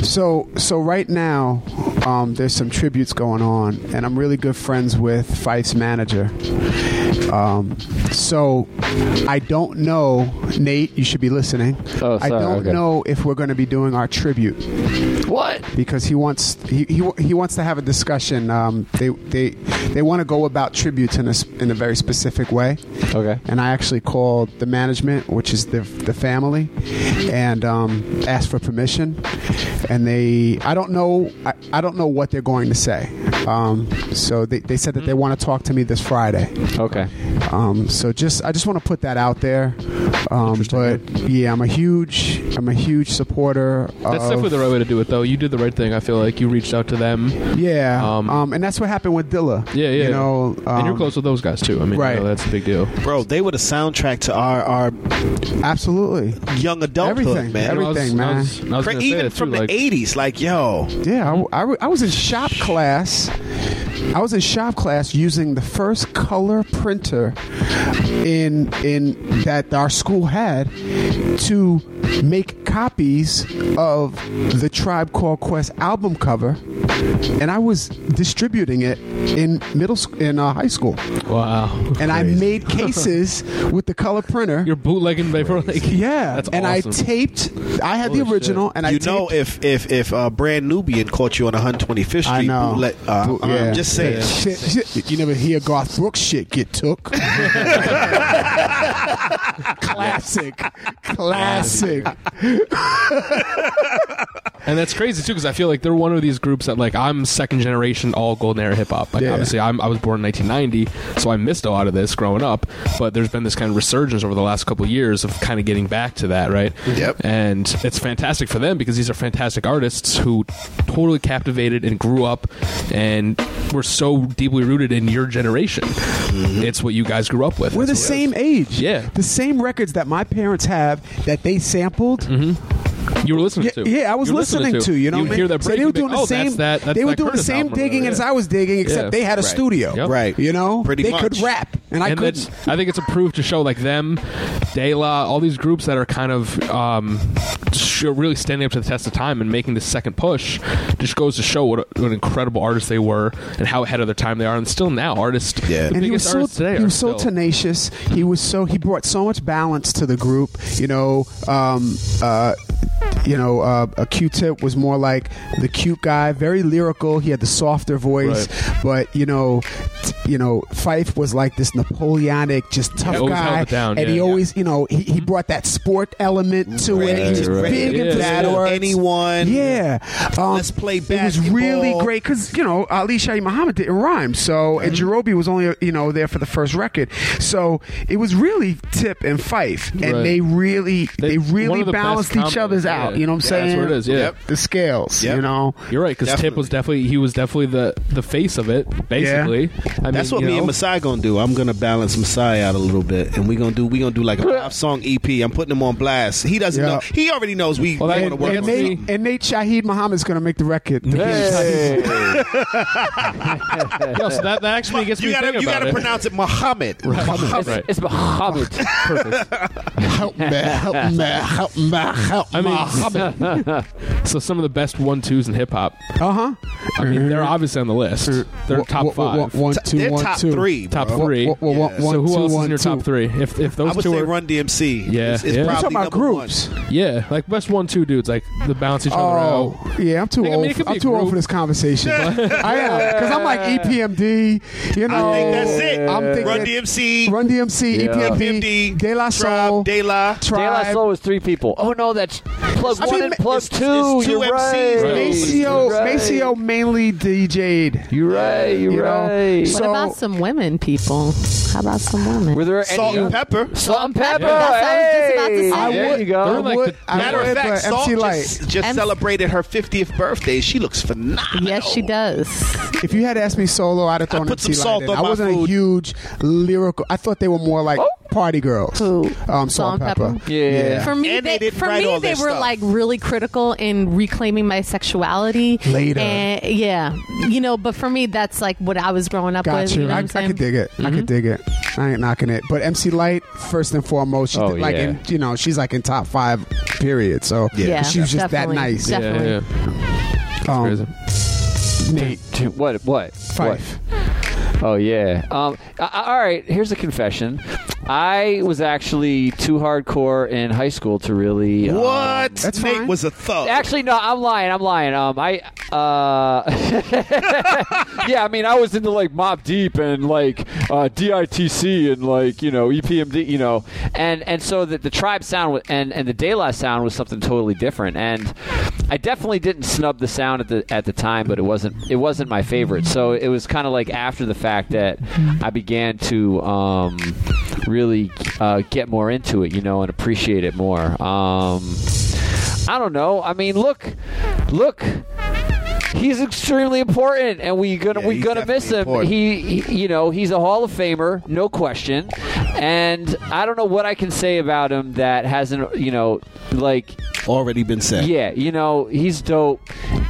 Speaker 8: So, so right now, um, there's some tributes going on, and I'm really good friends with Fife's manager. Um, so, I don't know, Nate. You should be listening.
Speaker 6: Oh,
Speaker 8: I
Speaker 6: sorry,
Speaker 8: don't
Speaker 6: okay.
Speaker 8: know if we're going to be doing our tribute
Speaker 6: What?
Speaker 8: because he wants he, he, he wants to have a discussion. Um, they they they want to go about tributes in a s- in a very specific way.
Speaker 6: Okay.
Speaker 8: And I actually called the management, which is the the family, and um, asked for permission. And they I don't know I, I don't know what they're going to say. Um, so they, they said that they want to talk to me this Friday.
Speaker 6: Mm-hmm. Okay.
Speaker 8: Um, so just I just want to put that out there. Um, but yeah, I'm a huge I'm a huge supporter.
Speaker 1: Um,
Speaker 4: That's
Speaker 8: of,
Speaker 4: definitely the right way to do it, though. You did the right thing. I feel like you reached out to them,
Speaker 8: Yeah.
Speaker 4: Um,
Speaker 8: Um, and that's what happened with Dilla.
Speaker 4: Yeah, yeah.
Speaker 8: You know, um,
Speaker 4: and you're close with those guys too. I mean, you
Speaker 8: right.
Speaker 4: know, that's a big deal.
Speaker 1: Bro, they were the soundtrack to our our
Speaker 8: Absolutely.
Speaker 1: young adulthood,
Speaker 8: Everything,
Speaker 1: Oh, man.
Speaker 8: everything.
Speaker 4: You know, I was- I was- I was
Speaker 1: Cra-
Speaker 4: gonna say
Speaker 1: even
Speaker 4: that, too,
Speaker 1: from
Speaker 4: like-
Speaker 1: the '80s, like yo,
Speaker 8: Yeah. I w- I, w- I was in shop class. I was in shop class using the first color printer in in that our school had to make copies of the Tribe Called Quest album cover, and I was distributing it in middle sc- in uh, high school,
Speaker 4: Wow.
Speaker 8: and I made cases with the color printer.
Speaker 4: You're bootlegging Vapor Lake.
Speaker 8: Yeah,
Speaker 4: That's
Speaker 8: and I
Speaker 4: awesome.
Speaker 8: taped. I had
Speaker 4: Holy
Speaker 8: the original, and I
Speaker 1: you
Speaker 8: taped,
Speaker 1: know if if if uh, brand Nubian caught you on 125th Street,
Speaker 8: I know.
Speaker 1: bootleg- uh,
Speaker 8: Bo-
Speaker 1: I'm
Speaker 8: yeah.
Speaker 1: just saying.
Speaker 8: Shit, shit. You never hear Garth Brooks shit get took. classic, classic.
Speaker 4: And that's crazy too, because I feel like they're one of these groups that like I'm second generation all golden era hip hop. Like
Speaker 8: Yeah.
Speaker 4: obviously I'm, I was born in 1990, so I missed a lot of this growing up. But there's been this kind of resurgence over the last couple of years of kind of getting back to that, right?
Speaker 1: Yep.
Speaker 4: And it's fantastic for them because these are fantastic artists who totally captivated and grew up and were so deeply rooted in your generation. It's what you guys grew up with.
Speaker 8: Mm-hmm. We're the
Speaker 4: That's what it
Speaker 8: same age.
Speaker 4: Yeah.
Speaker 8: the same records that my parents have that they sampled.
Speaker 4: is. you were listening
Speaker 8: Yeah,
Speaker 4: Mm-hmm. to.
Speaker 8: yeah, I was
Speaker 4: You were
Speaker 8: listening, to. You know,
Speaker 4: you
Speaker 8: what I mean?
Speaker 4: hear that
Speaker 8: So
Speaker 4: break,
Speaker 8: they
Speaker 4: you
Speaker 8: were
Speaker 4: think,
Speaker 8: doing
Speaker 4: "Oh,
Speaker 8: the same.
Speaker 4: that's that, that's
Speaker 8: they were
Speaker 4: that
Speaker 8: doing the
Speaker 4: Curtis
Speaker 8: same
Speaker 4: album or whatever,
Speaker 8: digging as
Speaker 4: yeah.
Speaker 8: I was digging, except
Speaker 4: Yeah.
Speaker 8: they had a
Speaker 4: Right.
Speaker 8: studio.
Speaker 4: Yep.
Speaker 1: Right.
Speaker 8: You know,
Speaker 1: Pretty
Speaker 8: they
Speaker 1: much.
Speaker 8: could rap, and I
Speaker 4: and
Speaker 8: couldn't.
Speaker 4: that's, I think it's a proof to show like them, De La, all these groups that are kind of um, sh- really standing up to the test of time and making this second push. Just goes to show what, a, what an incredible artist they were and how ahead of their time they are, and still now artists.
Speaker 1: Yeah.
Speaker 4: the
Speaker 8: and he was
Speaker 4: biggest
Speaker 8: so
Speaker 4: artists today
Speaker 8: he
Speaker 4: are
Speaker 8: was so
Speaker 4: still-
Speaker 8: tenacious. He was so he brought so much balance to the group. You know, um, uh, you know, uh, a Q-Tip was more like the cute guy, very lyrical. He had the softer voice, but you know, t- you know, Fife was like this Napoleonic, just tough
Speaker 4: always
Speaker 8: guy,
Speaker 4: held it down,
Speaker 8: and
Speaker 4: yeah. Mm-hmm.
Speaker 8: he
Speaker 4: Yeah.
Speaker 8: always, you know, he, he brought that sport element to it. He was
Speaker 1: right.
Speaker 8: big into
Speaker 4: Yeah.
Speaker 8: sports.
Speaker 1: Anyone.
Speaker 8: Yeah, um,
Speaker 1: Let's play
Speaker 8: It was really
Speaker 1: basketball.
Speaker 8: great because you know Ali Shahi Muhammad didn't rhyme, so and
Speaker 1: Mm-hmm.
Speaker 8: Jerobi was only you know there for the first record, so it was really Tip and Fife, and
Speaker 4: Right.
Speaker 8: they really
Speaker 4: They-
Speaker 8: they,
Speaker 4: one
Speaker 8: really
Speaker 4: of the
Speaker 8: balanced
Speaker 4: best
Speaker 8: each other's
Speaker 4: combos,
Speaker 8: out.
Speaker 4: yeah.
Speaker 8: You know what I'm
Speaker 4: Yeah,
Speaker 8: saying?
Speaker 4: that's what it is, yeah. Yep.
Speaker 8: the scales.
Speaker 1: Yep.
Speaker 8: You know,
Speaker 4: You're right because Tip
Speaker 1: Definitely.
Speaker 4: was definitely he was definitely the the face of it basically. I mean,
Speaker 1: That's what
Speaker 4: you
Speaker 1: me
Speaker 4: know,
Speaker 1: and Masai gonna do. I'm gonna balance Masai out a little bit, and we gonna do we gonna do like a five song EP. I'm putting him on blast. He doesn't
Speaker 8: Yeah.
Speaker 1: know. He already knows we
Speaker 4: Well, that-
Speaker 1: want to work.
Speaker 4: that
Speaker 1: on
Speaker 8: and Nate,
Speaker 1: something.
Speaker 8: and Nate Shaheed Muhammad's going to make the record.
Speaker 4: Yo, so that, that actually gets
Speaker 1: You
Speaker 4: me
Speaker 1: gotta
Speaker 4: thinking
Speaker 1: you
Speaker 4: about
Speaker 1: gotta
Speaker 4: it.
Speaker 1: pronounce it Muhammad.
Speaker 4: Right.
Speaker 6: It's, it's Muhammad.
Speaker 8: help me, help me, help me, help
Speaker 4: I mean, so some of the best one twos in hip hop.
Speaker 8: Uh huh.
Speaker 4: I mean, they're obviously on the list.
Speaker 8: Uh,
Speaker 4: They're
Speaker 8: Wha-
Speaker 4: top
Speaker 8: wha- wha- wha-
Speaker 4: five.
Speaker 8: one, two,
Speaker 1: They're
Speaker 8: one,
Speaker 1: top
Speaker 8: two.
Speaker 1: three,
Speaker 4: Top
Speaker 1: bro.
Speaker 4: three.
Speaker 8: Wha- wha- wha-
Speaker 1: Yeah.
Speaker 8: one,
Speaker 4: so who
Speaker 8: two,
Speaker 4: else is
Speaker 8: one,
Speaker 4: in your top
Speaker 8: two.
Speaker 4: three? If if
Speaker 1: I
Speaker 4: those
Speaker 1: would
Speaker 4: two
Speaker 1: say
Speaker 4: are
Speaker 1: Run DMC.
Speaker 4: Yeah,
Speaker 1: It's, it's
Speaker 4: yeah. We're
Speaker 8: We're
Speaker 1: probably
Speaker 8: talking about
Speaker 1: number
Speaker 8: groups.
Speaker 4: yeah, like best one two dudes, like the balance each other
Speaker 8: Oh,
Speaker 4: out.
Speaker 8: yeah, I'm too
Speaker 4: Like, I mean,
Speaker 8: old.
Speaker 4: it could be
Speaker 8: I'm
Speaker 4: a
Speaker 8: too old
Speaker 4: group.
Speaker 8: for this conversation. I am because I'm like E EPMD. You
Speaker 1: One.
Speaker 8: know,
Speaker 1: I think that's it.
Speaker 8: I'm thinking
Speaker 1: Run DMC.
Speaker 8: Run DMC,
Speaker 6: Yeah.
Speaker 8: EPMD,
Speaker 1: EPMD,
Speaker 8: De La Soul,
Speaker 1: Tribe, De
Speaker 6: De La
Speaker 1: La.
Speaker 8: Tribe,
Speaker 6: Soul was three people. Oh no, that's plug
Speaker 8: I
Speaker 6: one
Speaker 8: mean,
Speaker 6: and plug
Speaker 1: it's-
Speaker 6: two.
Speaker 1: it's two
Speaker 6: you're
Speaker 1: MCs,
Speaker 6: right.
Speaker 8: Maceo,
Speaker 6: You're right.
Speaker 8: Maceo mainly DJ'd.
Speaker 6: You're right. You're
Speaker 8: You know,
Speaker 6: right.
Speaker 8: so-
Speaker 5: What about some women, people? How about some women?
Speaker 6: Were there
Speaker 1: Salt
Speaker 6: any
Speaker 1: and Pepper.
Speaker 6: salt and pepper?
Speaker 5: That's what I was just about to
Speaker 6: Hey,
Speaker 5: say. I
Speaker 6: there
Speaker 8: would-
Speaker 6: you go.
Speaker 4: They're like
Speaker 8: would-
Speaker 4: the-
Speaker 8: I
Speaker 1: Matter of
Speaker 8: would,
Speaker 1: fact,
Speaker 8: but
Speaker 1: Salt
Speaker 8: MC Light.
Speaker 1: just, just
Speaker 5: MC
Speaker 1: celebrated her 50th birthday. She looks phenomenal.
Speaker 5: yes, she does.
Speaker 8: If you had asked me solo, I'd have thrown
Speaker 1: put
Speaker 8: MC
Speaker 1: some
Speaker 8: Light
Speaker 1: salt
Speaker 8: in.
Speaker 1: on
Speaker 8: I
Speaker 1: my
Speaker 8: wasn't a
Speaker 1: food.
Speaker 8: huge lyrical. I thought they were more like party girls.
Speaker 5: Oh. Who?
Speaker 8: Um,
Speaker 5: Salt
Speaker 8: Salt
Speaker 5: and
Speaker 8: and Pepper.
Speaker 5: Pepper?
Speaker 6: Yeah.
Speaker 5: For me,
Speaker 1: And they didn't
Speaker 5: for
Speaker 1: write
Speaker 5: me,
Speaker 1: all
Speaker 5: they
Speaker 1: their
Speaker 5: were
Speaker 1: stuff.
Speaker 5: like really critical in reclaiming my sexuality
Speaker 8: Later.
Speaker 5: And, yeah, you know, but for me, that's like what I was growing up
Speaker 8: Got
Speaker 5: with.
Speaker 8: you.
Speaker 5: know
Speaker 8: I,
Speaker 5: what
Speaker 8: I
Speaker 5: I'm saying?
Speaker 8: could dig it. I
Speaker 1: Mm-hmm.
Speaker 8: could dig it. I ain't knocking it. But MC Light, first and foremost, she's
Speaker 6: Oh,
Speaker 8: like
Speaker 6: yeah.
Speaker 8: in, you know she's like in top five. Period. So
Speaker 5: Yeah,
Speaker 8: she was just
Speaker 5: definitely,
Speaker 8: that nice.
Speaker 5: definitely.
Speaker 4: Yeah, yeah.
Speaker 8: Um,
Speaker 4: Crazy.
Speaker 8: Nate
Speaker 6: Dude, What? What?
Speaker 8: Fife.
Speaker 6: What? Oh yeah. Um. I- I- all right. Here's a confession. I was actually too hardcore in high school to really. um,
Speaker 1: What?
Speaker 8: That's
Speaker 1: Nate
Speaker 8: fine.
Speaker 1: was a thug.
Speaker 6: Actually, no, I'm lying. I'm lying. Um, I, uh, yeah, I mean, I was into like Mob Deep and like uh, DITC and like you know E EPMD, you know, and and so the, the tribe sound wa- and and the De La sound was something totally different. And I definitely didn't snub the sound at the at the time, but it wasn't it wasn't my favorite. So it was kind of like after the fact that I began to um, really uh, get more into it, you know, and appreciate it more. Um, I don't know. I mean, look, look. He's extremely important, and we gonna
Speaker 1: Yeah,
Speaker 6: we
Speaker 1: he's
Speaker 6: gonna miss him.
Speaker 1: definitely important.
Speaker 6: He, he, you know, he's a Hall of Famer, no question. And I don't know what I can say about him that hasn't, you know, like
Speaker 1: Already been said.
Speaker 6: yeah, you know he's dope,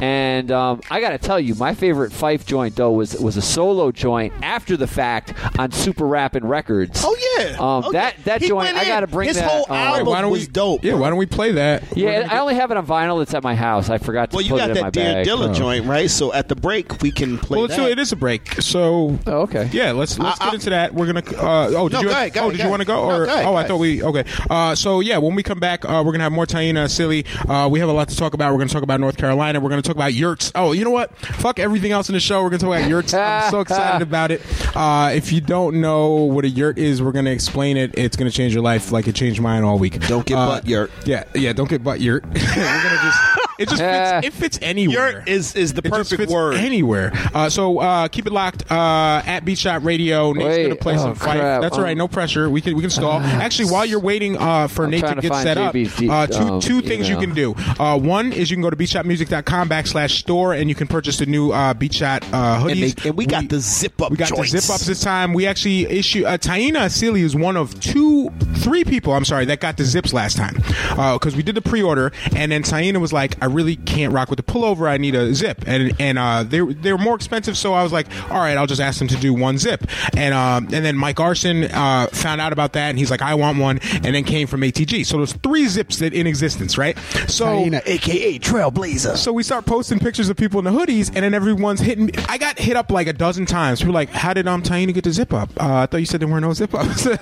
Speaker 6: and um, I gotta tell you, my favorite Fife joint though was was a solo joint after the fact on Super Rappin' Records.
Speaker 1: Oh yeah.
Speaker 6: Um,
Speaker 1: Oh,
Speaker 6: that-
Speaker 1: yeah.
Speaker 6: that
Speaker 1: He
Speaker 6: joint,
Speaker 1: went
Speaker 6: I
Speaker 1: in.
Speaker 6: gotta bring
Speaker 1: His
Speaker 6: that,
Speaker 1: whole
Speaker 6: um,
Speaker 1: album
Speaker 2: why don't
Speaker 1: was
Speaker 2: we?
Speaker 1: dope.
Speaker 2: Yeah, why don't we play that?
Speaker 6: Yeah, I only have it on vinyl. It's at my house. I forgot to
Speaker 1: Well, you
Speaker 6: put it
Speaker 1: got
Speaker 6: in my
Speaker 1: that Dear
Speaker 6: bag.
Speaker 2: Oh.
Speaker 1: Dilla joint, right? So at the break, we can play
Speaker 2: Well,
Speaker 1: that.
Speaker 2: so it is a break. So
Speaker 6: Oh, okay.
Speaker 2: Yeah, let's let's
Speaker 1: I-
Speaker 2: get
Speaker 1: I-
Speaker 2: into that. We're gonna. Uh, oh, did
Speaker 1: No,
Speaker 2: you? oh,
Speaker 1: go ahead, go
Speaker 2: did
Speaker 1: ahead, go
Speaker 2: you
Speaker 1: ahead.
Speaker 2: want to go?
Speaker 1: No,
Speaker 2: Or
Speaker 1: go ahead,
Speaker 2: oh,
Speaker 1: go
Speaker 2: I thought we. Okay. Uh, so yeah, when we come back, uh, we're gonna have more Taina Silly. Uh, we have a lot to talk about. We're gonna talk about North Carolina. We're gonna talk about Yurts. Oh, you know what? Fuck everything else in the show. We're gonna talk about Yurts. I'm so excited about it. Uh, if you don't know what a Yurt is, we're gonna explain it. It's gonna change your life, like it changed mine all week.
Speaker 1: Don't get
Speaker 2: Uh,
Speaker 1: butt yurt.
Speaker 2: Yeah, yeah. Don't get butt Yurt. we're gonna just. It just fits, it fits anywhere.
Speaker 1: Yurt is is the
Speaker 2: It just
Speaker 1: perfect
Speaker 2: fits
Speaker 1: word.
Speaker 2: anywhere. Uh, so uh, keep it locked uh, at Beat Shot Radio. Nate's
Speaker 6: Wait,
Speaker 2: gonna play
Speaker 6: oh,
Speaker 2: some fight.
Speaker 6: crap.
Speaker 2: That's all right.
Speaker 6: Um, uh,
Speaker 2: No pressure. We can we can stall. Actually, while you're waiting uh, for Nate
Speaker 6: trying
Speaker 2: to
Speaker 6: to
Speaker 2: get
Speaker 6: find
Speaker 2: set up,
Speaker 6: JB's deep,
Speaker 2: uh, two
Speaker 6: um,
Speaker 2: two things you
Speaker 6: email.
Speaker 2: can do. Uh, one is you can go to beatshotmusic.com backslash store and you can purchase the new uh, Beat Shot uh,
Speaker 1: And,
Speaker 2: hoodies.
Speaker 1: they, and we got the zip up.
Speaker 2: We got
Speaker 1: joints.
Speaker 2: the zip ups this time. We actually issue uh, Taina Asili is one of two, three people. I'm sorry that got the zips last time because we did the pre order and then Taina was like, I really can't rock with the pullover. I need a zip and and uh, they they're more expensive. So I was like, all right, I'll just ask them to do one zip and um, and then Mike Arson uh, found out about that and he's like, I want one and then came from ATG. So there's three zips that in existence, right? So
Speaker 8: Taina,
Speaker 7: AKA Trailblazer.
Speaker 2: so we start posting pictures of people in the hoodies, and then everyone's hitting. Me. I got hit up like a dozen times. People were like, "How did um Taina get the zip up? Uh, I thought you said there were no zip ups."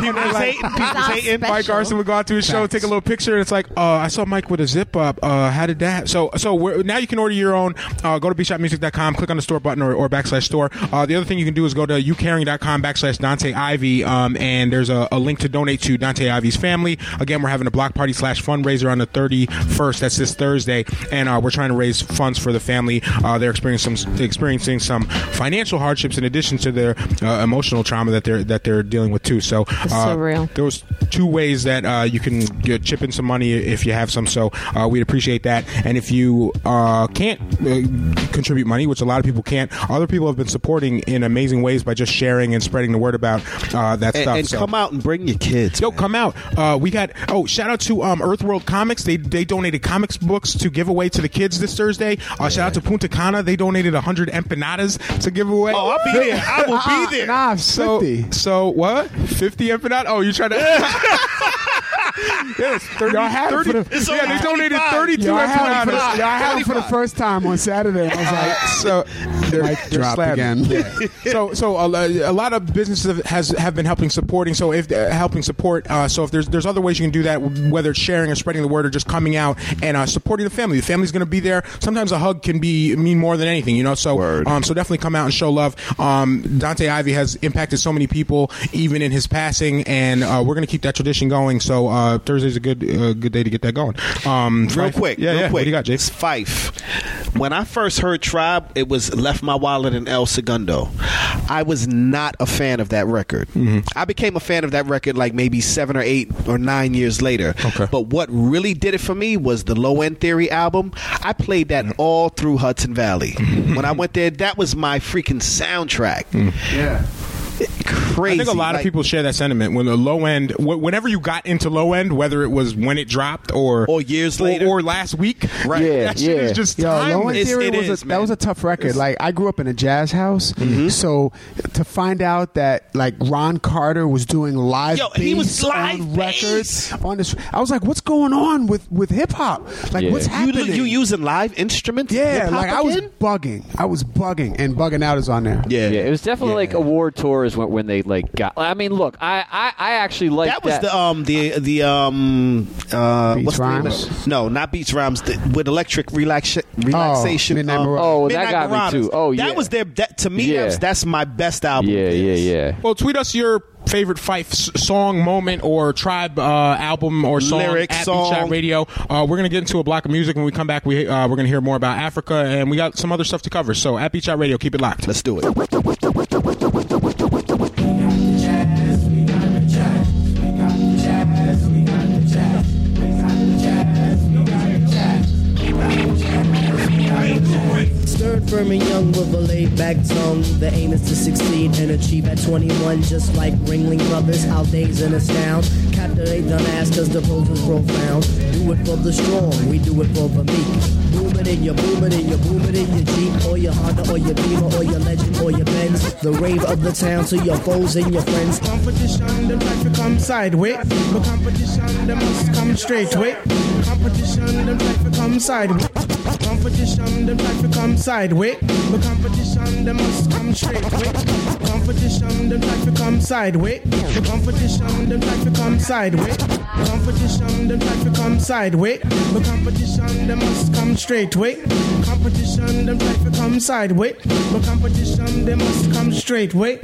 Speaker 2: People
Speaker 1: He's
Speaker 2: like,
Speaker 1: hating. People
Speaker 5: That's
Speaker 1: hating.
Speaker 5: special.
Speaker 2: Mike Arson would go out to his show,
Speaker 8: Facts.
Speaker 2: take a little picture, and it's like, uh, I saw Mike with a zip up. Uh, how did that? So, so we're, now you can order your own. Uh, go to bshopmusic.com, click on the store button or, or backslash store. Uh, the other thing you can do is go to youcaring.com backslash Dante Ivy, um, and there's a, a link to donate to Dante Ivy's family. Again, we're having a block party slash fundraiser on the 31st. That's this Thursday, and uh, we're trying to raise funds for the family. Uh, they're experiencing some experiencing some financial hardships in addition to their uh, emotional trauma that they're that they're dealing with too. So,
Speaker 5: That's
Speaker 2: uh,
Speaker 5: so real.
Speaker 2: there was two ways that uh, you can get, chip in some money if you have some. So uh, we'd appreciate that. And if you uh, can't uh, contribute money, which a lot of people can't, other people have been supporting in amazing ways by just sharing and spreading the word about uh, that
Speaker 1: And,
Speaker 2: stuff.
Speaker 1: and
Speaker 2: So-
Speaker 1: come out and bring your kids.
Speaker 2: Yo, come out. Uh, we got oh, shout out to um, Earth World Comics. They they donated comics books to give away to the kids this Thursday. Uh, Shout out to Punta Cana. They donated hundred empanadas to give away.
Speaker 1: Oh, I'll be there. I will be there.
Speaker 8: Uh-uh. Nah,
Speaker 2: So,
Speaker 8: fifty.
Speaker 2: so what? Fifty empanadas? Oh, you trying to? Yes, 30,
Speaker 8: Y'all had it for the-
Speaker 7: It's
Speaker 2: yeah,
Speaker 7: only
Speaker 2: they donated
Speaker 7: 25.
Speaker 2: 32
Speaker 8: Y'all
Speaker 2: and
Speaker 8: had, it for the,
Speaker 2: 25.
Speaker 8: y'all had it for the
Speaker 7: 25.
Speaker 8: first time on Saturday. I was like,
Speaker 2: so they're,
Speaker 8: Mic
Speaker 2: they're
Speaker 8: drop
Speaker 2: slapping.
Speaker 8: again.
Speaker 2: Yeah. so so a, lo- a lot of businesses have- has have been helping supporting. So if uh, helping support, uh, so if there's there's other ways you can do that, whether it's sharing or spreading the word or just coming out and uh, supporting the family. The family's going to be there. Sometimes a hug can be mean more than anything, you know. So um, so definitely come out and show love. Um, Dante Ivy has impacted so many people even in his passing, and uh, we're going to keep that tradition going. So uh, Thursday's a good uh, good day to get that going. Um,
Speaker 1: Real
Speaker 2: Fife-
Speaker 1: quick,
Speaker 2: yeah,
Speaker 1: real
Speaker 2: yeah.
Speaker 1: quick.
Speaker 2: What do you got, Jake?
Speaker 1: It's Fife. When I first heard Tribe, it was Left My Wallet and El Segundo. I was not a fan of that record. I became a fan of that record like maybe seven or eight or nine years later.
Speaker 2: Okay.
Speaker 1: But what really did it for me was the Low End Theory album. I played that all through Hudson Valley. when I went there, that was my freaking soundtrack.
Speaker 8: yeah.
Speaker 1: Crazy.
Speaker 2: I think a lot
Speaker 1: Like-
Speaker 2: of people share that sentiment. When the low end, wh- whenever you got into low end, whether it was when it dropped or
Speaker 1: Or years
Speaker 2: or,
Speaker 1: later.
Speaker 2: or last week,
Speaker 1: Right.
Speaker 6: Yeah,
Speaker 2: That shit
Speaker 6: yeah.
Speaker 2: is just
Speaker 8: Yo, Low
Speaker 2: timeless.
Speaker 8: End
Speaker 1: It's-
Speaker 8: Theory
Speaker 1: it
Speaker 8: was a,
Speaker 1: is,
Speaker 8: that was
Speaker 1: man. Mm-hmm.
Speaker 8: a tough record. like I grew up in a jazz house, so to find out that like Ron Carter was doing live
Speaker 1: Yo, he was
Speaker 8: bass
Speaker 1: live
Speaker 8: on
Speaker 1: bass.
Speaker 8: records on this, I was like, what's going on with with hip hop? Like
Speaker 6: Yeah.
Speaker 8: what's
Speaker 6: You-
Speaker 1: You,
Speaker 8: happening?
Speaker 1: you using live instruments?
Speaker 8: yeah,
Speaker 1: Hip-hop
Speaker 8: like I was
Speaker 1: again?
Speaker 8: bugging, I was bugging, and bugging out is on there.
Speaker 1: Yeah.
Speaker 6: Yeah, it was definitely like award tours when, when they like got. I mean, look, I I, I actually like
Speaker 1: that was the um the the um uh
Speaker 8: Beats
Speaker 1: what's the name
Speaker 8: Rhymes?
Speaker 1: of it? no not beats rhymes the, with electric relaxa- relaxation
Speaker 8: Midnight
Speaker 1: um,
Speaker 8: Marauders.
Speaker 6: Oh, that got me
Speaker 1: Marauders.
Speaker 6: too. Oh, yeah.
Speaker 1: that was their that, to me
Speaker 6: Yeah.
Speaker 1: that was, that's my best album
Speaker 6: yeah,
Speaker 1: of
Speaker 6: yeah,
Speaker 1: theirs.
Speaker 6: yeah.
Speaker 2: Well, tweet us your favorite Fife s- song, moment, or tribe uh, album or song
Speaker 1: Lyric,
Speaker 2: at
Speaker 1: song.
Speaker 2: Beach Chat Radio. Uh, we're gonna get into a block of music when we come back. We uh, we're gonna hear more about Africa and we got some other stuff to cover. So at Beach Chat Radio, keep it locked.
Speaker 1: let's do it
Speaker 11: Stern, firm, and young with a laid back tongue. The aim is to succeed and achieve at 21, just like Ringling Brothers. I'll daze and astound. Captivate dumbass, cause the pose is profound. Do it for the strong, we do it for the meek. Boom it in your boom it in your boom it in your Jeep, or your Honda, or your Beamer, or your Legend, or your Benz. The rave of the town to your foes and your friends.
Speaker 12: Competition, them try to come sideways. But competition, them must come straight way. Competition, them try to come sideways. Competition, them try to come sideways. But competition, them must come straight way. Competition, them try to come sideways. But competition, them try to come sideways. Competition, them try to come sideways. But competition, them must come straight way. Competition, them try to come sideways. But competition, they must come straight way.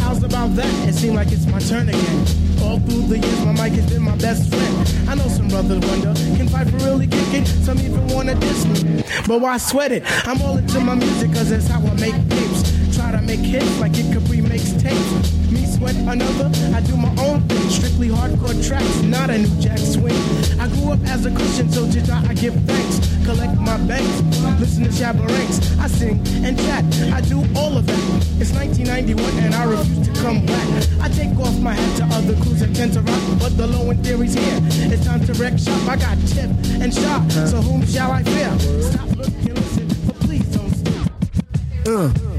Speaker 12: How's about that? It seems like it's my turn again. All through the years, my mic has been my best friend. I know some brothers wonder, can Piper really kick it? Some even wanna diss me. But why sweat it? I'm all into my music, cause that's how I make tapes. Try to make hits like it Capri makes tapes. Me sweat another, I do my own thing. Strictly hardcore tracks, not a new jack swing. I grew up as a Christian, so to God I give thanks. Collect my banks, listen to Shabaranks. I sing and chat, I do all of that. It's 1991 and I refuse to come back. I take off my hat to other crews that tend to rock, but the low end theory's here. It's time to wreck shop. I got tip and shot, so whom shall I fear? Stop looking, listen, but please don't stop.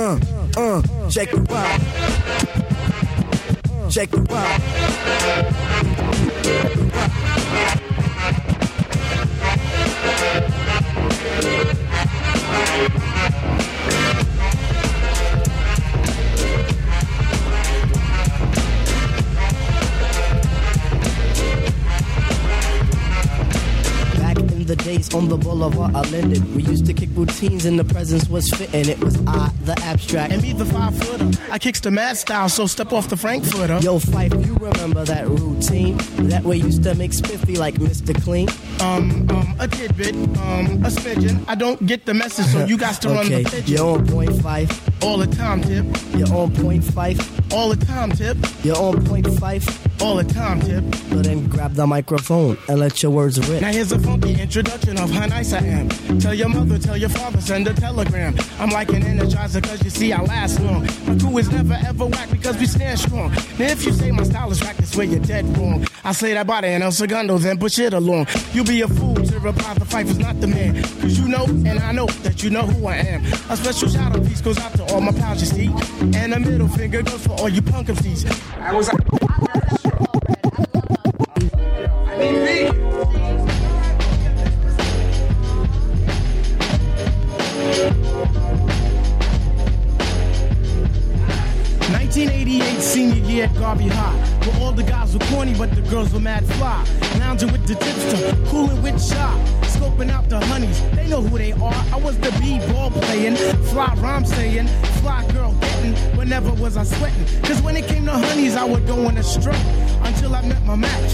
Speaker 9: Check it out. Check it out.
Speaker 11: Back in the days on the boulevard I landed, we used to kick routines and the presence was fitting. It was I, the abstract.
Speaker 12: And be the five footer. I kicks the mad style, so step off the Frankfurter.
Speaker 11: Yo, Fife, you remember that routine? That way used to make spiffy like Mr. Clean.
Speaker 12: Um, um, a tidbit, um, a smidgen. I don't get the message, so you got to run
Speaker 11: okay,
Speaker 12: the pigeon.
Speaker 11: you're on point, Fife.
Speaker 12: all the time, tip.
Speaker 11: You're on point five.
Speaker 12: All the time, tip.
Speaker 11: You're on point five.
Speaker 12: All the time, tip.
Speaker 11: So then grab the microphone and let your words rip.
Speaker 12: Now here's a funky introduction of how nice I am. Tell your mother, tell your father, send a telegram. I'm like an energizer cause you see I last long. My crew is never ever whack because we stand strong. Now if you say my style is whack, that's where you're dead wrong. I say that body and El Segundo, then push it along. You'll be a fool to reply the fight was not the man. Cause you know and I know that you know who I am. A special shout out piece goes out to all my pals you see. And a middle finger goes for all you punk MCs. I was Eighty-eight senior year at Garvey High, where all the guys were corny but the girls were mad fly. Lounging with the tipster, cooling with shop, scoping out the honeys. They know who they are. I was the b-ball playing, fly rhyme saying, fly girl getting. Whenever was I sweating? Cause when it came to honeys, I would go on a stroke until I met my match.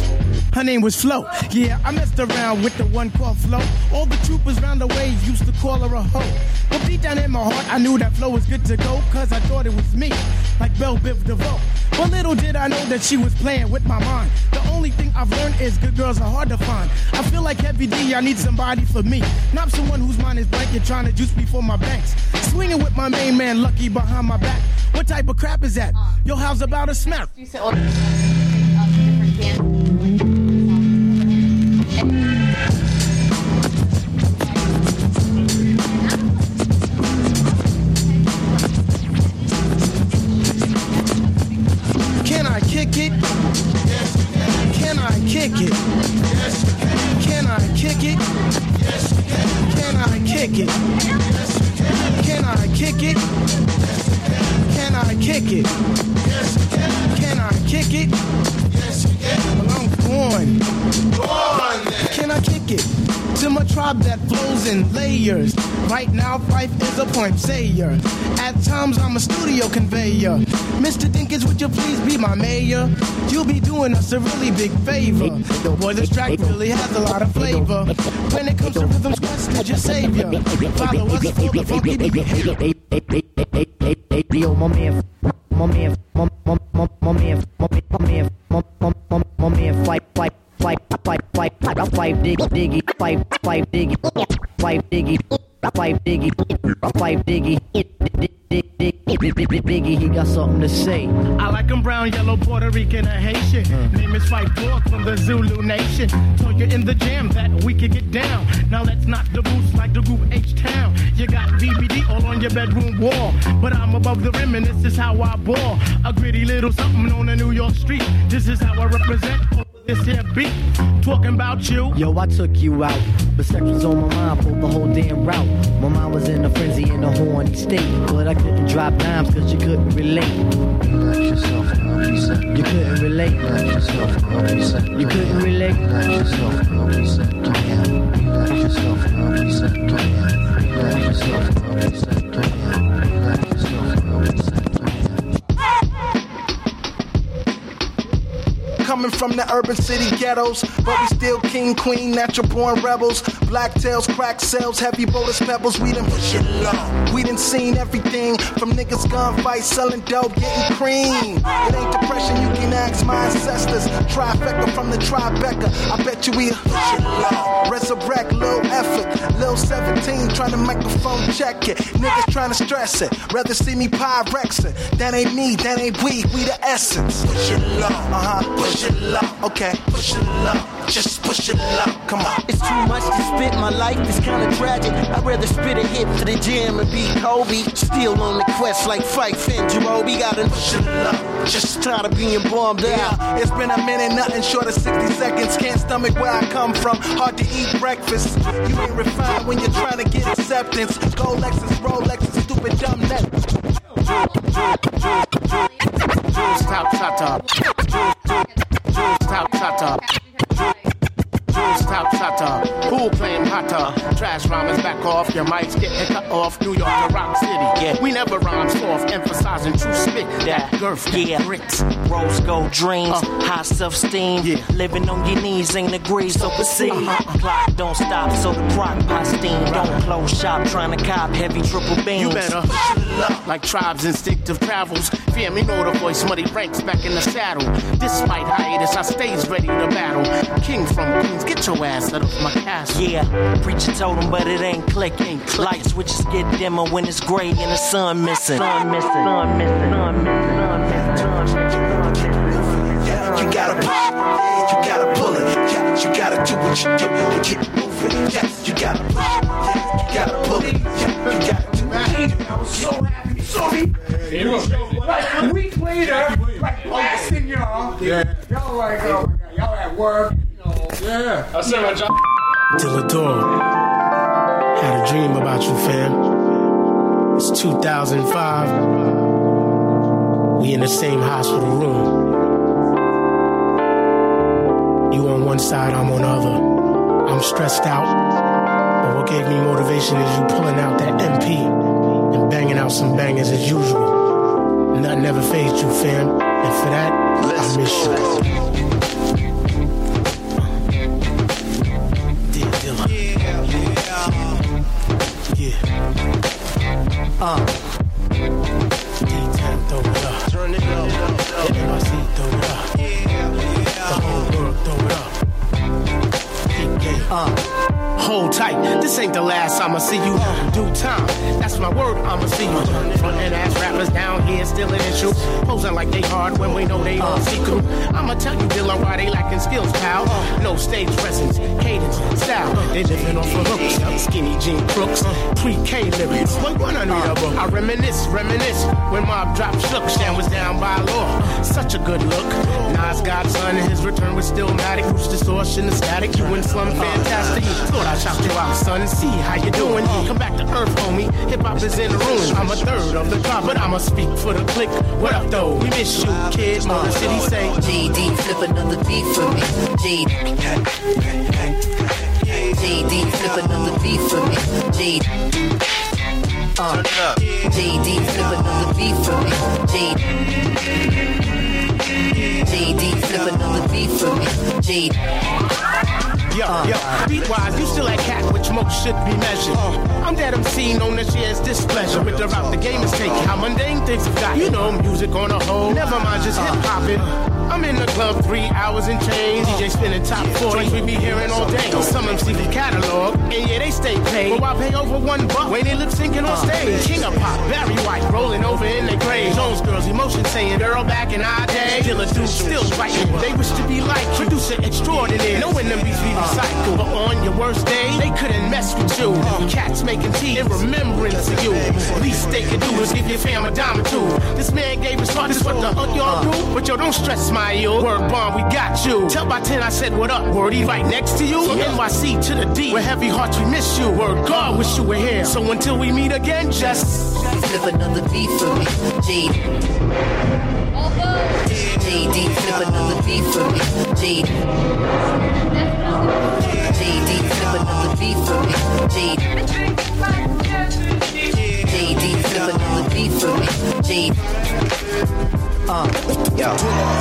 Speaker 12: Her name was Flo. Yeah, I messed around with the one called Flo. All the troopers round the way used to call her a hoe. But deep down in my heart, I knew that Flo was good to go, cause I thought it was me, like Belle Biv DeVoe. But little did I know that she was playing with my mind. The only thing I've learned is good girls are hard to find. I feel like Heavy D, I need somebody for me. Not someone whose mind is blank and trying to juice me for my banks. Swinging with my main man, Lucky, behind my back. What type of crap is that? Yo, how's about a smack? Can I kick it? Can I kick it? Can I kick it? Can I kick it? Can I kick it? Can I kick it? Can I kick it? Well, I'm going. Can I kick it? To my tribe that flows in layers. Right now, Fife is a point sayer. At times, I'm a studio conveyor. Mr. Dinkins, would you please be my mayor? You'll be doing us a really big favor. Boy, this track really has a lot of flavor. When it comes to rhythms, Quest is your savior. Follow us for the funky behavior.
Speaker 11: Yo, my man, my man, my my- my- my man, my my man, my my- my- my man, fight, fight, fight, fight, fight, fight, fight, dig, diggy, fight, fight, diggy, fight, diggy, fight, diggy, fight, diggy, dig, dig, dig, dig, dig, diggy. He got something to say.
Speaker 12: I like 'em brown, yellow, Puerto Rican, and Haitian. Name is Fight Dog from the Zulu Nation. Told you in the jam that we could get down. Now let's knock the boots like the group H Town. You got DVD all on your bedroom wall. But I'm above the rim, and this is how I ball. A gritty little something on a New York street. This is how I represent this here beat. Talking about you.
Speaker 11: Yo, I took you out, but sex was on my mind, pulled the whole damn route. My mind was in a frenzy in a horny state, but I couldn't drop dimes cause you couldn't relate. You couldn't relate. You couldn't relate.
Speaker 13: Coming from the urban city ghettos, but we still king, queen, natural born rebels. Black tails, crack sales, heavy bullets, pebbles. We done push it low. We done seen everything from niggas gunfights, selling dope, getting cream. It ain't depression, you can ask my ancestors. Trifecta from the Tribeca. I bet you we push it low. Resurrect, little effort. Lil 17 trying to microphone check it. Niggas trying to stress it. Rather see me pyrexing. That ain't me, that ain't we. We the essence. Push it low. Uh huh. Push it low. Okay. Push it low. Just push it low. Come on.
Speaker 14: It's too much to spit. My life is kinda tragic. I'd rather spit a hit for the jam and be Kobe. Still on the quest like Fife and Jamobi. Gotta push it up. Just tired of being bombed out.
Speaker 13: It's been a minute, nothing short of 60 seconds. Can't stomach where I come from. Hard to eat breakfast. You ain't refined when you're trying to get acceptance. Golexes, Rolexes, stupid dumb net.
Speaker 14: Jules top top top. Jules top top top.
Speaker 12: uh,
Speaker 14: Jules top top top. Who playing hotter? Trash rhymes back off your mic.
Speaker 12: mics getting cut off New York to Rock City. Yeah. We never rhyme soft, emphasizing true spit. That girth,
Speaker 11: Yeah, bricks, rose gold dreams,
Speaker 12: Uh.
Speaker 11: high self esteem. Living on your knees ain't degrees overseas.
Speaker 12: Uh-huh.
Speaker 11: Clock don't stop, so the crock by steam. Don't close shop, trying to cop heavy triple beams.
Speaker 12: You better hustle up. like tribes instinctive travels. Fear me, know the voice, muddy ranks back in the saddle. Despite hiatus, I stays ready to battle. King from Queens, get your ass out of my castle.
Speaker 11: Yeah, preacher told him, but it ain't clicking. Light switches get dimmer when it's gray and the sun missing. Sun missing. Sun missing. Sun missing.
Speaker 13: You gotta pop it, you gotta pull it, yeah, you gotta do what you do and keep it moving. Yes, you gotta pop it, yeah, you gotta pull it, yeah, you gotta do what you do. I was so happy, sorry.
Speaker 7: Like a week later, like last thing y'all,
Speaker 13: Yeah.
Speaker 7: y'all like, oh my God, y'all at work. Yeah. I said my job.
Speaker 15: Till the dawn. Had a dream about you, fam. It's 2005. We in the same hospital room. You on one side, I'm on the other. I'm stressed out. But what gave me motivation is you pulling out that MP and banging out some bangers as usual. Nothing ever fazed you, fam. And for that, I miss you. Dear Dilla.
Speaker 13: Uh.
Speaker 15: D10 throw it up. Turn it up. The NYC throw it up. The whole world throw it up.
Speaker 12: Uh, hold tight, this ain't the last I'ma see you. Due time, that's my word, I'ma see you. Front and ass rappers down here still an issue. Posing like they hard when we know they all secret. I'ma tell you, Dilla, why they lacking skills, pal. No stage presence, cadence, style. They living off of looks, skinny jean crooks, pre-K lyrics. What one uh, I need a book? I reminisce, reminisce when mob dropped shook, Shan was down by law. Such a good look. Nas godson and his return was still matic. Roots distortion, the static. You and Slum fantastic. Thought I chopped you out, son. See how you doing. Come back to earth, homie. Hip hop is in the room. I'm a third of the crowd, but I'ma speak for the click. What up, though? We miss you, kid. Motor City say.
Speaker 16: GD, flip another beat for me. GD. GD, flip another beat for me. GD. Uh, JD, flip another beat for me. JD. JD, flip another beat for me. JD.
Speaker 12: Yo, yo, beat wise, you still at cat, which most should be measured. I'm that MC known as year's displeasure with the route the game is taking. How mundane things have got. You know, music on a whole. Never mind, just hip hop it. I'm in the club three hours and change. DJ spinning top 40s, we be hearing all day. Some MC the catalog, and yeah, they stay paid. But I pay over one buck when they lip syncing on stage. King of pop, Barry White, rolling over in the grave. Jones girls, emotion saying, girl, back in our day. Still a dude, still writing. They wish to be like producer extraordinary. Knowing them beats be recycled. But on your worst day, they couldn't mess with you. Cats making tea in remembrance of you. Least they could do is give your fam a dime or two. This man gave his heart, this what the hunt y'all do. But yo, don't stress my yo. Word bomb, we got you. Tell by 10 I said, what up, word? He right next to you. From NYC to the D. With heavy hearts, we miss you. Word God, wish you were here. So until we meet again, just
Speaker 16: flip another beat for me. JD. JD, flip another beat for me. JD. JD, flip another beat for me. JD. JD, flip another beat for me. JD. Uh,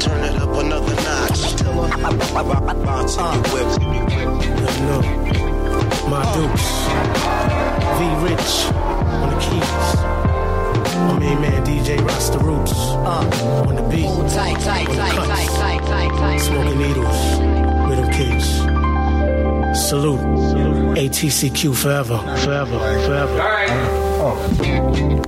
Speaker 13: Turn it up another notch. Tell her I'm bouncing your whip.
Speaker 15: No, my dukes. V Rich on the keys. My main man DJ Rasta Roots on the beat.
Speaker 16: Hold tight, tight,
Speaker 15: On the
Speaker 16: tight,
Speaker 15: cuts.
Speaker 16: tight, tight, tight, tight.
Speaker 15: Smoking needles, rhythm kicks. Salute. ATCQ forever, forever, forever. Uh. All right. Oh.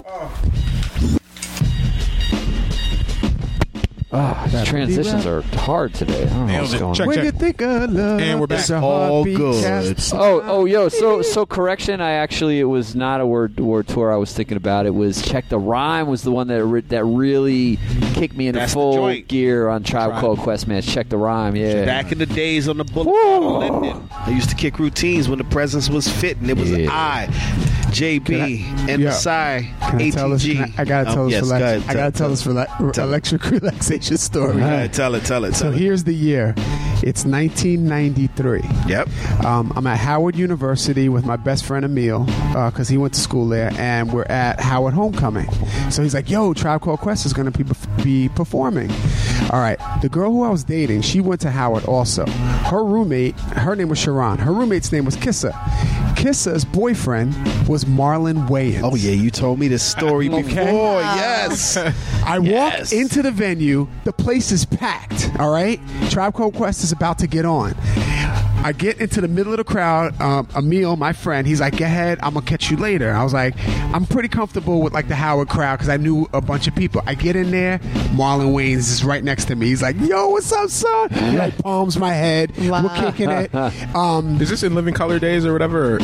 Speaker 6: Ah, these transitions are hard today. I don't know what's going on.
Speaker 8: think of love?
Speaker 17: And we're back.
Speaker 8: is a heartbeat cast-
Speaker 6: Oh, oh, yo. So, so correction. I actually, it was not a word word tour. I was thinking about. It was check the rhyme was the one that re- that really kicked me into
Speaker 1: That's the
Speaker 6: full
Speaker 1: joint.
Speaker 6: gear on Tribe
Speaker 1: Tribe.
Speaker 6: Called Quest. Man, check the rhyme. Yeah.
Speaker 1: Back in the days on the Boulevard of Linden, I used to kick routines when the presence was fit, and it was I, JB, MSI,
Speaker 8: Can I tell us?
Speaker 1: ATG.
Speaker 8: I, I gotta
Speaker 1: Um,
Speaker 8: tell us.
Speaker 1: yes,
Speaker 8: relax,
Speaker 1: go ahead,
Speaker 8: I gotta tell us for electric relaxation story.
Speaker 1: Go ahead, tell it, tell it.
Speaker 8: So here's the year. It's 1993. Yep. Um, I'm at Howard University with my best friend Emil because he went to school there, and we're at Howard Homecoming. So he's like, "Yo, Tribe Called Quest is going to be be performing." All right. The girl who I was dating, she went to Howard also. Her roommate, her name was Sharon. Her roommate's name was Kissa. Kissa's boyfriend was Marlon Wayans. Oh yeah, you told me this story
Speaker 1: before, yes.
Speaker 8: I walk into the venue. The place is packed. All right, Tribe Called Quest is about to get on. I get into the middle of the crowd. Um, Emil, my friend, he's like, "Go ahead, I'm gonna catch you later." I was like, "I'm pretty comfortable with like the Howard crowd because I knew a bunch of people." I get in there. Marlon Wayans is right next to me. He's like, "Yo, what's up, son?" He like palms my head. We're kicking it. Um,
Speaker 2: Is this in Living Color days or whatever?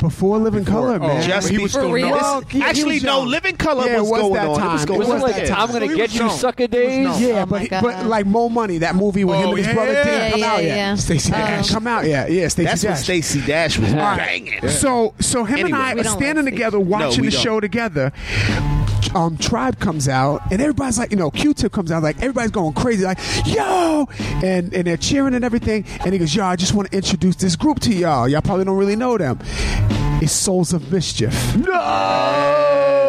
Speaker 8: Before Living Color, man.
Speaker 2: Just he was
Speaker 8: For
Speaker 2: still
Speaker 8: real?
Speaker 2: known.
Speaker 8: Well, he- he Actually, was no, young. Living Color Yeah, was it was going that on. It was time. going It was on. like, "I'm gonna
Speaker 2: He
Speaker 8: get
Speaker 2: was
Speaker 8: you,
Speaker 2: young.
Speaker 8: sucker
Speaker 2: He was
Speaker 8: days."
Speaker 2: young.
Speaker 8: Yeah, but- Oh my but, God. like, Mo Money, that movie with him and his brother didn't come out yet. Stacey Dash. Come out yet. Yeah, Um, Stacey
Speaker 1: That's when
Speaker 8: Dash.
Speaker 1: Stacey Dash was
Speaker 8: All right.
Speaker 1: banging.
Speaker 8: So, so him
Speaker 1: Anyway.
Speaker 8: and I
Speaker 1: We
Speaker 8: are
Speaker 1: don't
Speaker 8: standing
Speaker 1: like
Speaker 8: together
Speaker 1: Stacey.
Speaker 8: watching
Speaker 1: No, we
Speaker 8: the
Speaker 1: don't.
Speaker 8: show together. Um, Tribe comes out and everybody's like, you know, Q-Tip comes out like everybody's going crazy, like yo, and and they're cheering and everything. And he goes, yo, I just want to introduce this group to y'all. Y'all probably don't really know them. It's Souls of Mischief. No.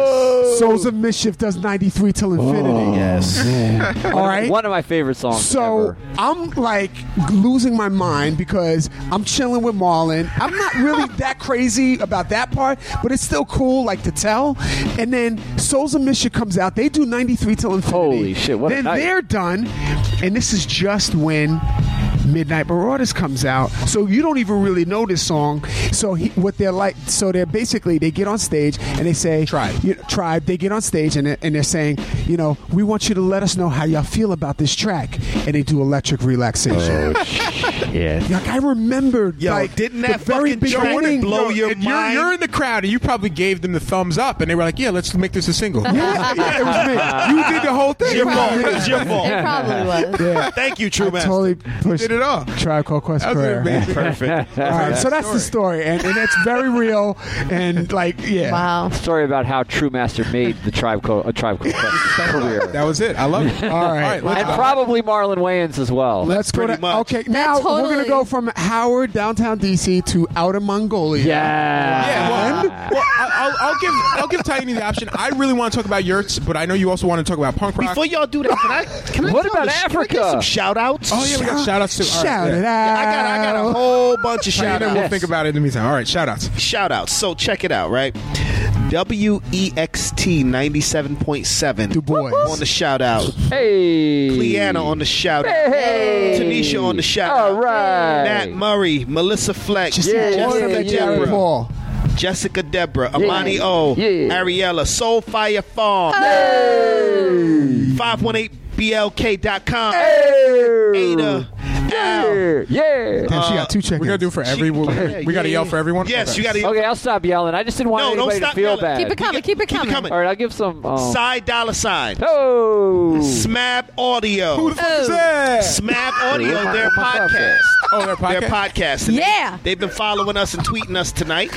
Speaker 8: Souls of Mischief does 93 till infinity. Oh, yes. All right.
Speaker 6: One of my favorite songs.
Speaker 8: So
Speaker 6: ever.
Speaker 8: I'm like losing my mind because I'm chilling with Marlon. I'm not really that crazy about that part, but it's still cool, like to tell. And then Souls of Mission comes out. They do 93 till infinity. Holy shit!
Speaker 6: what a
Speaker 8: Then
Speaker 6: night.
Speaker 8: they're done, and this is just when. Midnight Marauders comes out, so you don't even really know this song. So he, what they're like, so they're basically they get on stage and they say tribe, you know, tribe. They get on stage and they're, and they're saying, you know, we want you to let us know how y'all feel about this track, and they do electric relaxation.
Speaker 6: yeah.
Speaker 8: Like I remembered,
Speaker 2: Oh, Yo,
Speaker 8: like
Speaker 2: didn't
Speaker 8: the
Speaker 2: that
Speaker 8: very
Speaker 2: fucking joint
Speaker 8: beginning
Speaker 2: blow your mind? You're, in the crowd and you probably gave them the thumbs up and they were like, "Yeah, let's make this a single."
Speaker 8: Yeah, yeah, it was me.
Speaker 2: You did the whole thing.
Speaker 8: Your fault. It was your fault. It
Speaker 5: probably was.
Speaker 8: Yeah.
Speaker 2: Thank you,
Speaker 8: I totally pushed
Speaker 2: did it all.
Speaker 8: Tribe Called Quest
Speaker 2: That was
Speaker 8: career.
Speaker 2: amazing. Perfect.
Speaker 8: all right, so that's the story, and, and it's very real, and like, yeah.
Speaker 5: Wow.
Speaker 6: Story about how True Master made the tribe called a tribe called Quest career.
Speaker 2: That was it. I love it.
Speaker 8: All right.
Speaker 6: and probably Marlon Wayans as well.
Speaker 8: Let's go to uh, okay. Now we're gonna go from Howard downtown DC to outer Mongolia.
Speaker 6: Yeah.
Speaker 2: Well, I'll, I'll- I'll give I'll give Tiny the option. I really want to talk about yurts, but I know you also want to talk about punk rock.
Speaker 1: Before y'all do that, can I? Can I
Speaker 2: What
Speaker 1: tell
Speaker 2: about
Speaker 1: the- can I get
Speaker 2: Africa?
Speaker 1: some shout outs.
Speaker 2: Oh, yeah, we got shout outs too. All right,
Speaker 1: shout
Speaker 2: yeah.
Speaker 1: it
Speaker 2: Yeah,
Speaker 1: out.
Speaker 2: I got, I got a whole bunch of
Speaker 1: All right,
Speaker 2: shout outs.
Speaker 1: then we'll
Speaker 2: We'll think
Speaker 1: think
Speaker 2: about it in the meantime. All right, shout outs.
Speaker 1: Shout outs. So check it out, right? E WEXT 97.7. Du
Speaker 8: Bois.
Speaker 1: On the shout out.
Speaker 6: Hey.
Speaker 1: Cleanna on the shout out.
Speaker 6: Hey.
Speaker 1: Tanisha on the shout out.
Speaker 6: All right.
Speaker 1: Matt Murray, Melissa Fleck,
Speaker 6: Yeah,
Speaker 1: Jessica
Speaker 6: yeah, yeah.
Speaker 1: Deborah.
Speaker 6: Paul.
Speaker 1: Jessica Deborah, Amani
Speaker 6: Yeah.
Speaker 1: O,
Speaker 6: Yeah.
Speaker 1: Ariella, Soul Fire Farm, 518blk.com, Ada, Al,
Speaker 6: yeah.
Speaker 8: Damn, she got two check-ins.
Speaker 2: We're gonna do for every. We, we gotta yell for everyone. Okay.
Speaker 6: Okay, I'll stop yelling. I just didn't want
Speaker 1: Uh, No, don't
Speaker 6: anybody to
Speaker 1: stop
Speaker 6: feel
Speaker 1: yelling.
Speaker 6: bad.
Speaker 1: Keep it coming,
Speaker 5: keep it coming.
Speaker 6: All right, I'll give some. Um,
Speaker 1: Side Dollar Sign.
Speaker 6: Oh.
Speaker 1: Smab Audio.
Speaker 6: Who the fuck is Oh. that?
Speaker 1: Smab Audio,
Speaker 6: Yeah.
Speaker 1: their
Speaker 6: What's up,
Speaker 1: podcast.
Speaker 2: Oh, their
Speaker 1: podcast. Their podcast. And
Speaker 5: Yeah.
Speaker 1: They, have been following us and tweeting us tonight.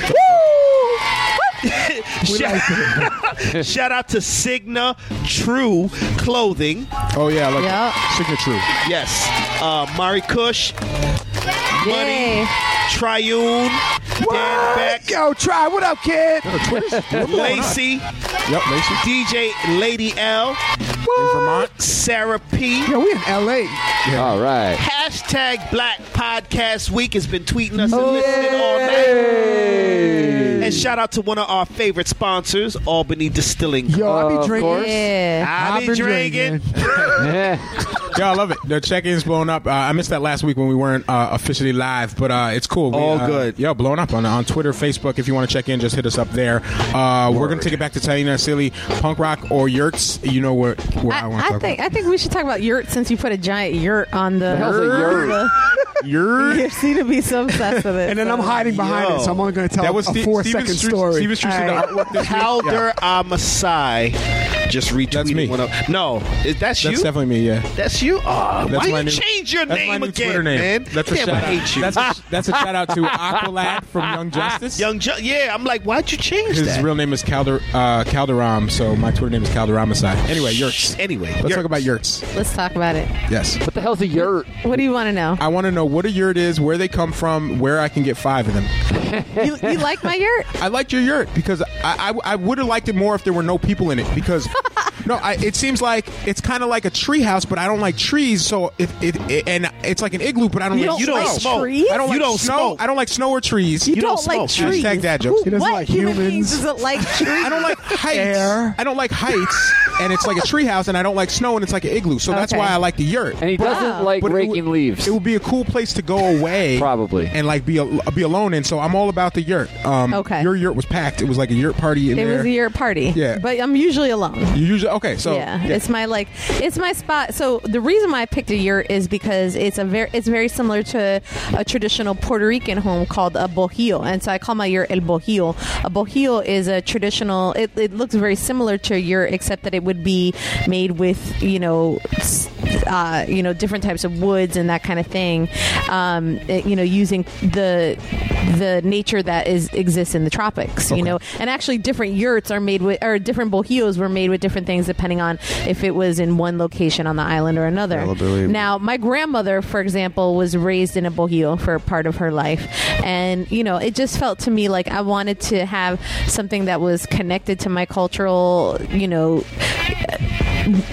Speaker 1: shout, shout out to Signa True Clothing.
Speaker 2: Oh yeah, I like Signa True.
Speaker 1: Yes. Uh, Mari Kush. Money. Triune. Dan Beck.
Speaker 8: Yo, try. What up, kid?
Speaker 1: Lacey.
Speaker 2: Yep, Lacey.
Speaker 1: DJ Lady L.
Speaker 2: Vermont.
Speaker 1: Sarah P.
Speaker 8: Yeah, we in LA.
Speaker 6: All right.
Speaker 1: Hashtag Black Podcast Week has been tweeting us and listening all night. And shout out to one of our favorite sponsors, Albany Distilling.
Speaker 8: Yo, I be
Speaker 1: Company.
Speaker 8: drinking.
Speaker 1: I be
Speaker 8: been
Speaker 1: drinking.
Speaker 2: Yeah, I love it. The check-in's blown up. Uh, I missed that last week when we weren't uh, officially live, but uh, it's cool. We,
Speaker 1: All
Speaker 2: uh,
Speaker 1: good.
Speaker 2: Yeah, blown up on on Twitter, Facebook. If you want to check in, just hit us up there. Uh, we're gonna take it back to Taina Silly, punk rock or yurts. You know where where I, want to
Speaker 5: I
Speaker 2: talk
Speaker 5: think I think we should talk about yurt since you put a giant yurt on the.
Speaker 2: hell's a yurt? about yurt.
Speaker 5: You seem to be so obsessed with it.
Speaker 8: And then I'm
Speaker 5: so.
Speaker 8: hiding behind it, so I'm only
Speaker 2: Oh,
Speaker 8: going to tell a
Speaker 2: Steve-
Speaker 8: four-second
Speaker 2: Steven Street-
Speaker 8: story.
Speaker 2: Steven Street
Speaker 8: All
Speaker 2: did the
Speaker 8: right.
Speaker 2: artwork this week.
Speaker 1: Calder Amasai just retweeted that's me. one of. No, is that's you?
Speaker 2: That's definitely me. Yeah.
Speaker 1: That's you. Oh,
Speaker 2: That's
Speaker 1: why
Speaker 2: my
Speaker 1: you
Speaker 2: new-
Speaker 1: change your
Speaker 2: that's
Speaker 1: name
Speaker 2: my new
Speaker 1: again,
Speaker 2: Twitter name.
Speaker 1: man?
Speaker 2: That's a
Speaker 1: Damn, I
Speaker 2: shout-out.
Speaker 1: hate you.
Speaker 2: That's a- that's a shout-out to Aqualad from Young Justice.
Speaker 1: Young, Ju- yeah. I'm like, why'd you change
Speaker 2: His
Speaker 1: that?
Speaker 2: real name is Calder uh, Calderam, so my Twitter name is Calderamasai. Anyway, Yurts.
Speaker 1: Anyway,
Speaker 2: let's talk about Yurts.
Speaker 5: Let's talk about it.
Speaker 2: Yes.
Speaker 6: What the hell's a yurt?
Speaker 5: What do you want to know?
Speaker 2: I want to know what a yurt is, where they come from, where I can get five of them.
Speaker 5: You, you like my yurt?
Speaker 2: I liked your yurt because I I, I would have liked it more if there were no people in it because. No, I, it seems like it's kind of like a tree house, but I don't like trees. So it, it, it- and it's like an igloo, but I don't
Speaker 1: You
Speaker 2: like
Speaker 1: don't
Speaker 2: snow.
Speaker 1: like trees?
Speaker 2: I don't
Speaker 1: You
Speaker 2: like
Speaker 1: don't
Speaker 2: snow.
Speaker 1: smoke.
Speaker 2: I don't like snow or trees.
Speaker 1: You You don't don't like smoke. trees.
Speaker 2: Hashtag dad jokes.
Speaker 1: Who- He doesn't what like human humans. beings
Speaker 5: doesn't like trees?
Speaker 2: I don't like heights. I don't like heights, and it's like a tree house, and I don't like snow, and it's like an igloo. So that's
Speaker 6: Okay.
Speaker 2: why I like the yurt.
Speaker 6: And he doesn't like
Speaker 2: But it
Speaker 6: raking
Speaker 2: would-
Speaker 6: leaves.
Speaker 2: It would be a cool place to go away, probably, and like be a, be alone. And so I'm all about the yurt. Um,
Speaker 5: Okay.
Speaker 2: Your yurt was packed. It was like a yurt party in
Speaker 5: It
Speaker 2: there.
Speaker 5: was a yurt party.
Speaker 2: Yeah.
Speaker 5: But I'm usually alone.
Speaker 2: You usually okay. So
Speaker 5: yeah, it's my like it's my spot. So the reason why I picked a yurt is because it's a very it's very similar to a traditional Puerto Rican home called a bojillo, and so I call my yurt el bojillo. A bojillo is a traditional. It, it looks very similar to a yurt, except that it would be made with you know s- uh, you know different types of woods and that kind of thing. Um, it- you know, using the the nature that is exists in the tropics. You know, and actually different yurts are made with or different bohios were made with different things depending on if it was in one location on the island or another.
Speaker 10: Malibu.
Speaker 5: Now, my grandmother, for example, was raised in a bohio for part of her life, and you know, it just felt to me like I wanted to have something that was connected to my cultural, you know,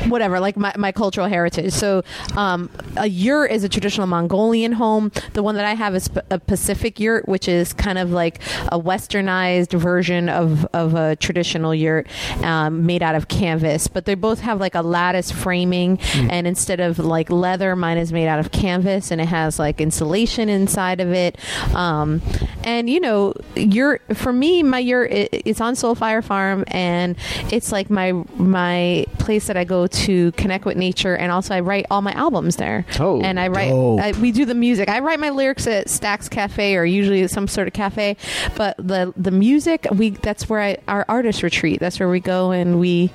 Speaker 5: whatever, like my, my cultural heritage. So, um, a yurt is a traditional Mongolian home. The one that I have is a Pacific yurt, which is kind of like a westernized version of, of a traditional yurt um, made out of canvas. But they both have like a lattice framing, and instead of like leather, mine is made out of canvas and it has like insulation inside of it. Um, and you know, yurt for me, my yurt i it's on Soulfire Farm, and it's like my my place that I go to connect with nature, and also I write all my albums there.
Speaker 6: Oh,
Speaker 5: and I write.
Speaker 6: dope.
Speaker 5: I, we do the music. I write my lyrics at Stacks Cafe or usually some sort of cafe, but the the music we that's where I our artist retreat. That's where we go and we,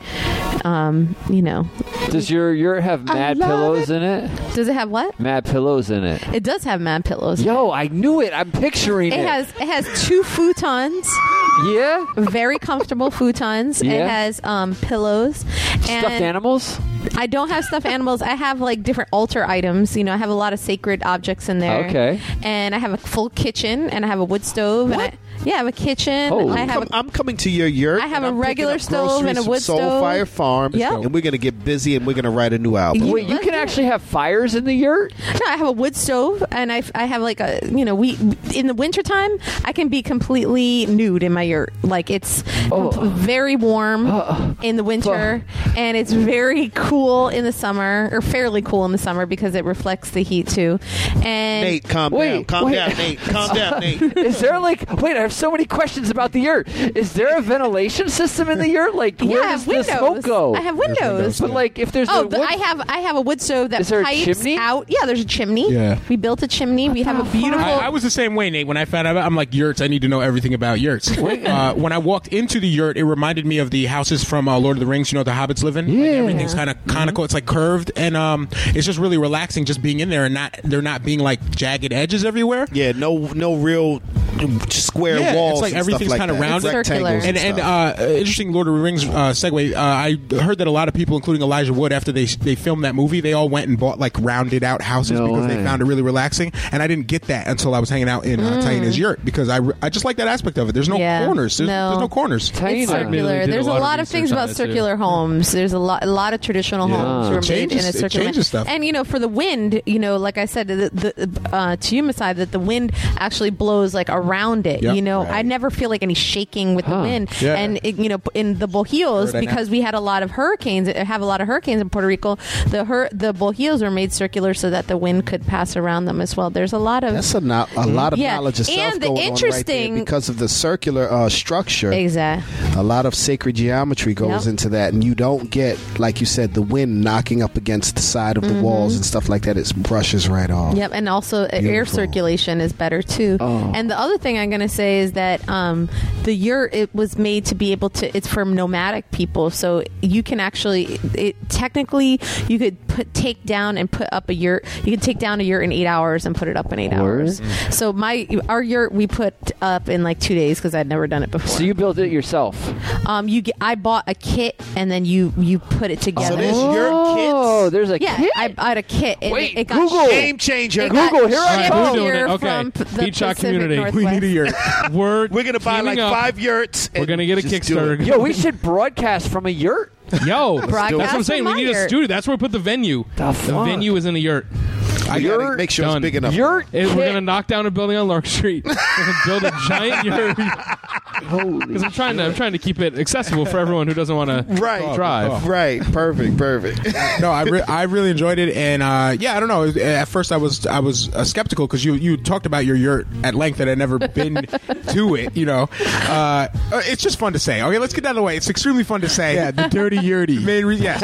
Speaker 5: um, you know,
Speaker 6: Does your yurt have
Speaker 5: I
Speaker 6: mad
Speaker 5: love
Speaker 6: pillows in it?
Speaker 5: does it have what?
Speaker 6: Mad pillows in it.
Speaker 5: It does have mad pillows.
Speaker 6: Yo, I knew it. I'm picturing
Speaker 5: It
Speaker 6: it.
Speaker 5: has it has two futons.
Speaker 6: Yeah.
Speaker 5: Very comfortable futons.
Speaker 6: Yeah.
Speaker 5: It has um, pillows. And
Speaker 6: Stuffed animals?
Speaker 5: I don't have stuffed animals. I have like different altar items. You know, I have a lot of sacred objects in there.
Speaker 6: Okay.
Speaker 5: And I have a full kitchen and I have a wood stove. And I, yeah, I have a kitchen.
Speaker 1: I'm,
Speaker 5: I have
Speaker 1: com- I'm coming to your yurt.
Speaker 5: I have
Speaker 1: and
Speaker 5: a
Speaker 1: I'm picking
Speaker 5: regular
Speaker 1: up
Speaker 5: stove and a
Speaker 1: groceries
Speaker 5: wood
Speaker 1: from
Speaker 5: stove.
Speaker 1: Soulfire Farm,
Speaker 5: Yep.
Speaker 1: and we're gonna get busy and we're gonna write a new album.
Speaker 6: Wait, you can actually have fires in the yurt?
Speaker 5: No, I have a wood stove, and I, I have like a you know we in the wintertime I can be completely nude in my yurt. Like it's
Speaker 6: Oh.
Speaker 5: comp- very warm
Speaker 6: Uh.
Speaker 5: in the winter, and it's very cool in the summer, or fairly cool in the summer because it reflects the heat too. And
Speaker 1: Nate, calm down, calm down, Nate, calm down, Nate.
Speaker 6: Is there like wait, I have so many questions about the yurt. Is there a ventilation system in the yurt? Like where
Speaker 5: yeah, I have
Speaker 6: does the smoke
Speaker 5: windows.
Speaker 6: go?
Speaker 5: I have windows.
Speaker 6: But like if there's
Speaker 5: oh,
Speaker 6: the
Speaker 5: the-
Speaker 6: wood-
Speaker 5: I have I have a wood stove that
Speaker 6: Is there a
Speaker 5: pipes
Speaker 6: chimney?
Speaker 5: out. Yeah, there's a chimney.
Speaker 2: Yeah.
Speaker 5: we built a chimney. we have a beautiful.
Speaker 2: I, I was the same way, Nate. When I found out, I'm like yurts. I need to know everything about yurts. uh, when I walked into the yurt, it reminded me of the houses from uh, Lord of the Rings. You know, the hobbits live in. Yeah, everything's kind of conical. It's like curved, and um, it's just really relaxing just being in there and not there not being like jagged edges everywhere.
Speaker 1: Yeah, no, no real square
Speaker 2: Yeah,
Speaker 1: walls.
Speaker 2: It's like
Speaker 1: and stuff
Speaker 2: everything's
Speaker 1: like
Speaker 2: kind of
Speaker 1: that.
Speaker 2: round,
Speaker 1: rectangles
Speaker 2: And, and uh, interesting Lord of the Rings uh, segue. Uh, I heard that a lot of people, including Elijah Wood, after they they filmed that movie, they all went and bought like rounded out houses
Speaker 6: No
Speaker 2: because
Speaker 6: way.
Speaker 2: they found it really relaxing. And I didn't get that until I was hanging out in uh,
Speaker 5: Mm.
Speaker 2: Taina's yurt because I, re- I just like that aspect of it. There's no
Speaker 5: Yeah,
Speaker 2: corners. There's
Speaker 5: no.
Speaker 2: no, there's no corners.
Speaker 5: It's circular. There's a lot, of things about circular homes. There's a lot, a lot of traditional
Speaker 2: Yeah.
Speaker 5: homes
Speaker 2: It
Speaker 5: were made
Speaker 2: changes-
Speaker 5: in a
Speaker 2: it
Speaker 5: circular.
Speaker 2: changes stuff.
Speaker 5: And you know, for the wind, you know, like I said, the, the uh, to Yuma side, that the wind actually blows like around it.
Speaker 10: Yeah.
Speaker 5: You know,
Speaker 10: Right.
Speaker 5: I never feel like any shaking with the
Speaker 10: Huh.
Speaker 5: wind.
Speaker 10: Yeah.
Speaker 5: And it, you know, in the bohios,
Speaker 10: Heard I know.
Speaker 5: because we had a lot of hurricanes, have a lot of hurricanes in Puerto Rico. The hur- the bohios were made circular so that the wind could pass around them as well. There's a lot of
Speaker 1: That's a, no- a lot of
Speaker 5: Mm-hmm. Yeah.
Speaker 1: knowledge of stuff
Speaker 5: And the
Speaker 1: going on right
Speaker 5: interesting-
Speaker 1: there because of the circular uh, structure.
Speaker 5: Exact.
Speaker 1: A lot of sacred geometry goes
Speaker 5: Yep.
Speaker 1: into that, and you don't get, like you said, the wind knocking up against the side of the
Speaker 5: Mhm.
Speaker 1: walls and stuff like that. It brushes right off.
Speaker 5: Yep, and also uh air
Speaker 1: Beautiful.
Speaker 5: circulation is better too.
Speaker 1: Oh.
Speaker 5: And the other thing I'm going to say is that um, the yurt it was made to be able to. It's for nomadic people, so you can actually it technically you could put take down and put up a yurt. You could take down a yurt in eight hours and put it up in eight
Speaker 6: Word.
Speaker 5: hours. So my our yurt we put up in like two days because I'd never done it before.
Speaker 6: So you built it yourself.
Speaker 5: Um, you get, I bought a kit and then you you put it together.
Speaker 6: there's your kits?
Speaker 5: Oh,
Speaker 6: there's a
Speaker 5: yeah,
Speaker 6: kit?
Speaker 5: I bought a kit. and
Speaker 6: Wait,
Speaker 5: it got
Speaker 6: Google.
Speaker 5: shipped-
Speaker 6: Game changer.
Speaker 5: it got
Speaker 6: Google, here I
Speaker 5: shipped
Speaker 6: come. We're
Speaker 5: here
Speaker 6: doing it.
Speaker 5: from
Speaker 6: Okay.
Speaker 5: p- the
Speaker 4: Beach Shot
Speaker 5: Pacific
Speaker 4: community.
Speaker 5: Northwest.
Speaker 4: need a yurt. We're we're
Speaker 7: gonna buy like five yurts.
Speaker 4: We're gonna get a Kickstarter.
Speaker 6: Yo, we should broadcast from a yurt.
Speaker 4: Yo, that's
Speaker 6: Broadcast
Speaker 4: what I'm
Speaker 6: from
Speaker 4: saying. We
Speaker 6: my
Speaker 4: need a
Speaker 6: yurt.
Speaker 4: studio. That's where we put the venue. The,
Speaker 6: fuck?
Speaker 4: venue is in a yurt.
Speaker 7: I gotta Yurt- make sure it's
Speaker 4: Done.
Speaker 7: big enough. Yurt
Speaker 4: It- we're
Speaker 7: kit.
Speaker 4: gonna knock down a building on Lark Street. We're gonna build a giant yurt. Because I'm trying to, I'm trying to keep it accessible for everyone who doesn't want to
Speaker 2: Right.
Speaker 4: drive.
Speaker 8: Oh.
Speaker 7: Right. Perfect. Perfect.
Speaker 2: no, I, re- I really enjoyed it, and uh, yeah, I don't know. At first, I was I was uh, skeptical because you you talked about your yurt at length that I'd never been to it. You know, uh, uh, it's just fun to say. Okay, let's get that out of the way. It's extremely fun to say. Yeah, the dirty yurty. Main re- yes.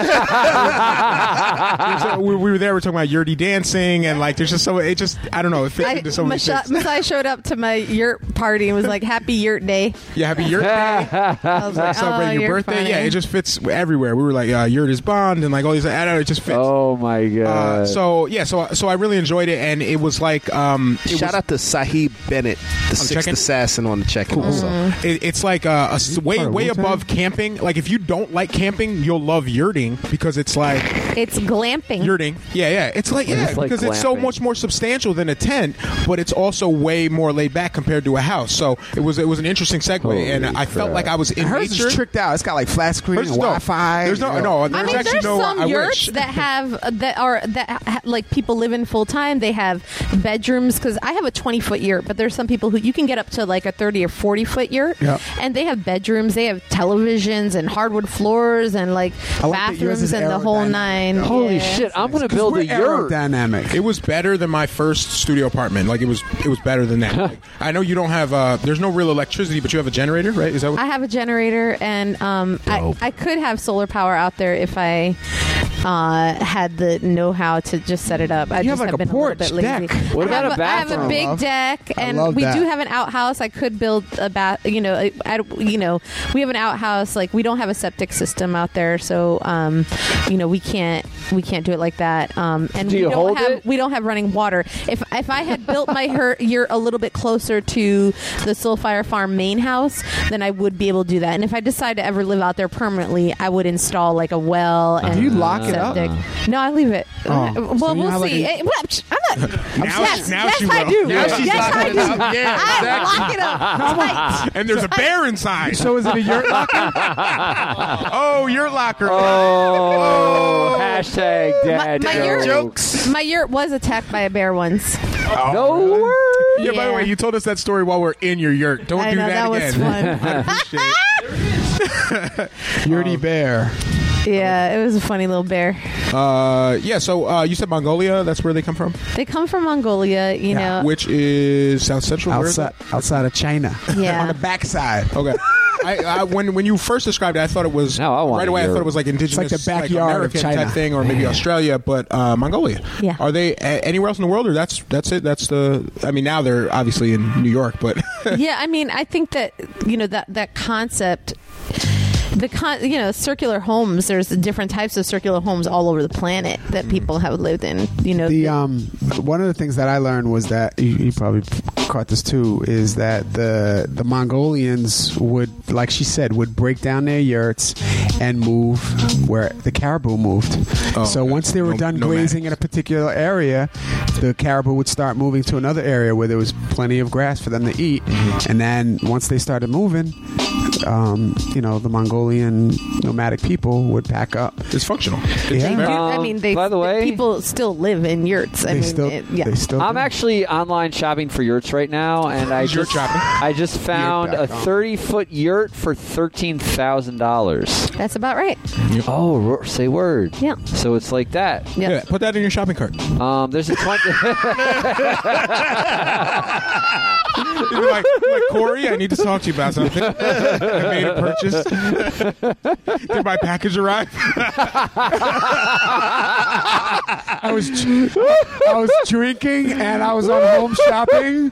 Speaker 2: So we, we were there. We are talking about yurty dancing, and like there's just so it just I don't know. It fits
Speaker 5: I,
Speaker 2: into so many
Speaker 5: Masha-
Speaker 2: things.
Speaker 5: Masai showed up to my yurt party and was like, "Happy yurt day."
Speaker 2: Yeah, happy yurt day.
Speaker 5: I was
Speaker 2: It's like
Speaker 5: like,
Speaker 2: celebrating
Speaker 5: "Oh,
Speaker 2: your
Speaker 5: you're
Speaker 2: birthday.
Speaker 5: funny."
Speaker 2: Yeah, it just fits everywhere. We were like, uh, yurt is bond, and like all these. I don't know. It just fits.
Speaker 6: Oh my god.
Speaker 2: Uh, so yeah, so so I really enjoyed it, and it was like um, it
Speaker 7: Shout
Speaker 2: was,
Speaker 7: out to Sahib Bennett, the sixth assassin on the check-in. Also,
Speaker 2: It, it's like uh, a s- way
Speaker 7: part of
Speaker 2: way
Speaker 7: Wu-Tang?
Speaker 2: above camping. Like if you don't like camping, you'll love yurting because it's like
Speaker 5: It's glamping.
Speaker 2: yurting. Yeah, yeah. It's like yeah,
Speaker 6: It's like
Speaker 2: because it's so
Speaker 6: glamping.
Speaker 2: much more substantial than a tent, but it's also way more laid back compared to a house. So it was it was an interesting segue, and I felt
Speaker 8: crap.
Speaker 2: like I was in
Speaker 8: Hers is
Speaker 2: nature.
Speaker 8: tricked out. It's got like flat screen,
Speaker 2: Hers is dope.
Speaker 8: Wi-Fi.
Speaker 2: There's no-
Speaker 8: you
Speaker 2: no,
Speaker 8: know.
Speaker 2: there's
Speaker 5: I mean, there's some
Speaker 2: I
Speaker 5: yurts
Speaker 2: wish.
Speaker 5: that have that are that ha- like people live in full time. They have bedrooms because I have a 20 foot yurt, but there's some people who you can get up to like a 30 or 40 foot yurt,
Speaker 8: Yep.
Speaker 5: and they have bedrooms, they have televisions and hardwood floors and like
Speaker 8: I like that yours
Speaker 5: bathrooms
Speaker 8: is
Speaker 5: and the whole nine. Yeah.
Speaker 6: I'm gonna
Speaker 2: Because
Speaker 6: build
Speaker 2: we're
Speaker 6: a yurt.
Speaker 2: aerodynamic. It was better than my first studio apartment. Like it was, it was better than that. Like, I know you don't have. Uh, there's no real electricity, but you have a generator, right? Is that what?
Speaker 5: I have a generator, and um, I, I could have solar power out there if I uh, had the know-how to just set it up. I
Speaker 8: You
Speaker 5: just
Speaker 8: have like a
Speaker 5: been
Speaker 8: porch
Speaker 5: a little bit lazy.
Speaker 8: deck. What
Speaker 5: I
Speaker 8: about
Speaker 5: have
Speaker 8: a
Speaker 5: I have a
Speaker 8: bathroom?
Speaker 5: big
Speaker 8: Love-
Speaker 5: deck,
Speaker 8: I
Speaker 5: and
Speaker 8: love
Speaker 5: we
Speaker 8: that.
Speaker 5: do have an outhouse. I could build a bath. You know, I, I don't- you know, we have an outhouse. Like we don't have a septic system out there, so um, you know, we can't we can't do it like that. Um, and
Speaker 6: Do
Speaker 5: we
Speaker 6: you
Speaker 5: don't
Speaker 6: hold
Speaker 5: have
Speaker 6: it?
Speaker 5: we don't have running water. If if I had built my her yurt a little bit closer to the Soulfire Farm main house, then I would be able to do that. And if I decide to ever live out there permanently, I would install like a well and
Speaker 8: Do you lock it up?
Speaker 5: septic. No, I leave it.
Speaker 8: Oh. So
Speaker 5: Well,
Speaker 8: you're
Speaker 5: we'll
Speaker 8: not like
Speaker 5: see.
Speaker 8: a-
Speaker 5: Eh, well, psh, I'm not.
Speaker 2: Now
Speaker 5: yes,
Speaker 2: she- now
Speaker 5: yes,
Speaker 2: she
Speaker 5: I
Speaker 2: will.
Speaker 5: do.
Speaker 2: Now
Speaker 5: yes,
Speaker 2: she's
Speaker 5: I
Speaker 2: locking
Speaker 5: do.
Speaker 2: it up. Yeah,
Speaker 5: I
Speaker 2: exactly.
Speaker 5: lock it up. tight.
Speaker 2: and there's a bear inside.
Speaker 8: So is it a yurt locker?
Speaker 2: oh, yurt locker.
Speaker 6: Oh, hashtag
Speaker 5: My,
Speaker 6: dad
Speaker 5: my yurt,
Speaker 6: jokes.
Speaker 5: My yurt was attacked by a bear once.
Speaker 6: No word.
Speaker 2: Oh, Yeah, By the
Speaker 5: Yeah.
Speaker 2: way, you told us that story while we're in your yurt. Don't
Speaker 5: I
Speaker 2: do
Speaker 5: know, that
Speaker 2: that,
Speaker 5: was
Speaker 2: again.
Speaker 5: fun.
Speaker 2: I appreciate it. Yurty bear.
Speaker 5: Yeah, it was a funny little bear.
Speaker 2: Uh, yeah. So uh, you said Mongolia. That's where they come from.
Speaker 5: They come from Mongolia, you know.
Speaker 2: Which is South Central. where is
Speaker 8: outside, outside of China.
Speaker 5: Yeah.
Speaker 8: on the backside.
Speaker 2: Okay. I, I, when when you first described it, I thought it was right away. I
Speaker 8: your-
Speaker 2: thought it was like
Speaker 8: It's
Speaker 2: indigenous,
Speaker 8: like the backyard of
Speaker 2: American
Speaker 8: China.
Speaker 2: type thing, or maybe Australia, but uh, Mongolia.
Speaker 5: Yeah.
Speaker 2: Are they a- anywhere else in the world, or that's that's it? That's the. I mean, now they're obviously in New York, but
Speaker 5: yeah, I mean, I think that you know that that concept. The con, you know, circular homes. There's different types of circular homes all over the planet that people have lived in. You know,
Speaker 8: the um one of the things that I learned was that you, you probably caught this too is that the the Mongolians would like she said would break down their yurts and move where the caribou moved. so once they were
Speaker 2: Oh, No-
Speaker 8: done
Speaker 2: nomadic.
Speaker 8: grazing in a particular area, the caribou would start moving to another area where there was plenty of grass for them to eat.
Speaker 2: Mm-hmm.
Speaker 8: And then once they started moving, um, you know, the Mongolian nomadic people would pack up.
Speaker 2: It's functional.
Speaker 5: They do-
Speaker 8: yeah.
Speaker 5: I mean, they, by the way, people still live in yurts. I
Speaker 8: They
Speaker 5: mean,
Speaker 8: still-
Speaker 5: it- yeah,
Speaker 8: they still
Speaker 6: I'm actually online shopping for yurts right now, and I
Speaker 2: Yurt
Speaker 6: just
Speaker 2: shopping.
Speaker 6: I just found a 30 foot yurt for thirteen thousand dollars.
Speaker 5: that's about right.
Speaker 6: Oh, ro- say word.
Speaker 5: Yeah.
Speaker 6: So it's like that.
Speaker 5: Yeah.
Speaker 2: Put that in your shopping cart.
Speaker 6: Um, there's a 20-
Speaker 2: You're like, you're like Corey, I need to talk to you about something. I made a purchase. Did my package arrive?
Speaker 8: I was I was drinking and I was on home shopping.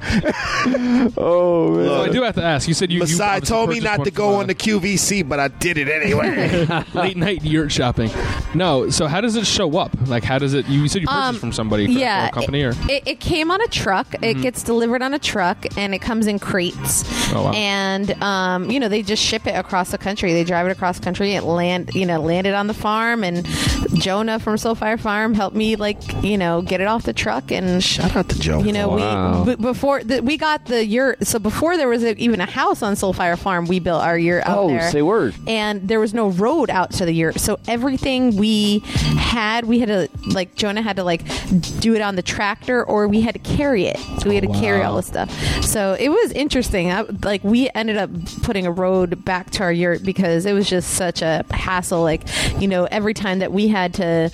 Speaker 6: oh man!
Speaker 4: So I do have to ask. You said you. you
Speaker 1: Masai
Speaker 4: obviously
Speaker 1: told me
Speaker 4: purchased
Speaker 1: not
Speaker 4: one
Speaker 1: to
Speaker 4: from,
Speaker 1: go
Speaker 4: uh,
Speaker 1: on the QVC, but I did it anyway.
Speaker 4: late night yurt shopping. No, so how does it show up? Like, how does it? You said you purchased
Speaker 5: Um,
Speaker 4: from somebody, from
Speaker 5: yeah,
Speaker 4: a company, or
Speaker 5: It, it came on a truck. It
Speaker 4: Mhm.
Speaker 5: gets delivered on a truck, and it comes in crates.
Speaker 4: Oh, wow.
Speaker 5: And um, you know, they just ship it across the country. They drive it across country. It land, you know, landed on the farm, and Jonah from Soulfire Farm helped me, like, you know, get it off the truck. And
Speaker 1: shout out to Jonah.
Speaker 5: You know,
Speaker 1: Wow.
Speaker 5: we b- before the, we got the yurt. So before there was a, even a house on Soulfire Farm, we built our yurt out
Speaker 6: Oh,
Speaker 5: there.
Speaker 6: say word.
Speaker 5: And there was no road out to the yurt, so everything we had, we had to like Jonah had to like do it on the tractor, or we had to carry it. So we had to carry
Speaker 6: Wow.
Speaker 5: all this stuff. So it was interesting. I, like we ended up putting a road back to our yurt because it was just such a hassle. Like you know, every time that we had to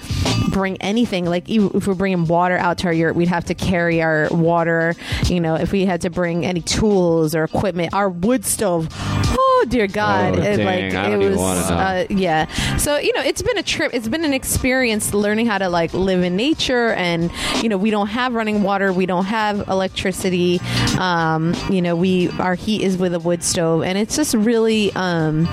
Speaker 5: bring anything, like even if we're bringing water out to our yurt, we'd have to carry our water. You know, if we had to bring any tools or equipment, our wood stove. Oh dear God!
Speaker 6: Oh,
Speaker 5: it,
Speaker 6: dang,
Speaker 5: like
Speaker 6: I don't
Speaker 5: it
Speaker 6: even
Speaker 5: was.
Speaker 6: wanna know.
Speaker 5: Uh, yeah. So you know, it's been a trip. It's been an experience learning how to like live in nature, and you know, we don't have running water, we don't have electricity. Um, you know, we our heat is with a wood stove, and it's just really um,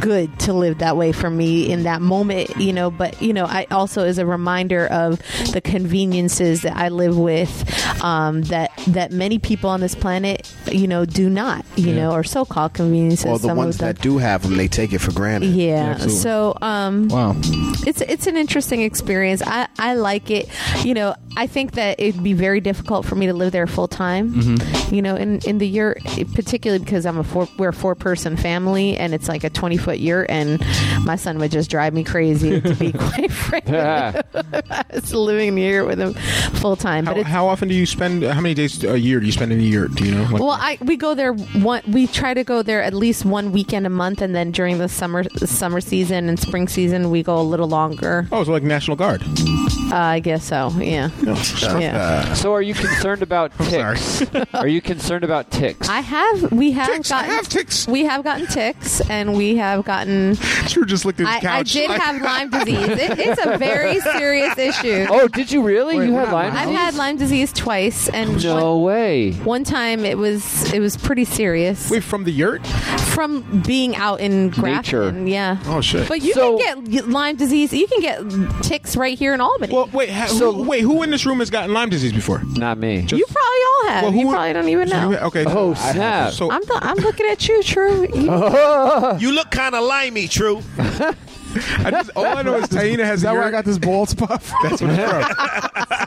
Speaker 5: good to live that way for me in that moment. You know, but you know, I also is a reminder of the conveniences that I live with. Um, that that many people on this planet, you know, do not. You know, or so-called conveniences.
Speaker 1: Well, the
Speaker 5: Some
Speaker 1: ones
Speaker 5: of them.
Speaker 1: that do have them, they take it for granted.
Speaker 5: Yeah. so um
Speaker 1: Wow.
Speaker 5: It's it's an interesting experience. I I like it. You know, I think that it'd be very difficult for me to live there full time.
Speaker 10: Mhm.
Speaker 5: You know, in in the yurt particularly because I'm a four we're a four person family and it's like a 20 foot yurt and my son would just drive me crazy to be quite frank. with
Speaker 6: Yeah.
Speaker 5: you. I was living in the yurt with him full time, but
Speaker 2: how,
Speaker 5: it's
Speaker 2: how often do you spend? How many days a year do you spend in a year? Do you know? Like-
Speaker 5: well, I we go there one. We try to go there at least one weekend a month, and then during the summer summer season and spring season, we go a little longer.
Speaker 2: Oh, it's like National Guard.
Speaker 5: Uh, I guess so. Yeah. yeah.
Speaker 6: So, are you concerned about ticks? are you concerned about ticks?
Speaker 5: I have. We have gotten. ticks. We have gotten ticks, and we have gotten.
Speaker 2: Drew just looked at
Speaker 5: I, I did have Lyme disease. It, it's a very serious issue.
Speaker 6: Oh, did you really? you had Lyme
Speaker 5: I've
Speaker 6: disease?
Speaker 5: had Lyme disease twice, and
Speaker 6: No way.
Speaker 5: one, one time it was it was pretty serious.
Speaker 2: Wait, from the yurt?
Speaker 5: From being out in Grafton, yeah.
Speaker 2: Oh, shit.
Speaker 5: But you
Speaker 2: So-
Speaker 5: can get Lyme disease. You can get ticks right here in Albany. Well,
Speaker 2: wait, ha- who- wait, who in this room has gotten Lyme disease before?
Speaker 6: Not me.
Speaker 5: you probably all have.
Speaker 2: Well, who-
Speaker 5: you probably don't even
Speaker 2: so
Speaker 5: know.
Speaker 2: you- okay. Oh, I- snap. so-
Speaker 5: I'm, th- I'm looking at you, True.
Speaker 7: you look kind of limey, True.
Speaker 2: I just, all I know is Taina has.
Speaker 8: Is that
Speaker 2: a
Speaker 8: where I
Speaker 2: yurt.
Speaker 8: got this bald spot? From?
Speaker 2: That's what it's from.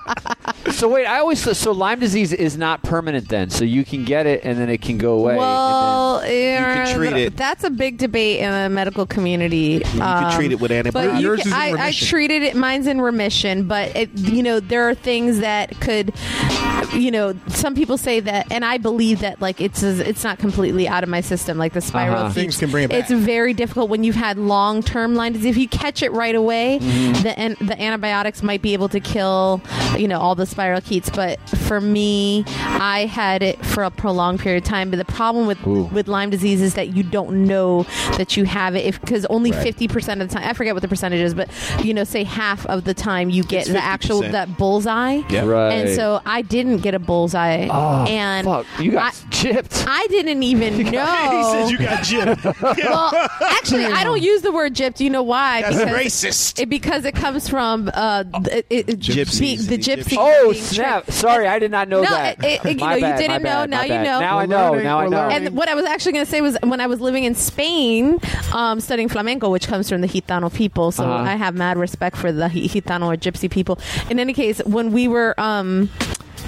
Speaker 6: So wait, I always so Lyme disease is not permanent then. So you can get it and then it can go away. and
Speaker 5: Well,
Speaker 6: can
Speaker 5: yeah,
Speaker 6: treat it.
Speaker 5: that's a big debate in the medical community. um,
Speaker 6: you can treat it with
Speaker 5: But
Speaker 6: antibiotics.
Speaker 5: you
Speaker 6: Yours
Speaker 5: can,
Speaker 6: is in
Speaker 5: I, I
Speaker 6: remission.
Speaker 5: treated it. Mine's in remission, but it, you know there are things that could, you know, some people say that, and I believe that like it's it's not completely out of my system. Like the spiral
Speaker 2: Uh-huh.
Speaker 5: of
Speaker 2: Things
Speaker 5: heat,
Speaker 2: can bring it back.
Speaker 5: It's very difficult when you've had long term Lyme disease. If you catch it right away,
Speaker 6: Mm-hmm.
Speaker 2: Mhm.
Speaker 5: the an- the antibiotics might be able to kill, you know, all the spirochetes. But for me, I had it for a prolonged period of time. But the problem with
Speaker 6: Ooh.
Speaker 5: with Lyme disease is that you don't know that you have it if because only
Speaker 6: Right.
Speaker 5: fifty percent of the time I forget what the percentage is, but you know, say half of the time you get
Speaker 6: It's
Speaker 5: the actual
Speaker 6: 50%.
Speaker 5: that bullseye.
Speaker 6: Yeah. Right.
Speaker 5: And so I didn't get a bullseye,
Speaker 6: Oh,
Speaker 5: and
Speaker 6: fuck. You got
Speaker 5: I,
Speaker 6: gypped.
Speaker 5: I didn't even know.
Speaker 7: He said you got Jim.
Speaker 5: Well, actually, I don't use the word gypped. You know why?
Speaker 7: That's
Speaker 5: racist. It, because it comes from uh, it, it, it-
Speaker 6: Gypsies
Speaker 5: being- the
Speaker 6: and
Speaker 5: gypsy.
Speaker 6: Oh
Speaker 5: being
Speaker 6: snap!
Speaker 5: tricked.
Speaker 6: Sorry, I did not know
Speaker 5: no,
Speaker 6: that.
Speaker 5: it- it- you
Speaker 6: My bad,
Speaker 5: know, you
Speaker 6: my
Speaker 5: didn't know.
Speaker 6: bad,
Speaker 5: now
Speaker 6: my
Speaker 5: you
Speaker 6: bad.
Speaker 5: know.
Speaker 6: Now I know. Now I know.
Speaker 5: And what I was actually going to say was when I was living in Spain, um, studying flamenco, which comes from the Gitano people. So
Speaker 6: Uh-huh.
Speaker 5: I have mad respect for the Gi- Gitano or Gypsy people. In any case, when we were. Um,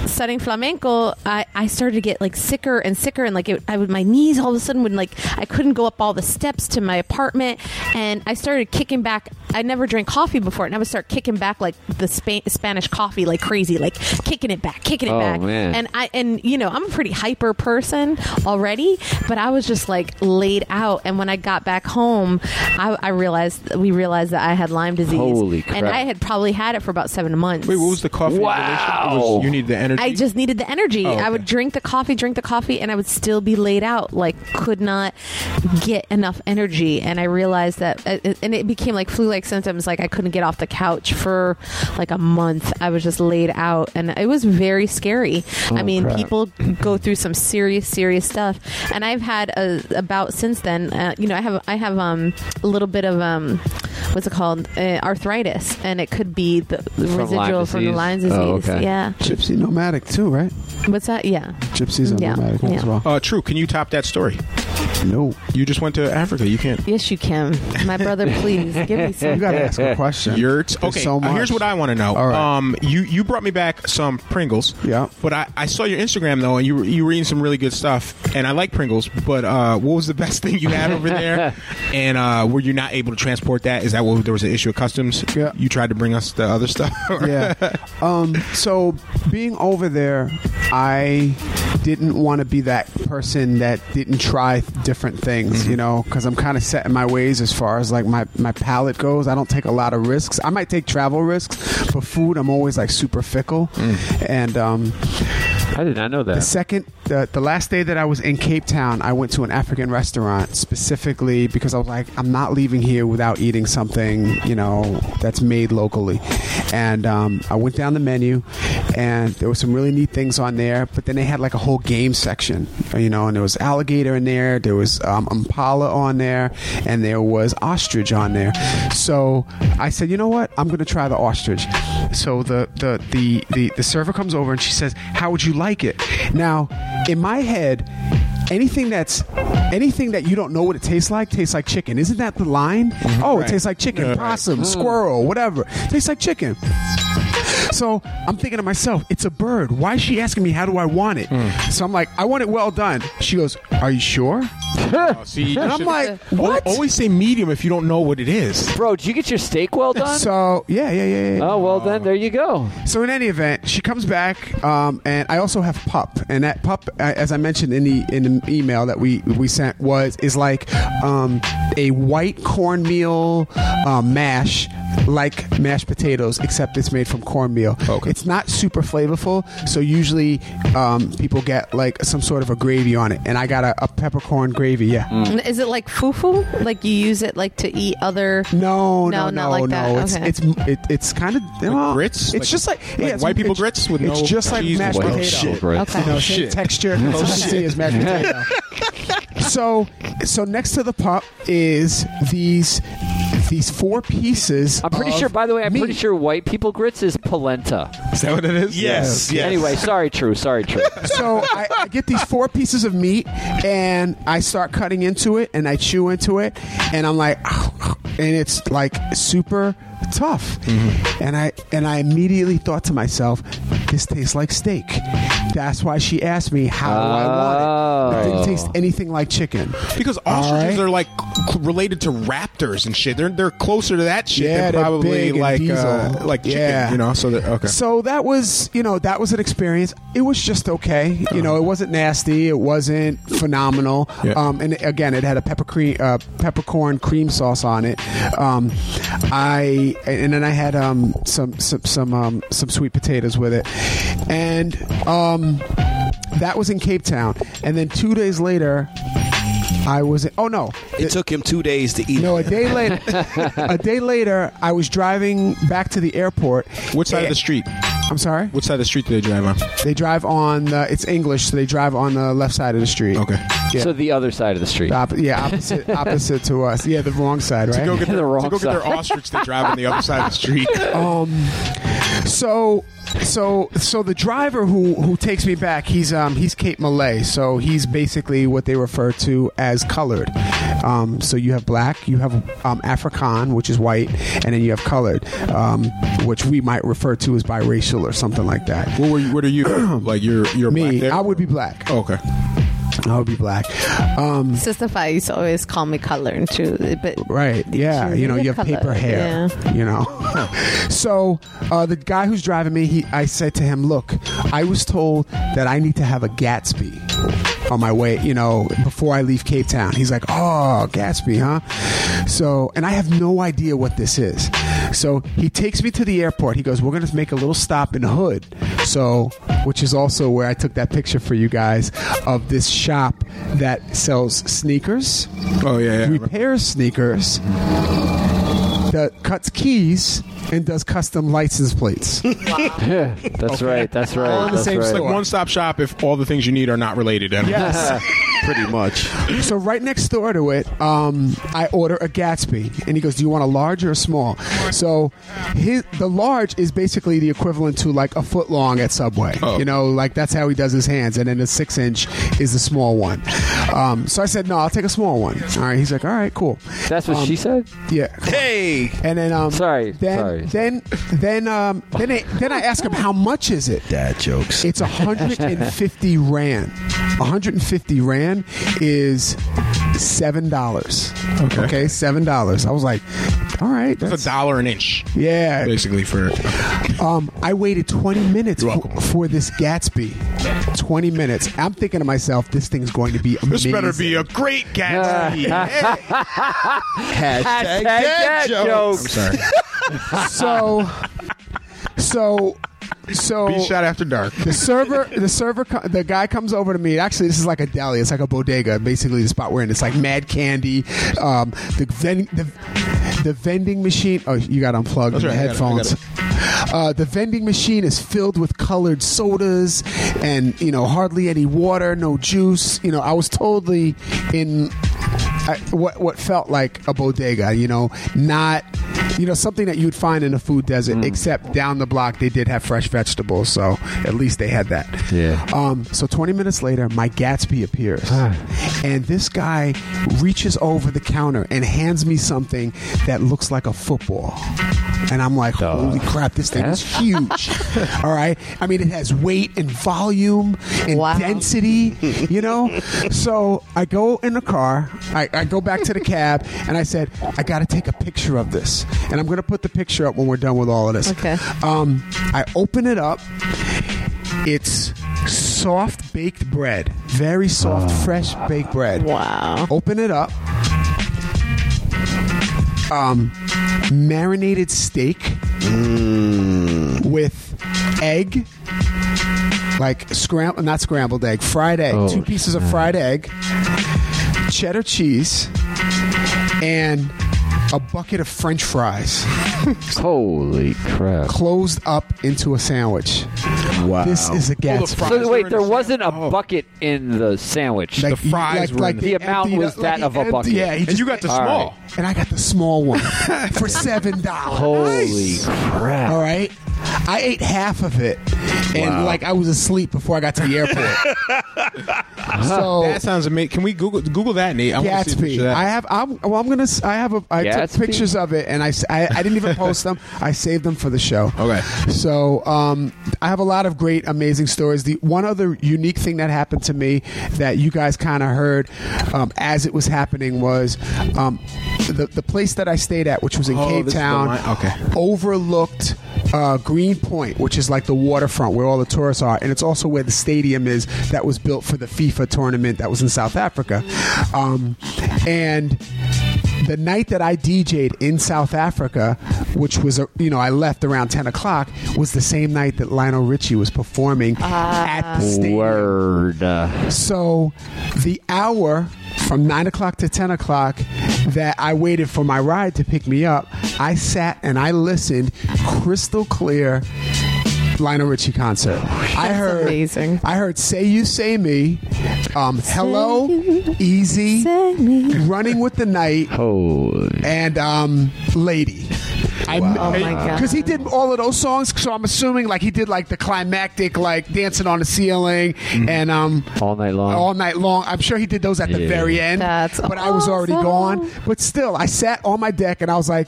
Speaker 5: Studying flamenco, I, I started to get like sicker and sicker, and like it, I would my knees all of a sudden would like I couldn't go up all the steps to my apartment, and I started kicking back. I never drank coffee before, and I would start kicking back like the Spa- Spanish coffee like crazy, like kicking it back, kicking it
Speaker 6: Oh,
Speaker 5: back,
Speaker 6: man.
Speaker 5: and I and you know I'm a pretty hyper person already, but I was just like laid out. And when I got back home, I, I realized we realized that I had Lyme disease.
Speaker 2: Holy
Speaker 5: And
Speaker 2: crap.
Speaker 5: I had probably had it for about seven months.
Speaker 2: Wait, what was the coffee? Wow. you needed the energy?
Speaker 5: I just needed the energy.
Speaker 2: Oh, okay.
Speaker 5: I would drink the coffee, drink the coffee, and I would still be laid out. Like, could not get enough energy. And I realized that, and it became like flu like symptoms. Like, I couldn't get off the couch for like a month. I was just laid out, and it was very scary. I
Speaker 10: Oh,
Speaker 5: mean,
Speaker 10: crap.
Speaker 5: people go through some serious, serious stuff. And I've had a, about since then, uh, you know, I have, I have um, a little bit of, um, what's it called? Uh, arthritis. And it could be the residual from the Lyme disease.
Speaker 2: Oh,
Speaker 5: Yeah.
Speaker 8: Gypsy nomadic too, right?
Speaker 5: What's that? Yeah.
Speaker 8: Gypsies are
Speaker 5: Yeah,
Speaker 8: nomadic as
Speaker 5: yeah.
Speaker 8: well.
Speaker 2: Uh, true. Can you top that story?
Speaker 8: No.
Speaker 2: You just went to Africa. You can't.
Speaker 5: Yes, you can. My brother, please give me some.
Speaker 8: You gotta ask a question.
Speaker 2: You're t-
Speaker 8: There's
Speaker 2: okay.
Speaker 8: so
Speaker 2: uh, here's
Speaker 8: much.
Speaker 2: what I want to know.
Speaker 8: All right.
Speaker 2: Um, you you brought me back some Pringles. Yeah. But I, I saw your Instagram though, and you were, you were eating some really good stuff, and I like Pringles. But uh, what was the best thing you had over there? And uh, were you not able to transport that? Is that what there was an issue of customs? Yeah. You tried to bring us the other stuff.
Speaker 8: yeah. Um, so being over there, I didn't want to be that person that didn't try different things,
Speaker 2: Mm-hmm.
Speaker 8: you know, because I'm kind of set in my ways as far as like my, my palate goes. I don't take a lot of risks. I might take travel risks, but food, I'm always like super fickle.
Speaker 2: Mm.
Speaker 8: And, um,
Speaker 18: I did not know that.
Speaker 8: the second, the, the last day that I was in Cape Town, I went to an African restaurant specifically because I was like, I'm not leaving here without eating something, you know, that's made locally. And um, I went down the menu, and there were some really neat things on there. But then they had like a whole game section, you know, and there was alligator in there, there was um, impala on there, and there was ostrich on there. So I said, you know what? I'm going to try the ostrich. So the the, the the the server comes over and she says, "How would you like it?" Now, in my head, anything that's anything that you don't know what it tastes like tastes like chicken. Isn't that the line? Oh,
Speaker 18: Mm-hmm. Right.
Speaker 8: it tastes like chicken,
Speaker 18: Yeah. Mm.
Speaker 8: possum,
Speaker 18: Right.
Speaker 8: squirrel, whatever. tastes like chicken. So I'm thinking to myself, it's a bird. Why is she asking me how do I want it?
Speaker 2: Hmm.
Speaker 8: So I'm like, I want it well done. She goes, Are you sure?
Speaker 2: Oh, See, you
Speaker 8: and I'm
Speaker 2: should-
Speaker 8: like, What?
Speaker 2: Al- Always say medium if you don't know what it is.
Speaker 6: Bro, did you get your steak well done?
Speaker 8: So yeah, yeah, yeah. yeah.
Speaker 6: Oh well, then there you go.
Speaker 8: So in any event, she comes back, um, and I also have pup, and that pup, uh, as I mentioned in the in the email that we we sent, was is like um, a white cornmeal uh, mash. Like mashed potatoes, except it's made from cornmeal. Okay. It's not super flavorful, so usually um, people get like some sort of a gravy on it. And I got a, a peppercorn gravy, yeah.
Speaker 6: Mm.
Speaker 5: Is it like fufu? Like you use it like to eat other?
Speaker 8: No,
Speaker 5: no,
Speaker 8: no,
Speaker 5: not
Speaker 8: no,
Speaker 5: like
Speaker 8: no.
Speaker 5: that.
Speaker 8: It's
Speaker 5: okay.
Speaker 8: it's it, it's kind of grits. It's
Speaker 2: Like-
Speaker 8: just like,
Speaker 2: like
Speaker 8: yeah, it's-
Speaker 2: white people
Speaker 8: it's-
Speaker 2: grits with
Speaker 8: it's
Speaker 2: no
Speaker 8: just like
Speaker 2: cheese and
Speaker 8: mashed
Speaker 2: white
Speaker 8: potato.
Speaker 2: shit. Right.
Speaker 8: You know, same
Speaker 2: Oh, shit.
Speaker 8: texture,
Speaker 2: Oh,
Speaker 8: consistency
Speaker 2: shit.
Speaker 8: as mashed potato. so, so next to the pup is these these four pieces.
Speaker 6: I'm pretty sure. By the way, I'm pretty sure white people grits is polenta.
Speaker 2: Is that what it is?
Speaker 8: Yes, yes.
Speaker 6: Anyway, sorry, true, sorry, true.
Speaker 8: so I, I get these four pieces of meat and I start cutting into it and I chew into it and I'm like, and it's like super tough. And I and I immediately thought to myself, this tastes like steak. That's why she asked me how do I want it. It
Speaker 2: Oh.
Speaker 8: didn't taste anything like chicken.
Speaker 2: Because ostriches are like cl- related to raptors and shit. They're they're closer to that shit
Speaker 8: Yeah,
Speaker 2: than
Speaker 8: they're
Speaker 2: probably
Speaker 8: big and
Speaker 2: like uh,
Speaker 8: diesel.
Speaker 2: like chicken.
Speaker 8: Yeah.
Speaker 2: You know, so that okay.
Speaker 8: So that was, you know, that was an experience. It was just okay. You know, it wasn't nasty. It wasn't phenomenal.
Speaker 2: Yeah.
Speaker 8: Um, and again, it had a pepper cream, uh, peppercorn cream sauce on it. Um, I and then I had um, some some some um, some sweet potatoes with it, and um, that was in Cape Town. And then two days later, I was. oh no,
Speaker 7: It took him two days to eat.
Speaker 8: No, a day later, a day later, I was driving back to the airport. Eh,
Speaker 2: Which side of the street?
Speaker 8: I'm sorry.
Speaker 2: Which side of the street do they drive on?
Speaker 8: They drive on. The, it's English, so they drive on the left side of the street. Okay. Yeah.
Speaker 6: So the other side of the street.
Speaker 8: The oppo- yeah, opposite, opposite to us. Yeah, the wrong side, right?
Speaker 2: To go get their, to go get their ostrich they drive on the other side of the street.
Speaker 8: Um, so, so, so the driver who who takes me back, he's um he's Cape Malay, so he's basically what they refer to as colored. Um, so you have black, you have um, Afrikaan, which is white, and then you have colored, um, which we might refer to as biracial or something like that.
Speaker 2: What were you? What are you? like you're you're Oh,
Speaker 8: me. I would be black.
Speaker 2: okay.
Speaker 8: I would be black. Um,
Speaker 5: Sister Fi used to always call me colored too, but
Speaker 8: Right. Yeah.
Speaker 5: She
Speaker 8: You know,
Speaker 5: was
Speaker 8: you
Speaker 5: a
Speaker 8: have
Speaker 5: color,
Speaker 8: paper hair. You know. so uh, the guy who's driving me, he, I said to him, "Look, I was told that I need to have a Gatsby on my way. You know, before I leave Cape Town." He's like, "Oh, Gatsby, huh?" So, and I have no idea what this is. So he takes me to the airport. He goes, "We're gonna make a little stop in Hood." So which is also where I took that picture for you guys of this shop that sells sneakers.
Speaker 2: Oh yeah, yeah.
Speaker 8: repairs sneakers. That cuts keys and does custom license plates.
Speaker 6: yeah, that's right. That's right.
Speaker 8: All in the
Speaker 6: that's
Speaker 8: same
Speaker 6: right.
Speaker 2: It's like one stop shop if all the things you need are not related. I mean,
Speaker 8: Yes.
Speaker 2: pretty much.
Speaker 8: So right next door to it, um, I order a Gatsby, and he goes, "Do you want a large or a small?" So his the large is basically the equivalent to like a foot long at Subway. You know, like that's how he does his hands, and then the six inch is the small one. Um, so I said, "No, I'll take a small one." All right, he's like, "All right, cool." Um,
Speaker 6: That's what she said.
Speaker 8: Yeah.
Speaker 7: Hey.
Speaker 8: And then um.
Speaker 6: Sorry.
Speaker 8: Then,
Speaker 6: sorry.
Speaker 8: then, then, um, then, I, then I ask him how much is it?
Speaker 7: Dad jokes.
Speaker 8: It's 150 rand. 150 rand is seven dollars. Okay. seven dollars. I was like, all right,
Speaker 2: It's a dollar an inch.
Speaker 8: yeah.
Speaker 2: Basically, for
Speaker 8: Um, I waited 20 minutes for, for this Gatsby. 20 minutes. I'm thinking to myself, this thing's going to be
Speaker 2: this
Speaker 8: amazing.
Speaker 2: better be a great Gatsby.
Speaker 8: Hashtag
Speaker 2: Hashtag dad dad jokes. jokes. I'm
Speaker 8: so, so, so.
Speaker 2: Be shot after dark.
Speaker 8: The server, the server, co- the guy comes over to me. Actually, this is like a deli. It's like a bodega, basically the spot we're in. It's like mad candy. Um, the ven- the, the vending machine. Oh, you got to unplug
Speaker 2: That's
Speaker 8: the
Speaker 2: right, I got it, I
Speaker 8: headphones.
Speaker 2: got it.
Speaker 8: Uh, the vending machine is filled with colored sodas and, you know, hardly any water, no juice. You know, I was totally in I, what, what felt like a bodega, you know, not, you know, something that you'd find in a food desert, except down the block they did have fresh vegetables. So at least they had that.
Speaker 6: Yeah.
Speaker 8: Um, so 20 minutes later, my Gatsby appears. and this guy reaches over the counter and hands me something that looks like a football. And I'm like, holy crap, this thing is huge. All right. I mean, it has weight and volume and density, you know? so I go in the car, I, I go back to the cab, and I said, I got to take a picture of this. And I'm going to put the picture up when we're done with all of this. Okay. Um, I open it up. It's soft baked bread, very soft, fresh baked bread. Wow. Open it up. Um, marinated steak with egg, like scrambled, not scrambled egg, fried egg,
Speaker 6: Oh,
Speaker 8: two pieces of fried egg, cheddar cheese, and a bucket of French fries
Speaker 6: Holy crap!
Speaker 8: closed up into a sandwich. Wow. This is a Gatsby.
Speaker 6: So wait, there wasn't a bucket in the sandwich.
Speaker 8: Like, The fries like- were in like the-
Speaker 6: the
Speaker 8: he
Speaker 6: amount
Speaker 8: emptied
Speaker 6: was
Speaker 8: up-
Speaker 6: that
Speaker 8: like
Speaker 6: of a
Speaker 8: he
Speaker 6: bucket.
Speaker 8: emptied- yeah, he And just- you got the
Speaker 6: All
Speaker 8: small. and I got the small one for seven dollars. Holy
Speaker 6: crap!
Speaker 8: All right, I ate half of it, and
Speaker 2: Wow.
Speaker 8: like I was asleep before I got to the airport. So-
Speaker 2: that sounds amazing. Can we Google Google that, Nate? I want to see a picture
Speaker 8: Uh-huh. Gatsby.
Speaker 2: of that.
Speaker 8: I have. I'm, well, I'm gonna. s- I have a. I
Speaker 2: Gatsby?
Speaker 8: took pictures of it, and I, s- I- I didn't even post them. I saved them for the show. Okay. So um, I have a lot of great, amazing stories. The one other unique thing that happened to me that you guys kind of heard um, as it was happening was um, the the place that I stayed at, which was in
Speaker 2: Oh,
Speaker 8: Cape
Speaker 2: this is the
Speaker 8: Town.
Speaker 2: line- okay.
Speaker 8: Overlooked. Uh, Greenpoint, which is like the waterfront where all the tourists are, and it's also where the stadium is that was built for the FIFA tournament that was in South Africa. Um, and the night that I DJ'd in South Africa, which was, a, you know, I left around 10 o'clock, was the same night that Lionel Richie was performing at the stadium.
Speaker 6: Word. uh,
Speaker 8: So the hour from 9 o'clock to 10 o'clock that I waited for my ride to pick me up, I sat and I listened crystal clear. Lionel Richie concert. I heard amazing. I heard "Say You Say Me," um, "Hello," "Easy," "Running with the Night," and um, "Lady."
Speaker 2: Wow. Oh, my God.
Speaker 8: Because he did all of those songs, so I'm assuming like he did like the climactic, like dancing on the ceiling, and um,
Speaker 6: all night long.
Speaker 8: all night long. I'm sure he did those at the
Speaker 6: Yeah.
Speaker 8: very end. but I was already gone. But still, I sat on my deck and I was like,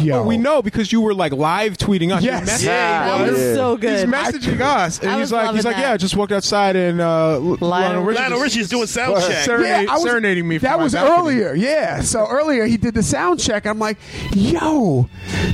Speaker 8: "Yo,
Speaker 2: we know because you were like live tweeting us.
Speaker 8: Yes. Yeah,
Speaker 2: he
Speaker 8: that was
Speaker 2: was.
Speaker 8: so
Speaker 2: He's
Speaker 8: good.
Speaker 2: messaging us, and
Speaker 8: I
Speaker 2: he's
Speaker 8: was
Speaker 2: like, he's
Speaker 8: loving
Speaker 2: like,
Speaker 8: that.
Speaker 2: yeah, I just walked outside and uh, L- Lionel, Richie
Speaker 7: Lionel
Speaker 2: was
Speaker 7: Richie's doing sound check.
Speaker 2: Serenade,
Speaker 8: Yeah, I was-
Speaker 2: serenading me. from
Speaker 8: that
Speaker 2: my
Speaker 8: was
Speaker 2: balcony.
Speaker 8: earlier." Yeah. So earlier he did the sound check. I'm like, "Yo,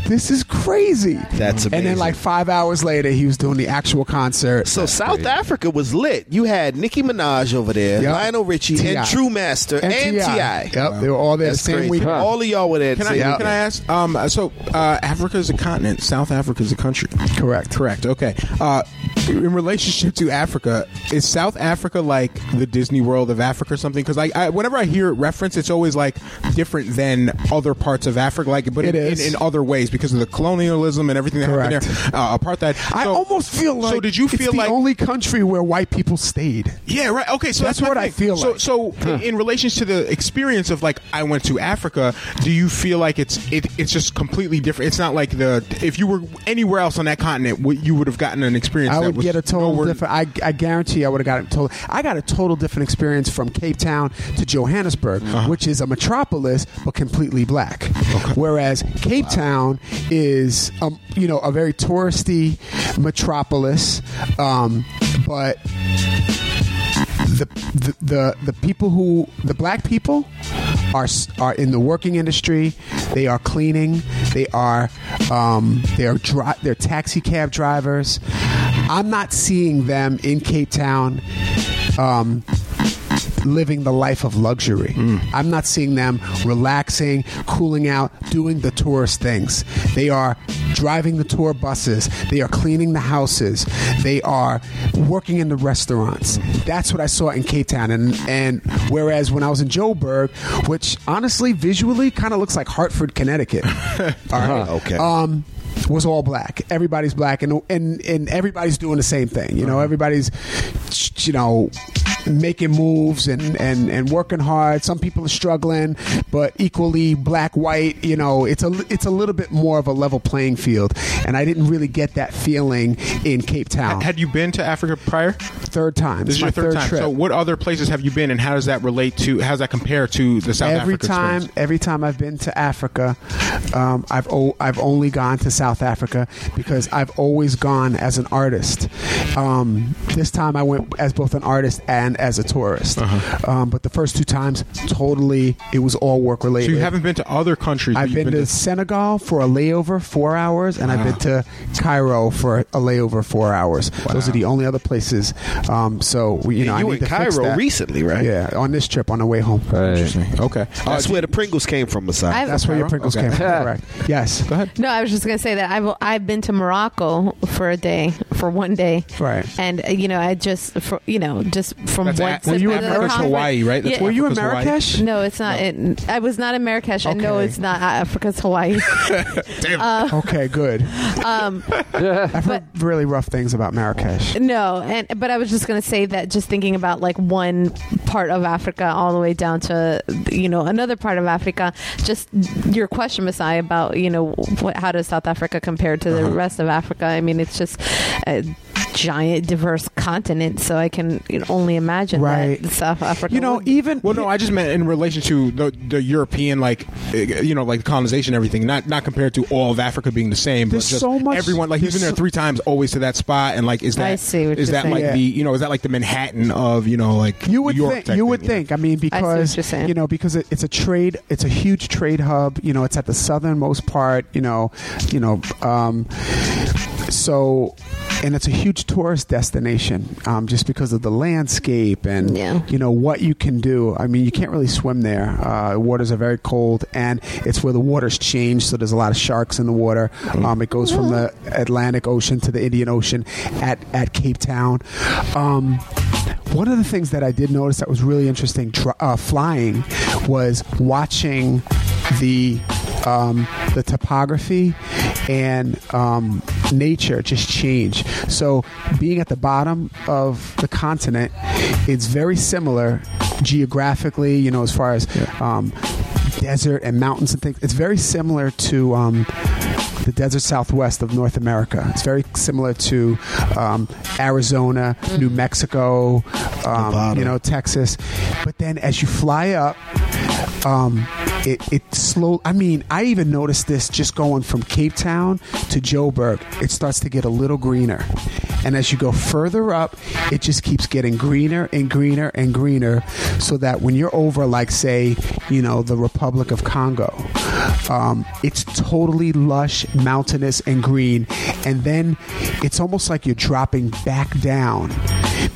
Speaker 8: this is crazy.
Speaker 7: That's
Speaker 8: And
Speaker 7: amazing.
Speaker 8: then like five hours later, he was doing the actual concert.
Speaker 7: So South Africa was lit. You had Nicki Minaj over there,
Speaker 8: Yep.
Speaker 7: Lionel Richie,
Speaker 8: T.I..
Speaker 7: and True Master,
Speaker 8: And
Speaker 7: and,
Speaker 8: T.I..
Speaker 7: T.I.
Speaker 8: Yep, they were all there the
Speaker 7: That's
Speaker 8: same
Speaker 7: crazy.
Speaker 8: week. Huh.
Speaker 7: All of y'all were there. at the
Speaker 2: Can I,
Speaker 7: same
Speaker 2: can I ask? Um, so, uh, Africa is a continent. South Africa is a country.
Speaker 8: Correct.
Speaker 2: Correct. Okay. Uh, in relationship to Africa, is South Africa like the Disney World of Africa or something? Because I, whenever I hear it referenced, it's always like different than other parts of Africa, like but
Speaker 8: It
Speaker 2: in,
Speaker 8: is.
Speaker 2: In, in other ways because of the colonialism and everything that happened there, uh, apartheid.
Speaker 8: I
Speaker 2: So-
Speaker 8: almost feel like
Speaker 2: so. Did you
Speaker 8: it's
Speaker 2: feel
Speaker 8: the
Speaker 2: like
Speaker 8: only country where white people stayed?
Speaker 2: yeah, right. Okay, so
Speaker 8: That's
Speaker 2: my
Speaker 8: what I
Speaker 2: thing.
Speaker 8: feel
Speaker 2: so,
Speaker 8: like.
Speaker 2: So, in- in relation to the experience of like, I went to Africa. Do you feel like it's it, it's just completely different? It's not like the if you were anywhere else on that continent, what you would have gotten an experience.
Speaker 8: I
Speaker 2: that
Speaker 8: would
Speaker 2: was
Speaker 8: get a total
Speaker 2: nowhere-
Speaker 8: different. I, I guarantee I would have gotten total. I got a total different experience from Cape Town to Johannesburg,
Speaker 2: Uh-huh.
Speaker 8: which is a metropolis but completely black. Whereas Cape Town is, um, you know, a very touristy metropolis, um, but the, the the the people who the black people are s- are in the working industry. They are cleaning. They are um, they are dri- they're taxi cab drivers. I'm not seeing them in Cape Town. Um, living the life of luxury. I'm not seeing them relaxing, cooling out, doing the tourist things. They are driving the tour buses, they are cleaning the houses, they are working in the restaurants. That's what I saw in Cape Town. And, and whereas when I was in Joburg, which honestly visually kind of looks like Hartford, Connecticut. All right.
Speaker 7: Okay.
Speaker 8: Um, was all black. Everybody's black, and and and everybody's doing the same thing. You
Speaker 2: Uh-huh.
Speaker 8: know, everybody's you know making moves and and and working hard. Some people are struggling, but equally black, white. You know, it's a it's a little bit more of a level playing field, and I didn't really get that feeling in Cape Town.
Speaker 2: Had you been to Africa prior?
Speaker 8: Third time. It's
Speaker 2: This is
Speaker 8: my
Speaker 2: your third,
Speaker 8: third
Speaker 2: time.
Speaker 8: trip.
Speaker 2: So, what other places have you been, and how does that relate to? How does that compare to the South
Speaker 8: every
Speaker 2: Africa
Speaker 8: time,
Speaker 2: experience?
Speaker 8: every time I've been to Africa, um, I've o- I've only gone to South Africa because I've always gone as an artist. Um, this time I went as both an artist and as a tourist. Um, but the first two times, totally, it was all work related.
Speaker 2: Uh-huh. So you haven't been to other countries. but
Speaker 8: I've
Speaker 2: you've
Speaker 8: been, to, Senegal for a layover four hours, and I've been
Speaker 7: Ah.
Speaker 8: to Cairo for a layover four hours. Those are the only other places. Um, so we- you
Speaker 7: Yeah,
Speaker 8: know, I
Speaker 7: you
Speaker 8: need
Speaker 7: went
Speaker 8: to fix
Speaker 7: Cairo
Speaker 8: that.
Speaker 7: recently, right?
Speaker 8: Yeah, on this trip on the way home. Uh,
Speaker 2: Interesting. Okay,
Speaker 7: That's where the Pringles came from,
Speaker 5: I
Speaker 7: Messiah.
Speaker 5: have- That's where your
Speaker 8: Pringles came from, correct. Yes. Go ahead.
Speaker 5: No, I was just gonna say that I've I've been to Morocco for a day, for one day,
Speaker 8: Right.
Speaker 5: and uh, you know I just for, you know just from
Speaker 2: That's
Speaker 5: one.
Speaker 2: Af- were you in
Speaker 5: the
Speaker 2: Africa's
Speaker 5: conference-
Speaker 2: Hawaii, right? That's
Speaker 8: Were you in
Speaker 2: Africa's Hawaii. Marrakesh?
Speaker 5: No, it's not. It, I was not in Marrakesh. and I know
Speaker 8: Okay.
Speaker 5: it's not Africa's Hawaii.
Speaker 2: Damn.
Speaker 5: Uh,
Speaker 8: okay, good.
Speaker 5: um,
Speaker 8: I've heard really rough things about Marrakesh.
Speaker 5: No, and but I was just gonna say that just thinking about like one part of Africa all the way down to you know another part of Africa. Just your question, Masai, about you know what, how does South Africa compare to the
Speaker 2: Uh-huh.
Speaker 5: rest of Africa? I mean, it's just a giant, diverse continent, so I can you know, only imagine that South Africa.
Speaker 2: You know,
Speaker 5: would-
Speaker 8: even
Speaker 2: well, no, I just meant in relation to the, the European, like uh, you know, like colonization, and everything. Not not compared to all of Africa being the same.
Speaker 8: There's
Speaker 2: but just
Speaker 8: so much-
Speaker 2: Everyone like you've been
Speaker 8: there's
Speaker 2: there
Speaker 8: so-
Speaker 2: three times, always to that spot, and like is that
Speaker 8: I
Speaker 2: is
Speaker 8: see what you're
Speaker 2: that
Speaker 8: saying.
Speaker 2: like
Speaker 8: Yeah.
Speaker 2: the you know is that like the Manhattan of you know like
Speaker 8: You would
Speaker 2: New York
Speaker 8: think,
Speaker 2: type
Speaker 8: you
Speaker 2: thing,
Speaker 8: would
Speaker 2: know?
Speaker 8: think. I mean,
Speaker 5: I see what
Speaker 8: because
Speaker 5: you're saying.
Speaker 8: you know, because it, it's a trade, it's a huge trade hub. You know, it's at the southernmost part. You know, you know, um, so and it's a huge tourist destination um, just because of the landscape and you know what you can do. I mean, you can't really swim there. Uh, waters are very cold, and it's where the waters change. So there's a lot of sharks in the water.
Speaker 5: Mm-hmm.
Speaker 8: Um, it goes from the Atlantic Ocean to the Indian Ocean at at Cape Town. Um, one of the things that I did notice that was really interesting dr- uh, flying was watching the um, the topography and um, nature just change. So being at the bottom of the continent, it's very similar geographically. You know, as far as um, desert and mountains and things, it's very similar to. Um, the desert southwest of North America. It's very similar to um, Arizona, New Mexico, um, you know, Texas. But then as you fly up, um, it, it slow. I mean, I even noticed this just going from Cape Town to Joburg. It starts to get a little greener, And as you go further up, it just keeps getting greener and greener and greener so that when you're over, like, say, you know, the Republic of Congo, um, it's totally lush, mountainous, and green. And then it's almost like you're dropping back down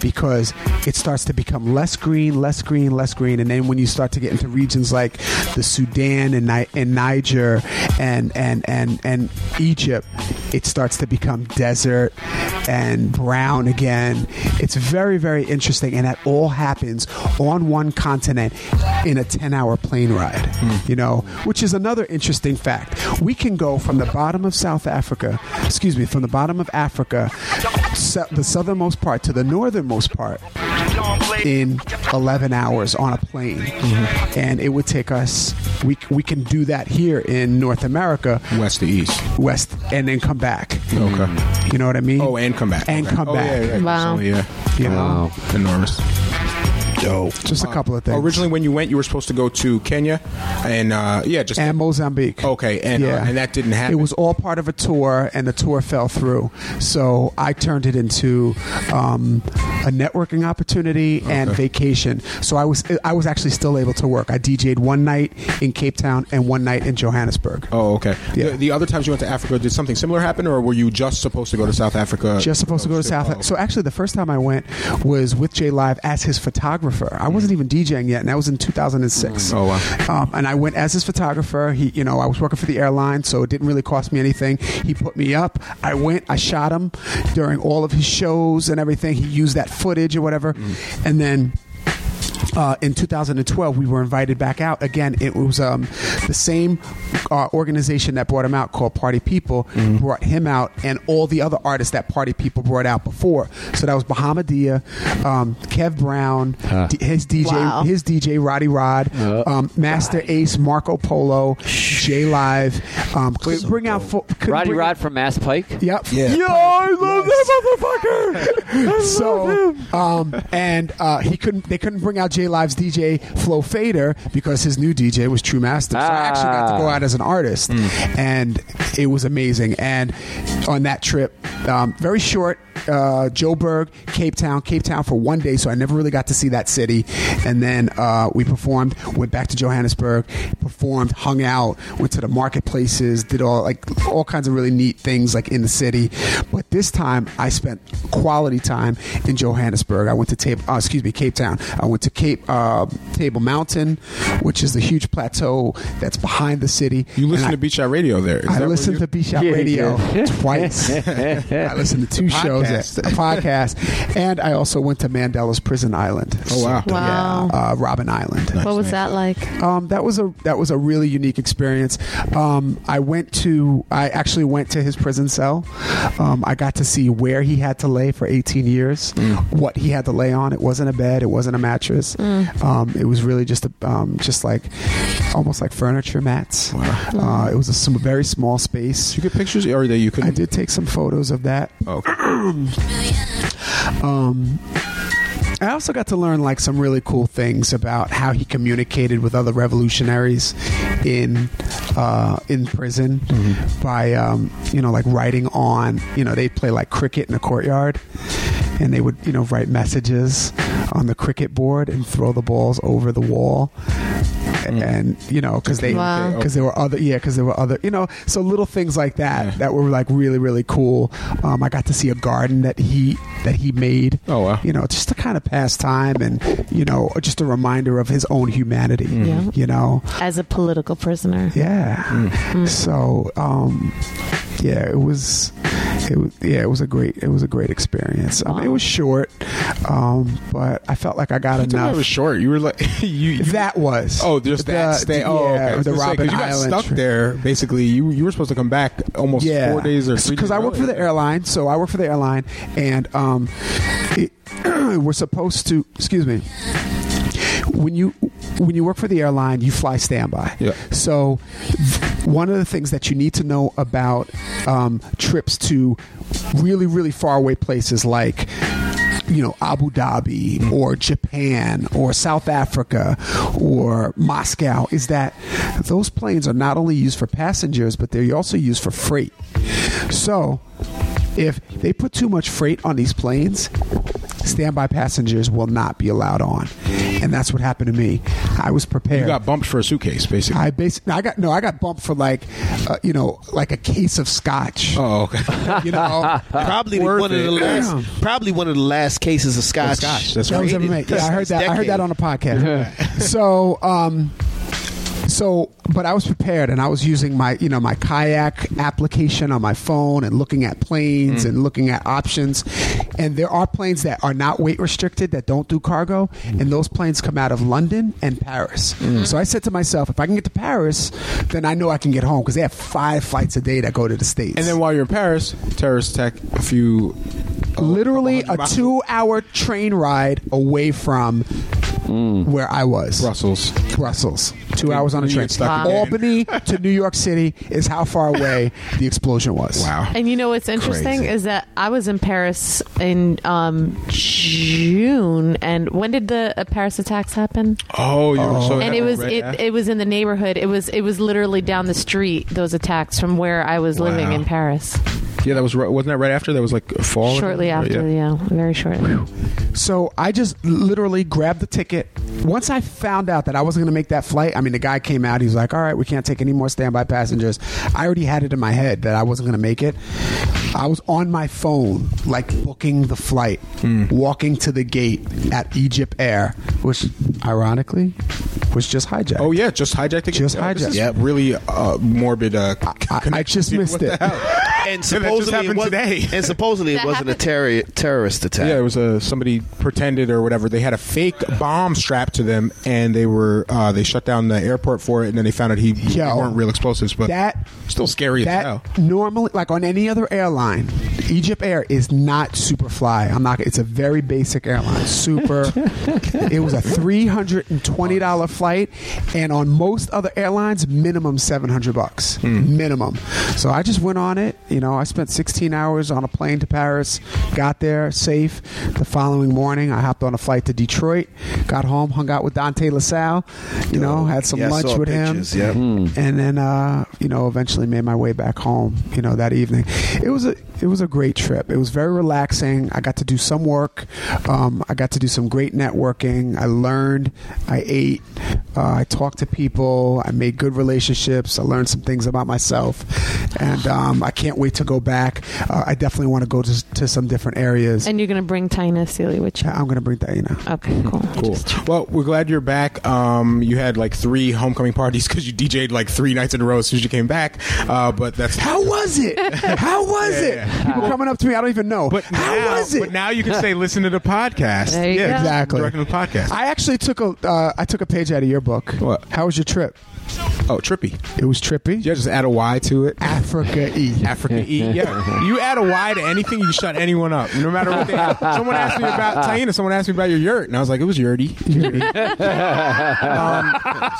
Speaker 8: because it starts to become less green, less green, less green, and then when you start to get into regions like the Sudan and Ni- and Niger and and and and Egypt, it starts to become desert and brown again. It's very very interesting, and that all happens on one continent in a ten-hour plane ride. You know, which is another interesting fact. We can go from the bottom of South Africa, excuse me, from the bottom of Africa, so, the southernmost part to the northernmost part in 11 hours on a plane
Speaker 2: Mm-hmm.
Speaker 8: and it would take us we, we can do that here in north america
Speaker 2: west to east
Speaker 8: west and then come back
Speaker 2: Okay.
Speaker 8: you know what i mean
Speaker 2: Oh, and come back.
Speaker 8: and
Speaker 2: Okay.
Speaker 8: come
Speaker 2: Oh,
Speaker 8: back
Speaker 2: yeah, yeah, yeah. Wow. So, yeah. Wow. Enormous. Yo.
Speaker 8: Just a couple of things.
Speaker 2: Originally, when you went, you were supposed to go to Kenya, and uh, yeah, just
Speaker 8: and Mozambique.
Speaker 2: Okay, and uh,
Speaker 8: Yeah.
Speaker 2: and that didn't happen.
Speaker 8: It was all part of a tour, and the tour fell through. So I turned it into um, a networking opportunity and
Speaker 2: Okay.
Speaker 8: vacation. So I was I was actually still able to work. I DJ'd one night in Cape Town and one night in Johannesburg.
Speaker 2: Oh, okay.
Speaker 8: Yeah.
Speaker 2: The, the other times you went to Africa, did something similar happen, or were you just supposed to go to South Africa?
Speaker 8: just supposed to go to South.
Speaker 2: oh.
Speaker 8: So actually, the first time I went was with Jay Live as his photographer. I
Speaker 2: Mm.
Speaker 8: wasn't even DJing yet, and that was in 2006.
Speaker 2: Oh, wow.
Speaker 8: Um, and I went as his photographer. He, you know, I was working for the airline, so it didn't really cost me anything. He put me up. I went. I shot him during all of his shows and everything. He used that footage or whatever, and then. Uh, in 2012, we were invited back out again. It was um, the same uh, organization that brought him out, called Party People, brought him out, and all the other artists that Party People brought out before. So that was Bahamadia, um, Kev Brown,
Speaker 19: Huh.
Speaker 8: D- his DJ,
Speaker 19: Wow.
Speaker 8: his DJ Roddy Rod,
Speaker 19: Uh,
Speaker 8: um, Master Ace, Marco Polo, J Live. Um, could bring out fo- could
Speaker 6: Roddy
Speaker 8: bring-
Speaker 6: Rod from Mass Pike.
Speaker 8: Yep.
Speaker 6: Yeah.
Speaker 8: Yo, I love that motherfucker. so, um, and uh, he couldn't. They couldn't bring out Jay Live's DJ Flo Fader because his new DJ was True Master. So I actually got
Speaker 6: Ah.
Speaker 8: to go out as an artist, and it was amazing. And on that trip, um, very short. Uh, Joburg, Cape Town, Cape Town for one day, so I never really got to see that city. And then uh, we performed, went back to Johannesburg, performed, hung out, went to the marketplaces, did all like all kinds of really neat things like in the city. But this time I spent quality time in Johannesburg. I went to Table, uh, excuse me, Cape Town. I went to Cape uh, Table Mountain, which is the huge plateau that's behind the city.
Speaker 2: You listen
Speaker 8: And
Speaker 2: to Beach Out Radio there. Is that
Speaker 8: I, I
Speaker 2: where
Speaker 8: listened
Speaker 2: you-
Speaker 8: to B Shot Radio twice. I listened to two
Speaker 2: The
Speaker 8: shows,
Speaker 2: podcast.
Speaker 8: a podcast, and I also went to Mandela's prison island.
Speaker 2: Oh, wow.
Speaker 5: Wow.
Speaker 8: Yeah, uh, Robin Island.
Speaker 5: What was that like?
Speaker 8: Um, that was a that was a really unique experience. Um, I went to I actually went to his prison cell. Um, I got to see where he had to lay for 18 years,
Speaker 5: Mm.
Speaker 8: what he had to lay on. It wasn't a bed, it wasn't a mattress.
Speaker 5: Mm.
Speaker 8: Um, it was really just a, um, just like almost like furniture mats. Uh, it was a sm- very small space.
Speaker 2: You get pictures, or that you could. I
Speaker 8: did take some photos of that. um, I also got to learn like some really cool things about how he communicated with other revolutionaries in uh, in prison by um, you know like writing on you know they play like cricket in the courtyard and they would you know write messages on the cricket board and throw the balls over the wall and you know because they
Speaker 19: Wow.
Speaker 8: because there were other yeah because there were other you know so little things like that that were like really really cool um, i got to see a garden that he that he made oh wow you know just to kind of pass time and you know just a reminder of his own humanity
Speaker 2: Mm.
Speaker 5: Yeah.
Speaker 8: you know
Speaker 5: As a political prisoner.
Speaker 8: yeah
Speaker 2: Mm.
Speaker 8: so um yeah it was it was yeah it was a great it was a great experience i mean it was short um but i felt like i got
Speaker 2: I thought
Speaker 8: enough
Speaker 2: it was short. You were like you, you-
Speaker 8: that was
Speaker 2: Oh, just that.
Speaker 8: The-
Speaker 2: stay,
Speaker 8: the-
Speaker 2: oh, okay.
Speaker 8: yeah,
Speaker 2: I was
Speaker 8: the
Speaker 2: gonna say,
Speaker 8: Robben
Speaker 2: 'cause you got
Speaker 8: Island
Speaker 2: stuck
Speaker 8: trip.
Speaker 2: there. Basically, you you were supposed to come back almost four days or three.
Speaker 8: because I work for the airline, so I work for the airline, and um, it, we're supposed to. Excuse me. When you when you work for the airline, you fly standby.
Speaker 2: Yeah.
Speaker 8: So, th- one of the things that you need to know about um, trips to really really far away places like you know Abu Dhabi or Japan or South Africa or Moscow is that those planes are not only used for passengers but they're also used for freight. So if they put too much freight on these planes, standby passengers will not be allowed on, and that's what happened to me. I was prepared.
Speaker 2: You got bumped for a suitcase, basically.
Speaker 8: I basically, I got no, I got bumped for like, uh, you know, like a case of scotch.
Speaker 2: Oh, okay.
Speaker 8: you know,
Speaker 7: um, probably one of the last, probably one of the last cases of scotch.
Speaker 8: that was ever made. Yeah, I heard that. I heard that on a podcast. so, um, so, but I was prepared, and I was using my, you know, my kayak application on my phone, and looking at planes,
Speaker 10: Mm.
Speaker 8: and looking at options. And there are planes that are not weight restricted that don't do cargo, and those planes come out of London and Paris.
Speaker 2: Mm.
Speaker 8: So I said to myself, if I can get to Paris, then I know I can get home because they have five flights a day that go to the states.
Speaker 2: And then while you're in Paris, terrorist attack a few.
Speaker 8: literally a two hour train ride away from where I was.
Speaker 2: Mm. Brussels.
Speaker 8: Brussels. Two hours on a
Speaker 2: You
Speaker 8: train.
Speaker 2: get stuck again.
Speaker 8: Albany to New York City is how far away the explosion was. Wow.
Speaker 5: And you know what's interesting
Speaker 8: Crazy.
Speaker 5: is that I was in Paris in um, June, and when did the uh, Paris attacks happen?
Speaker 2: Oh, you were so.
Speaker 5: and it was it, it was in the neighborhood. It was it was literally down the street. Those attacks from where I was living
Speaker 2: Wow.
Speaker 5: in Paris.
Speaker 2: yeah, that was right, wasn't that right after? That was like fall.
Speaker 5: Shortly after, yeah, very shortly.
Speaker 8: So I just literally grabbed the ticket. Once I found out that I wasn't going to make that flight, I mean, the guy came out. He was like, "All right, we can't take any more standby passengers." I already had it in my head that I wasn't going to make it. I was on my phone, like booking the flight,
Speaker 2: Hmm.
Speaker 8: walking to the gate at Egypt Air, which, ironically, was just hijacked.
Speaker 2: Oh yeah, just hijacked the
Speaker 8: Just
Speaker 2: Yeah, this
Speaker 8: hijacked.
Speaker 2: is Really uh, morbid. Uh,
Speaker 8: I, I just missed it.
Speaker 7: And supposedly it was, And supposedly it wasn't a terror terrorist attack.
Speaker 2: Yeah, it was a somebody pretended or whatever. They had a fake bomb strapped to them, and they were uh, they shut down the airport for it. And then they found out he they
Speaker 8: Yo.
Speaker 2: weren't real explosives, but
Speaker 8: That-
Speaker 2: still scary as
Speaker 8: that
Speaker 2: hell.
Speaker 8: normally like on any other airline egypt air is not superfly i'm not it's a very basic airline super it was a $320 flight and on most other airlines minimum 700 bucks
Speaker 2: Hmm.
Speaker 8: minimum so i just went on it you know i spent 16 hours on a plane to paris got there safe the following morning i hopped on a flight to detroit got home hung out with dante lasalle you know had some
Speaker 7: yeah, I
Speaker 8: lunch
Speaker 7: saw
Speaker 8: with
Speaker 7: pictures,
Speaker 8: him
Speaker 7: yeah.
Speaker 5: Hmm.
Speaker 8: and then uh, you know eventually made my way back home you know that evening it was a it was a great trip it was very relaxing i got to do some work um, i got to do some great networking i learned i ate uh, i talked to people i made good relationships i learned some things about myself and um, i can't wait to go back uh, i definitely want to go to, to some different areas
Speaker 5: And you're gonna bring Tina Sealy with you.
Speaker 8: i'm gonna bring that you know
Speaker 5: okay cool
Speaker 2: Cool. Well, we're glad you're back. Um, you had like three homecoming parties because you DJ'd like three nights in a row as soon as you came back. Uh, but that's
Speaker 8: how was it how was
Speaker 2: Yeah,
Speaker 8: it
Speaker 2: yeah.
Speaker 8: people coming up to me i don't even know but how
Speaker 2: now,
Speaker 8: was it
Speaker 2: But now you can say, listen to the podcast.
Speaker 8: There you
Speaker 2: yeah,
Speaker 8: go. Exactly.
Speaker 2: Directing the podcast.
Speaker 8: I actually took a uh, I took a page out of your book. What? How was your trip?
Speaker 2: Oh, trippy.
Speaker 8: It was trippy.
Speaker 2: Yeah, just add a Y to it.
Speaker 8: Africa E.
Speaker 2: Africa E. Yeah. you add a Y to anything, you shut anyone up. No matter what they Someone asked me about Taina, someone asked me about your yurt, and I was like, it was yurty. um,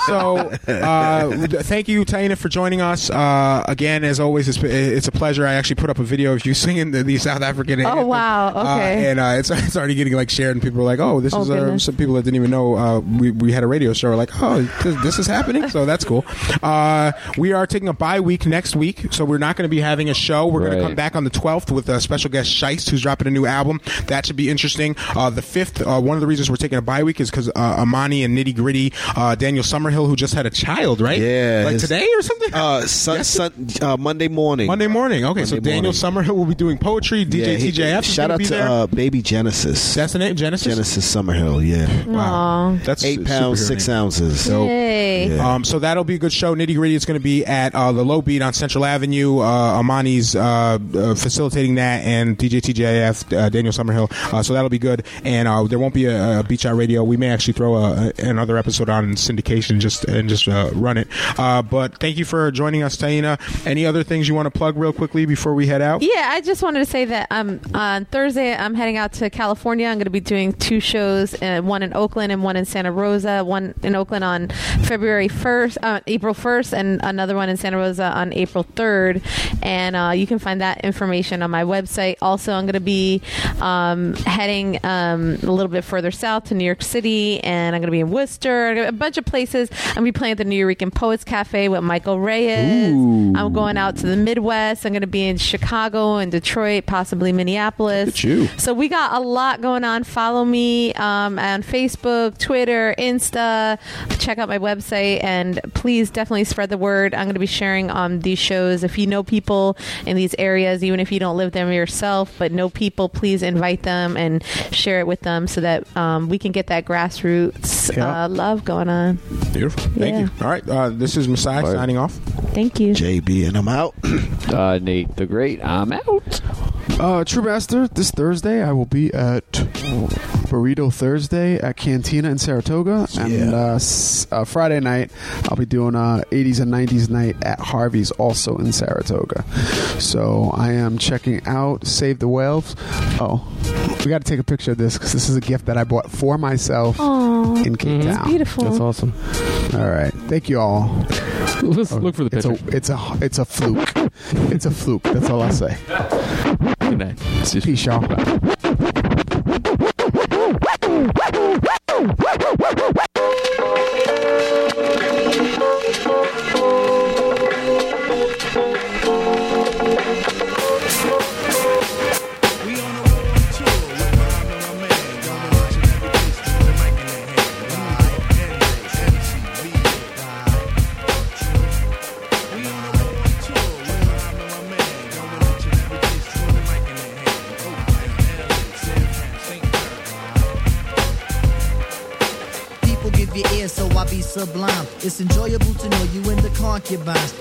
Speaker 2: so uh, thank you, Taina, for joining us. Uh, again, as always, it's, it's a pleasure. I actually put up a video of you singing the, the South African
Speaker 5: Oh,
Speaker 2: anthem.
Speaker 5: wow.
Speaker 2: Uh,
Speaker 5: Okay.
Speaker 2: and uh, it's, it's already getting like shared, and people are like, oh, this
Speaker 5: Oh,
Speaker 2: is uh,
Speaker 5: goodness.
Speaker 2: some people that didn't even know uh, we, we had a radio show are like, oh, this, this is happening. So that's cool. Uh, we are taking a bye week next week, so we're not going to be having a show. We're going to
Speaker 6: Right.
Speaker 2: come back on the 12th with a special guest Shice, who's dropping a new album. That should be interesting. Uh, the 5th, uh, one of the reasons we're taking a bye week is because uh, Amani and Nitty Gritty, uh, Daniel Summerhill, who just had a child, right?
Speaker 7: Yeah,
Speaker 2: Like
Speaker 7: his-
Speaker 2: today or something?
Speaker 7: Uh, sun, sun, uh, Monday morning.
Speaker 2: Monday morning. Okay, so
Speaker 7: Monday
Speaker 2: Daniel
Speaker 7: morning.
Speaker 2: Summerhill will be doing poetry. DJ
Speaker 7: he-
Speaker 2: TJF. is
Speaker 7: Shout
Speaker 2: gonna
Speaker 7: out
Speaker 2: be
Speaker 7: to
Speaker 2: there.
Speaker 7: uh, Baby Genesis.
Speaker 2: That's the name, Genesis.
Speaker 7: Genesis Summerhill. Yeah.
Speaker 5: Wow.
Speaker 2: That's
Speaker 7: eight
Speaker 2: a
Speaker 7: pounds
Speaker 2: superhero
Speaker 7: six
Speaker 2: name.
Speaker 7: ounces.
Speaker 2: Dope.
Speaker 5: Yay.
Speaker 7: Yeah.
Speaker 2: Um, so that'll be a good show. Nitty gritty. It's going to be at uh, the Low Beat on Central Avenue. Uh, Amani's uh, uh, facilitating that, and DJ TJF, uh, Daniel Summerhill. Uh, so that'll be good. And uh, there won't be a, a Beach Out Radio. We may actually throw a, a- another episode on in syndication just and just uh, run it. Uh, but thank you for joining us, Taina. Any other things you want to plug real quickly before we head out?
Speaker 5: Yeah, I just wanted to say that um, on Thursday I'm heading out to California. I'm going to be doing two shows, uh, one in Oakland and one in Santa Rosa. One in Oakland on February 1st, uh, April 1st, and another one in Santa Rosa on April 3rd. And uh, uh, you can find that information on my website. Also, I'm going to be um, heading um, a little bit further south to New York City, and I'm going to be in Worcester, a bunch of places. I'm going to be playing at the New Eureka Poets Cafe with Michael Reyes.
Speaker 6: Ooh.
Speaker 5: I'm going out to the Midwest. I'm going to be in Chicago and Detroit, possibly Minneapolis.
Speaker 6: at you.
Speaker 5: So we got a lot going on. Follow me um, on Facebook, Twitter, Insta. Check out my website and please definitely spread the word. I'm going to be sharing on these shows. If you know people in these areas, even if you don't live there yourself, but know people, please invite them and share it with them so that um, we can get that grassroots
Speaker 2: Yeah.
Speaker 5: uh, love going on.
Speaker 2: Beautiful. Thank
Speaker 5: Yeah.
Speaker 2: you. All right. Uh, this is Masai signing off.
Speaker 5: Thank you.
Speaker 20: JB and I'm out.
Speaker 7: uh, Nate the Great, I'm out.
Speaker 8: Uh, True Master, this Thursday I will be at Burrito Thursday at Cantina in Saratoga, and uh, s- uh, Friday night I'll be doing a 80s and 90s night at Harvey's, also in Saratoga. So I am checking out Save the Whales. Oh, we got to take a picture of this because this is a gift that I bought for myself
Speaker 5: Aw.
Speaker 21: Mm-hmm.
Speaker 8: in Cape
Speaker 5: Mhm.
Speaker 8: Town.
Speaker 5: That's beautiful. That's
Speaker 8: awesome. All right, thank you all.
Speaker 21: Let's look for the
Speaker 8: picture. It's a it's a, it's a fluke. it's a fluke. That's all I'll say.
Speaker 21: Good night.
Speaker 8: Peace, y'all.
Speaker 11: People give you ears, so I be sublime. It's enjoyable to know you in the concubines.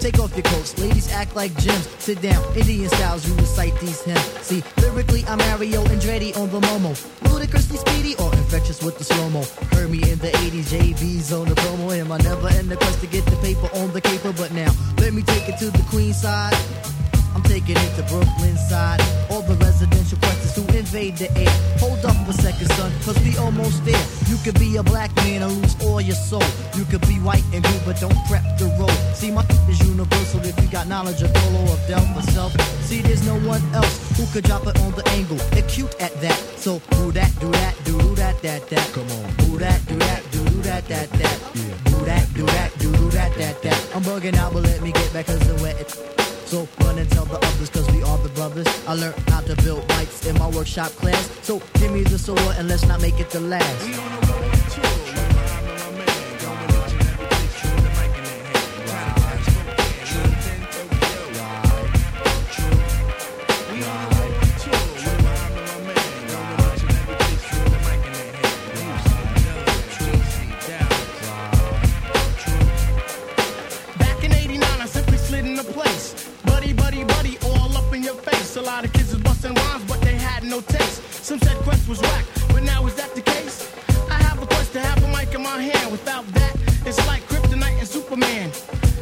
Speaker 11: Take off your coats, ladies act like gems. Sit down, Indian styles, you recite these hymns. See, lyrically, I'm Mario Andretti on the Momo. Ludicrously speedy or infectious with the slow mo. Heard me in the 80s, JB's on the promo. Him, I never in the quest to get the paper on the caper. But now, let me take it to the queen side. I'm taking it to Brooklyn side. All the residential questions who invade the air. Hold up a second, son, cause we almost there. You could be a black man and lose all your soul. You could be white and blue, but don't prep the road. See, my is universal if you got knowledge of Dolo of Del or self. See, there's no one else who could drop it on the angle. Acute at that. So who that, do that, do do that, that, that. Come on. Who that, do that, do do that, that, that. Do that, do that, do do that, that, that. I'm bugging out, but let me get back cause the wet. So run and tell the others, cause we are the brothers. I learned how to build bikes in my workshop class. So give me the sword and let's not make it the last.
Speaker 12: Back in 89, I simply slid in the place. Buddy, buddy, buddy, all up in your face. A lot of kids was busting rhymes, but they had no taste. Some said Quest was whack, but now is that the case? I have a quest to have a mic in my hand. Without that, it's like kryptonite and Superman.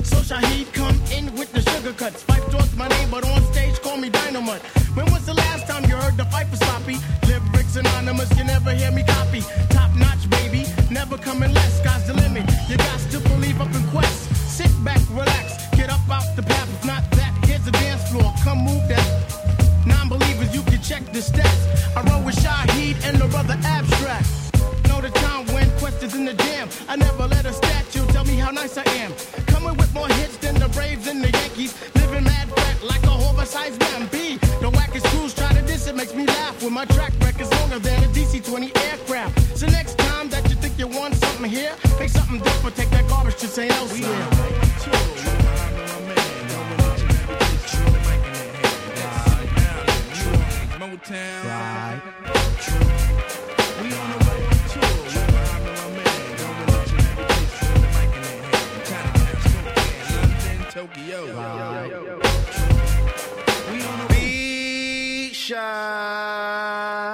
Speaker 12: So Shaheed come in with the sugar cuts. Fife towards my name, but on stage call me Dynamite. When was the last time you heard the fight was sloppy? Lyrics anonymous, you never hear me copy. Top notch, baby, never coming less. Sky's the limit. You got to believe up in Quest. Sit back, relax, get up out the path. If not that, here's a dance floor. Come move that. Non-believers, you can check the stats. I roll with Shaheed and the brother Abstract. Know the time when Quest is in the jam. I never let a statue tell me how nice I am. Coming with more hits than the Braves and the Yankees. Living mad fat like a oversized man. B. The wackest crews try to diss it makes me laugh. When my track record's longer than a DC-20 aircraft. So next time that you think you want something here, make something different. Take that garbage to St. Elsewhere.
Speaker 22: Be shy.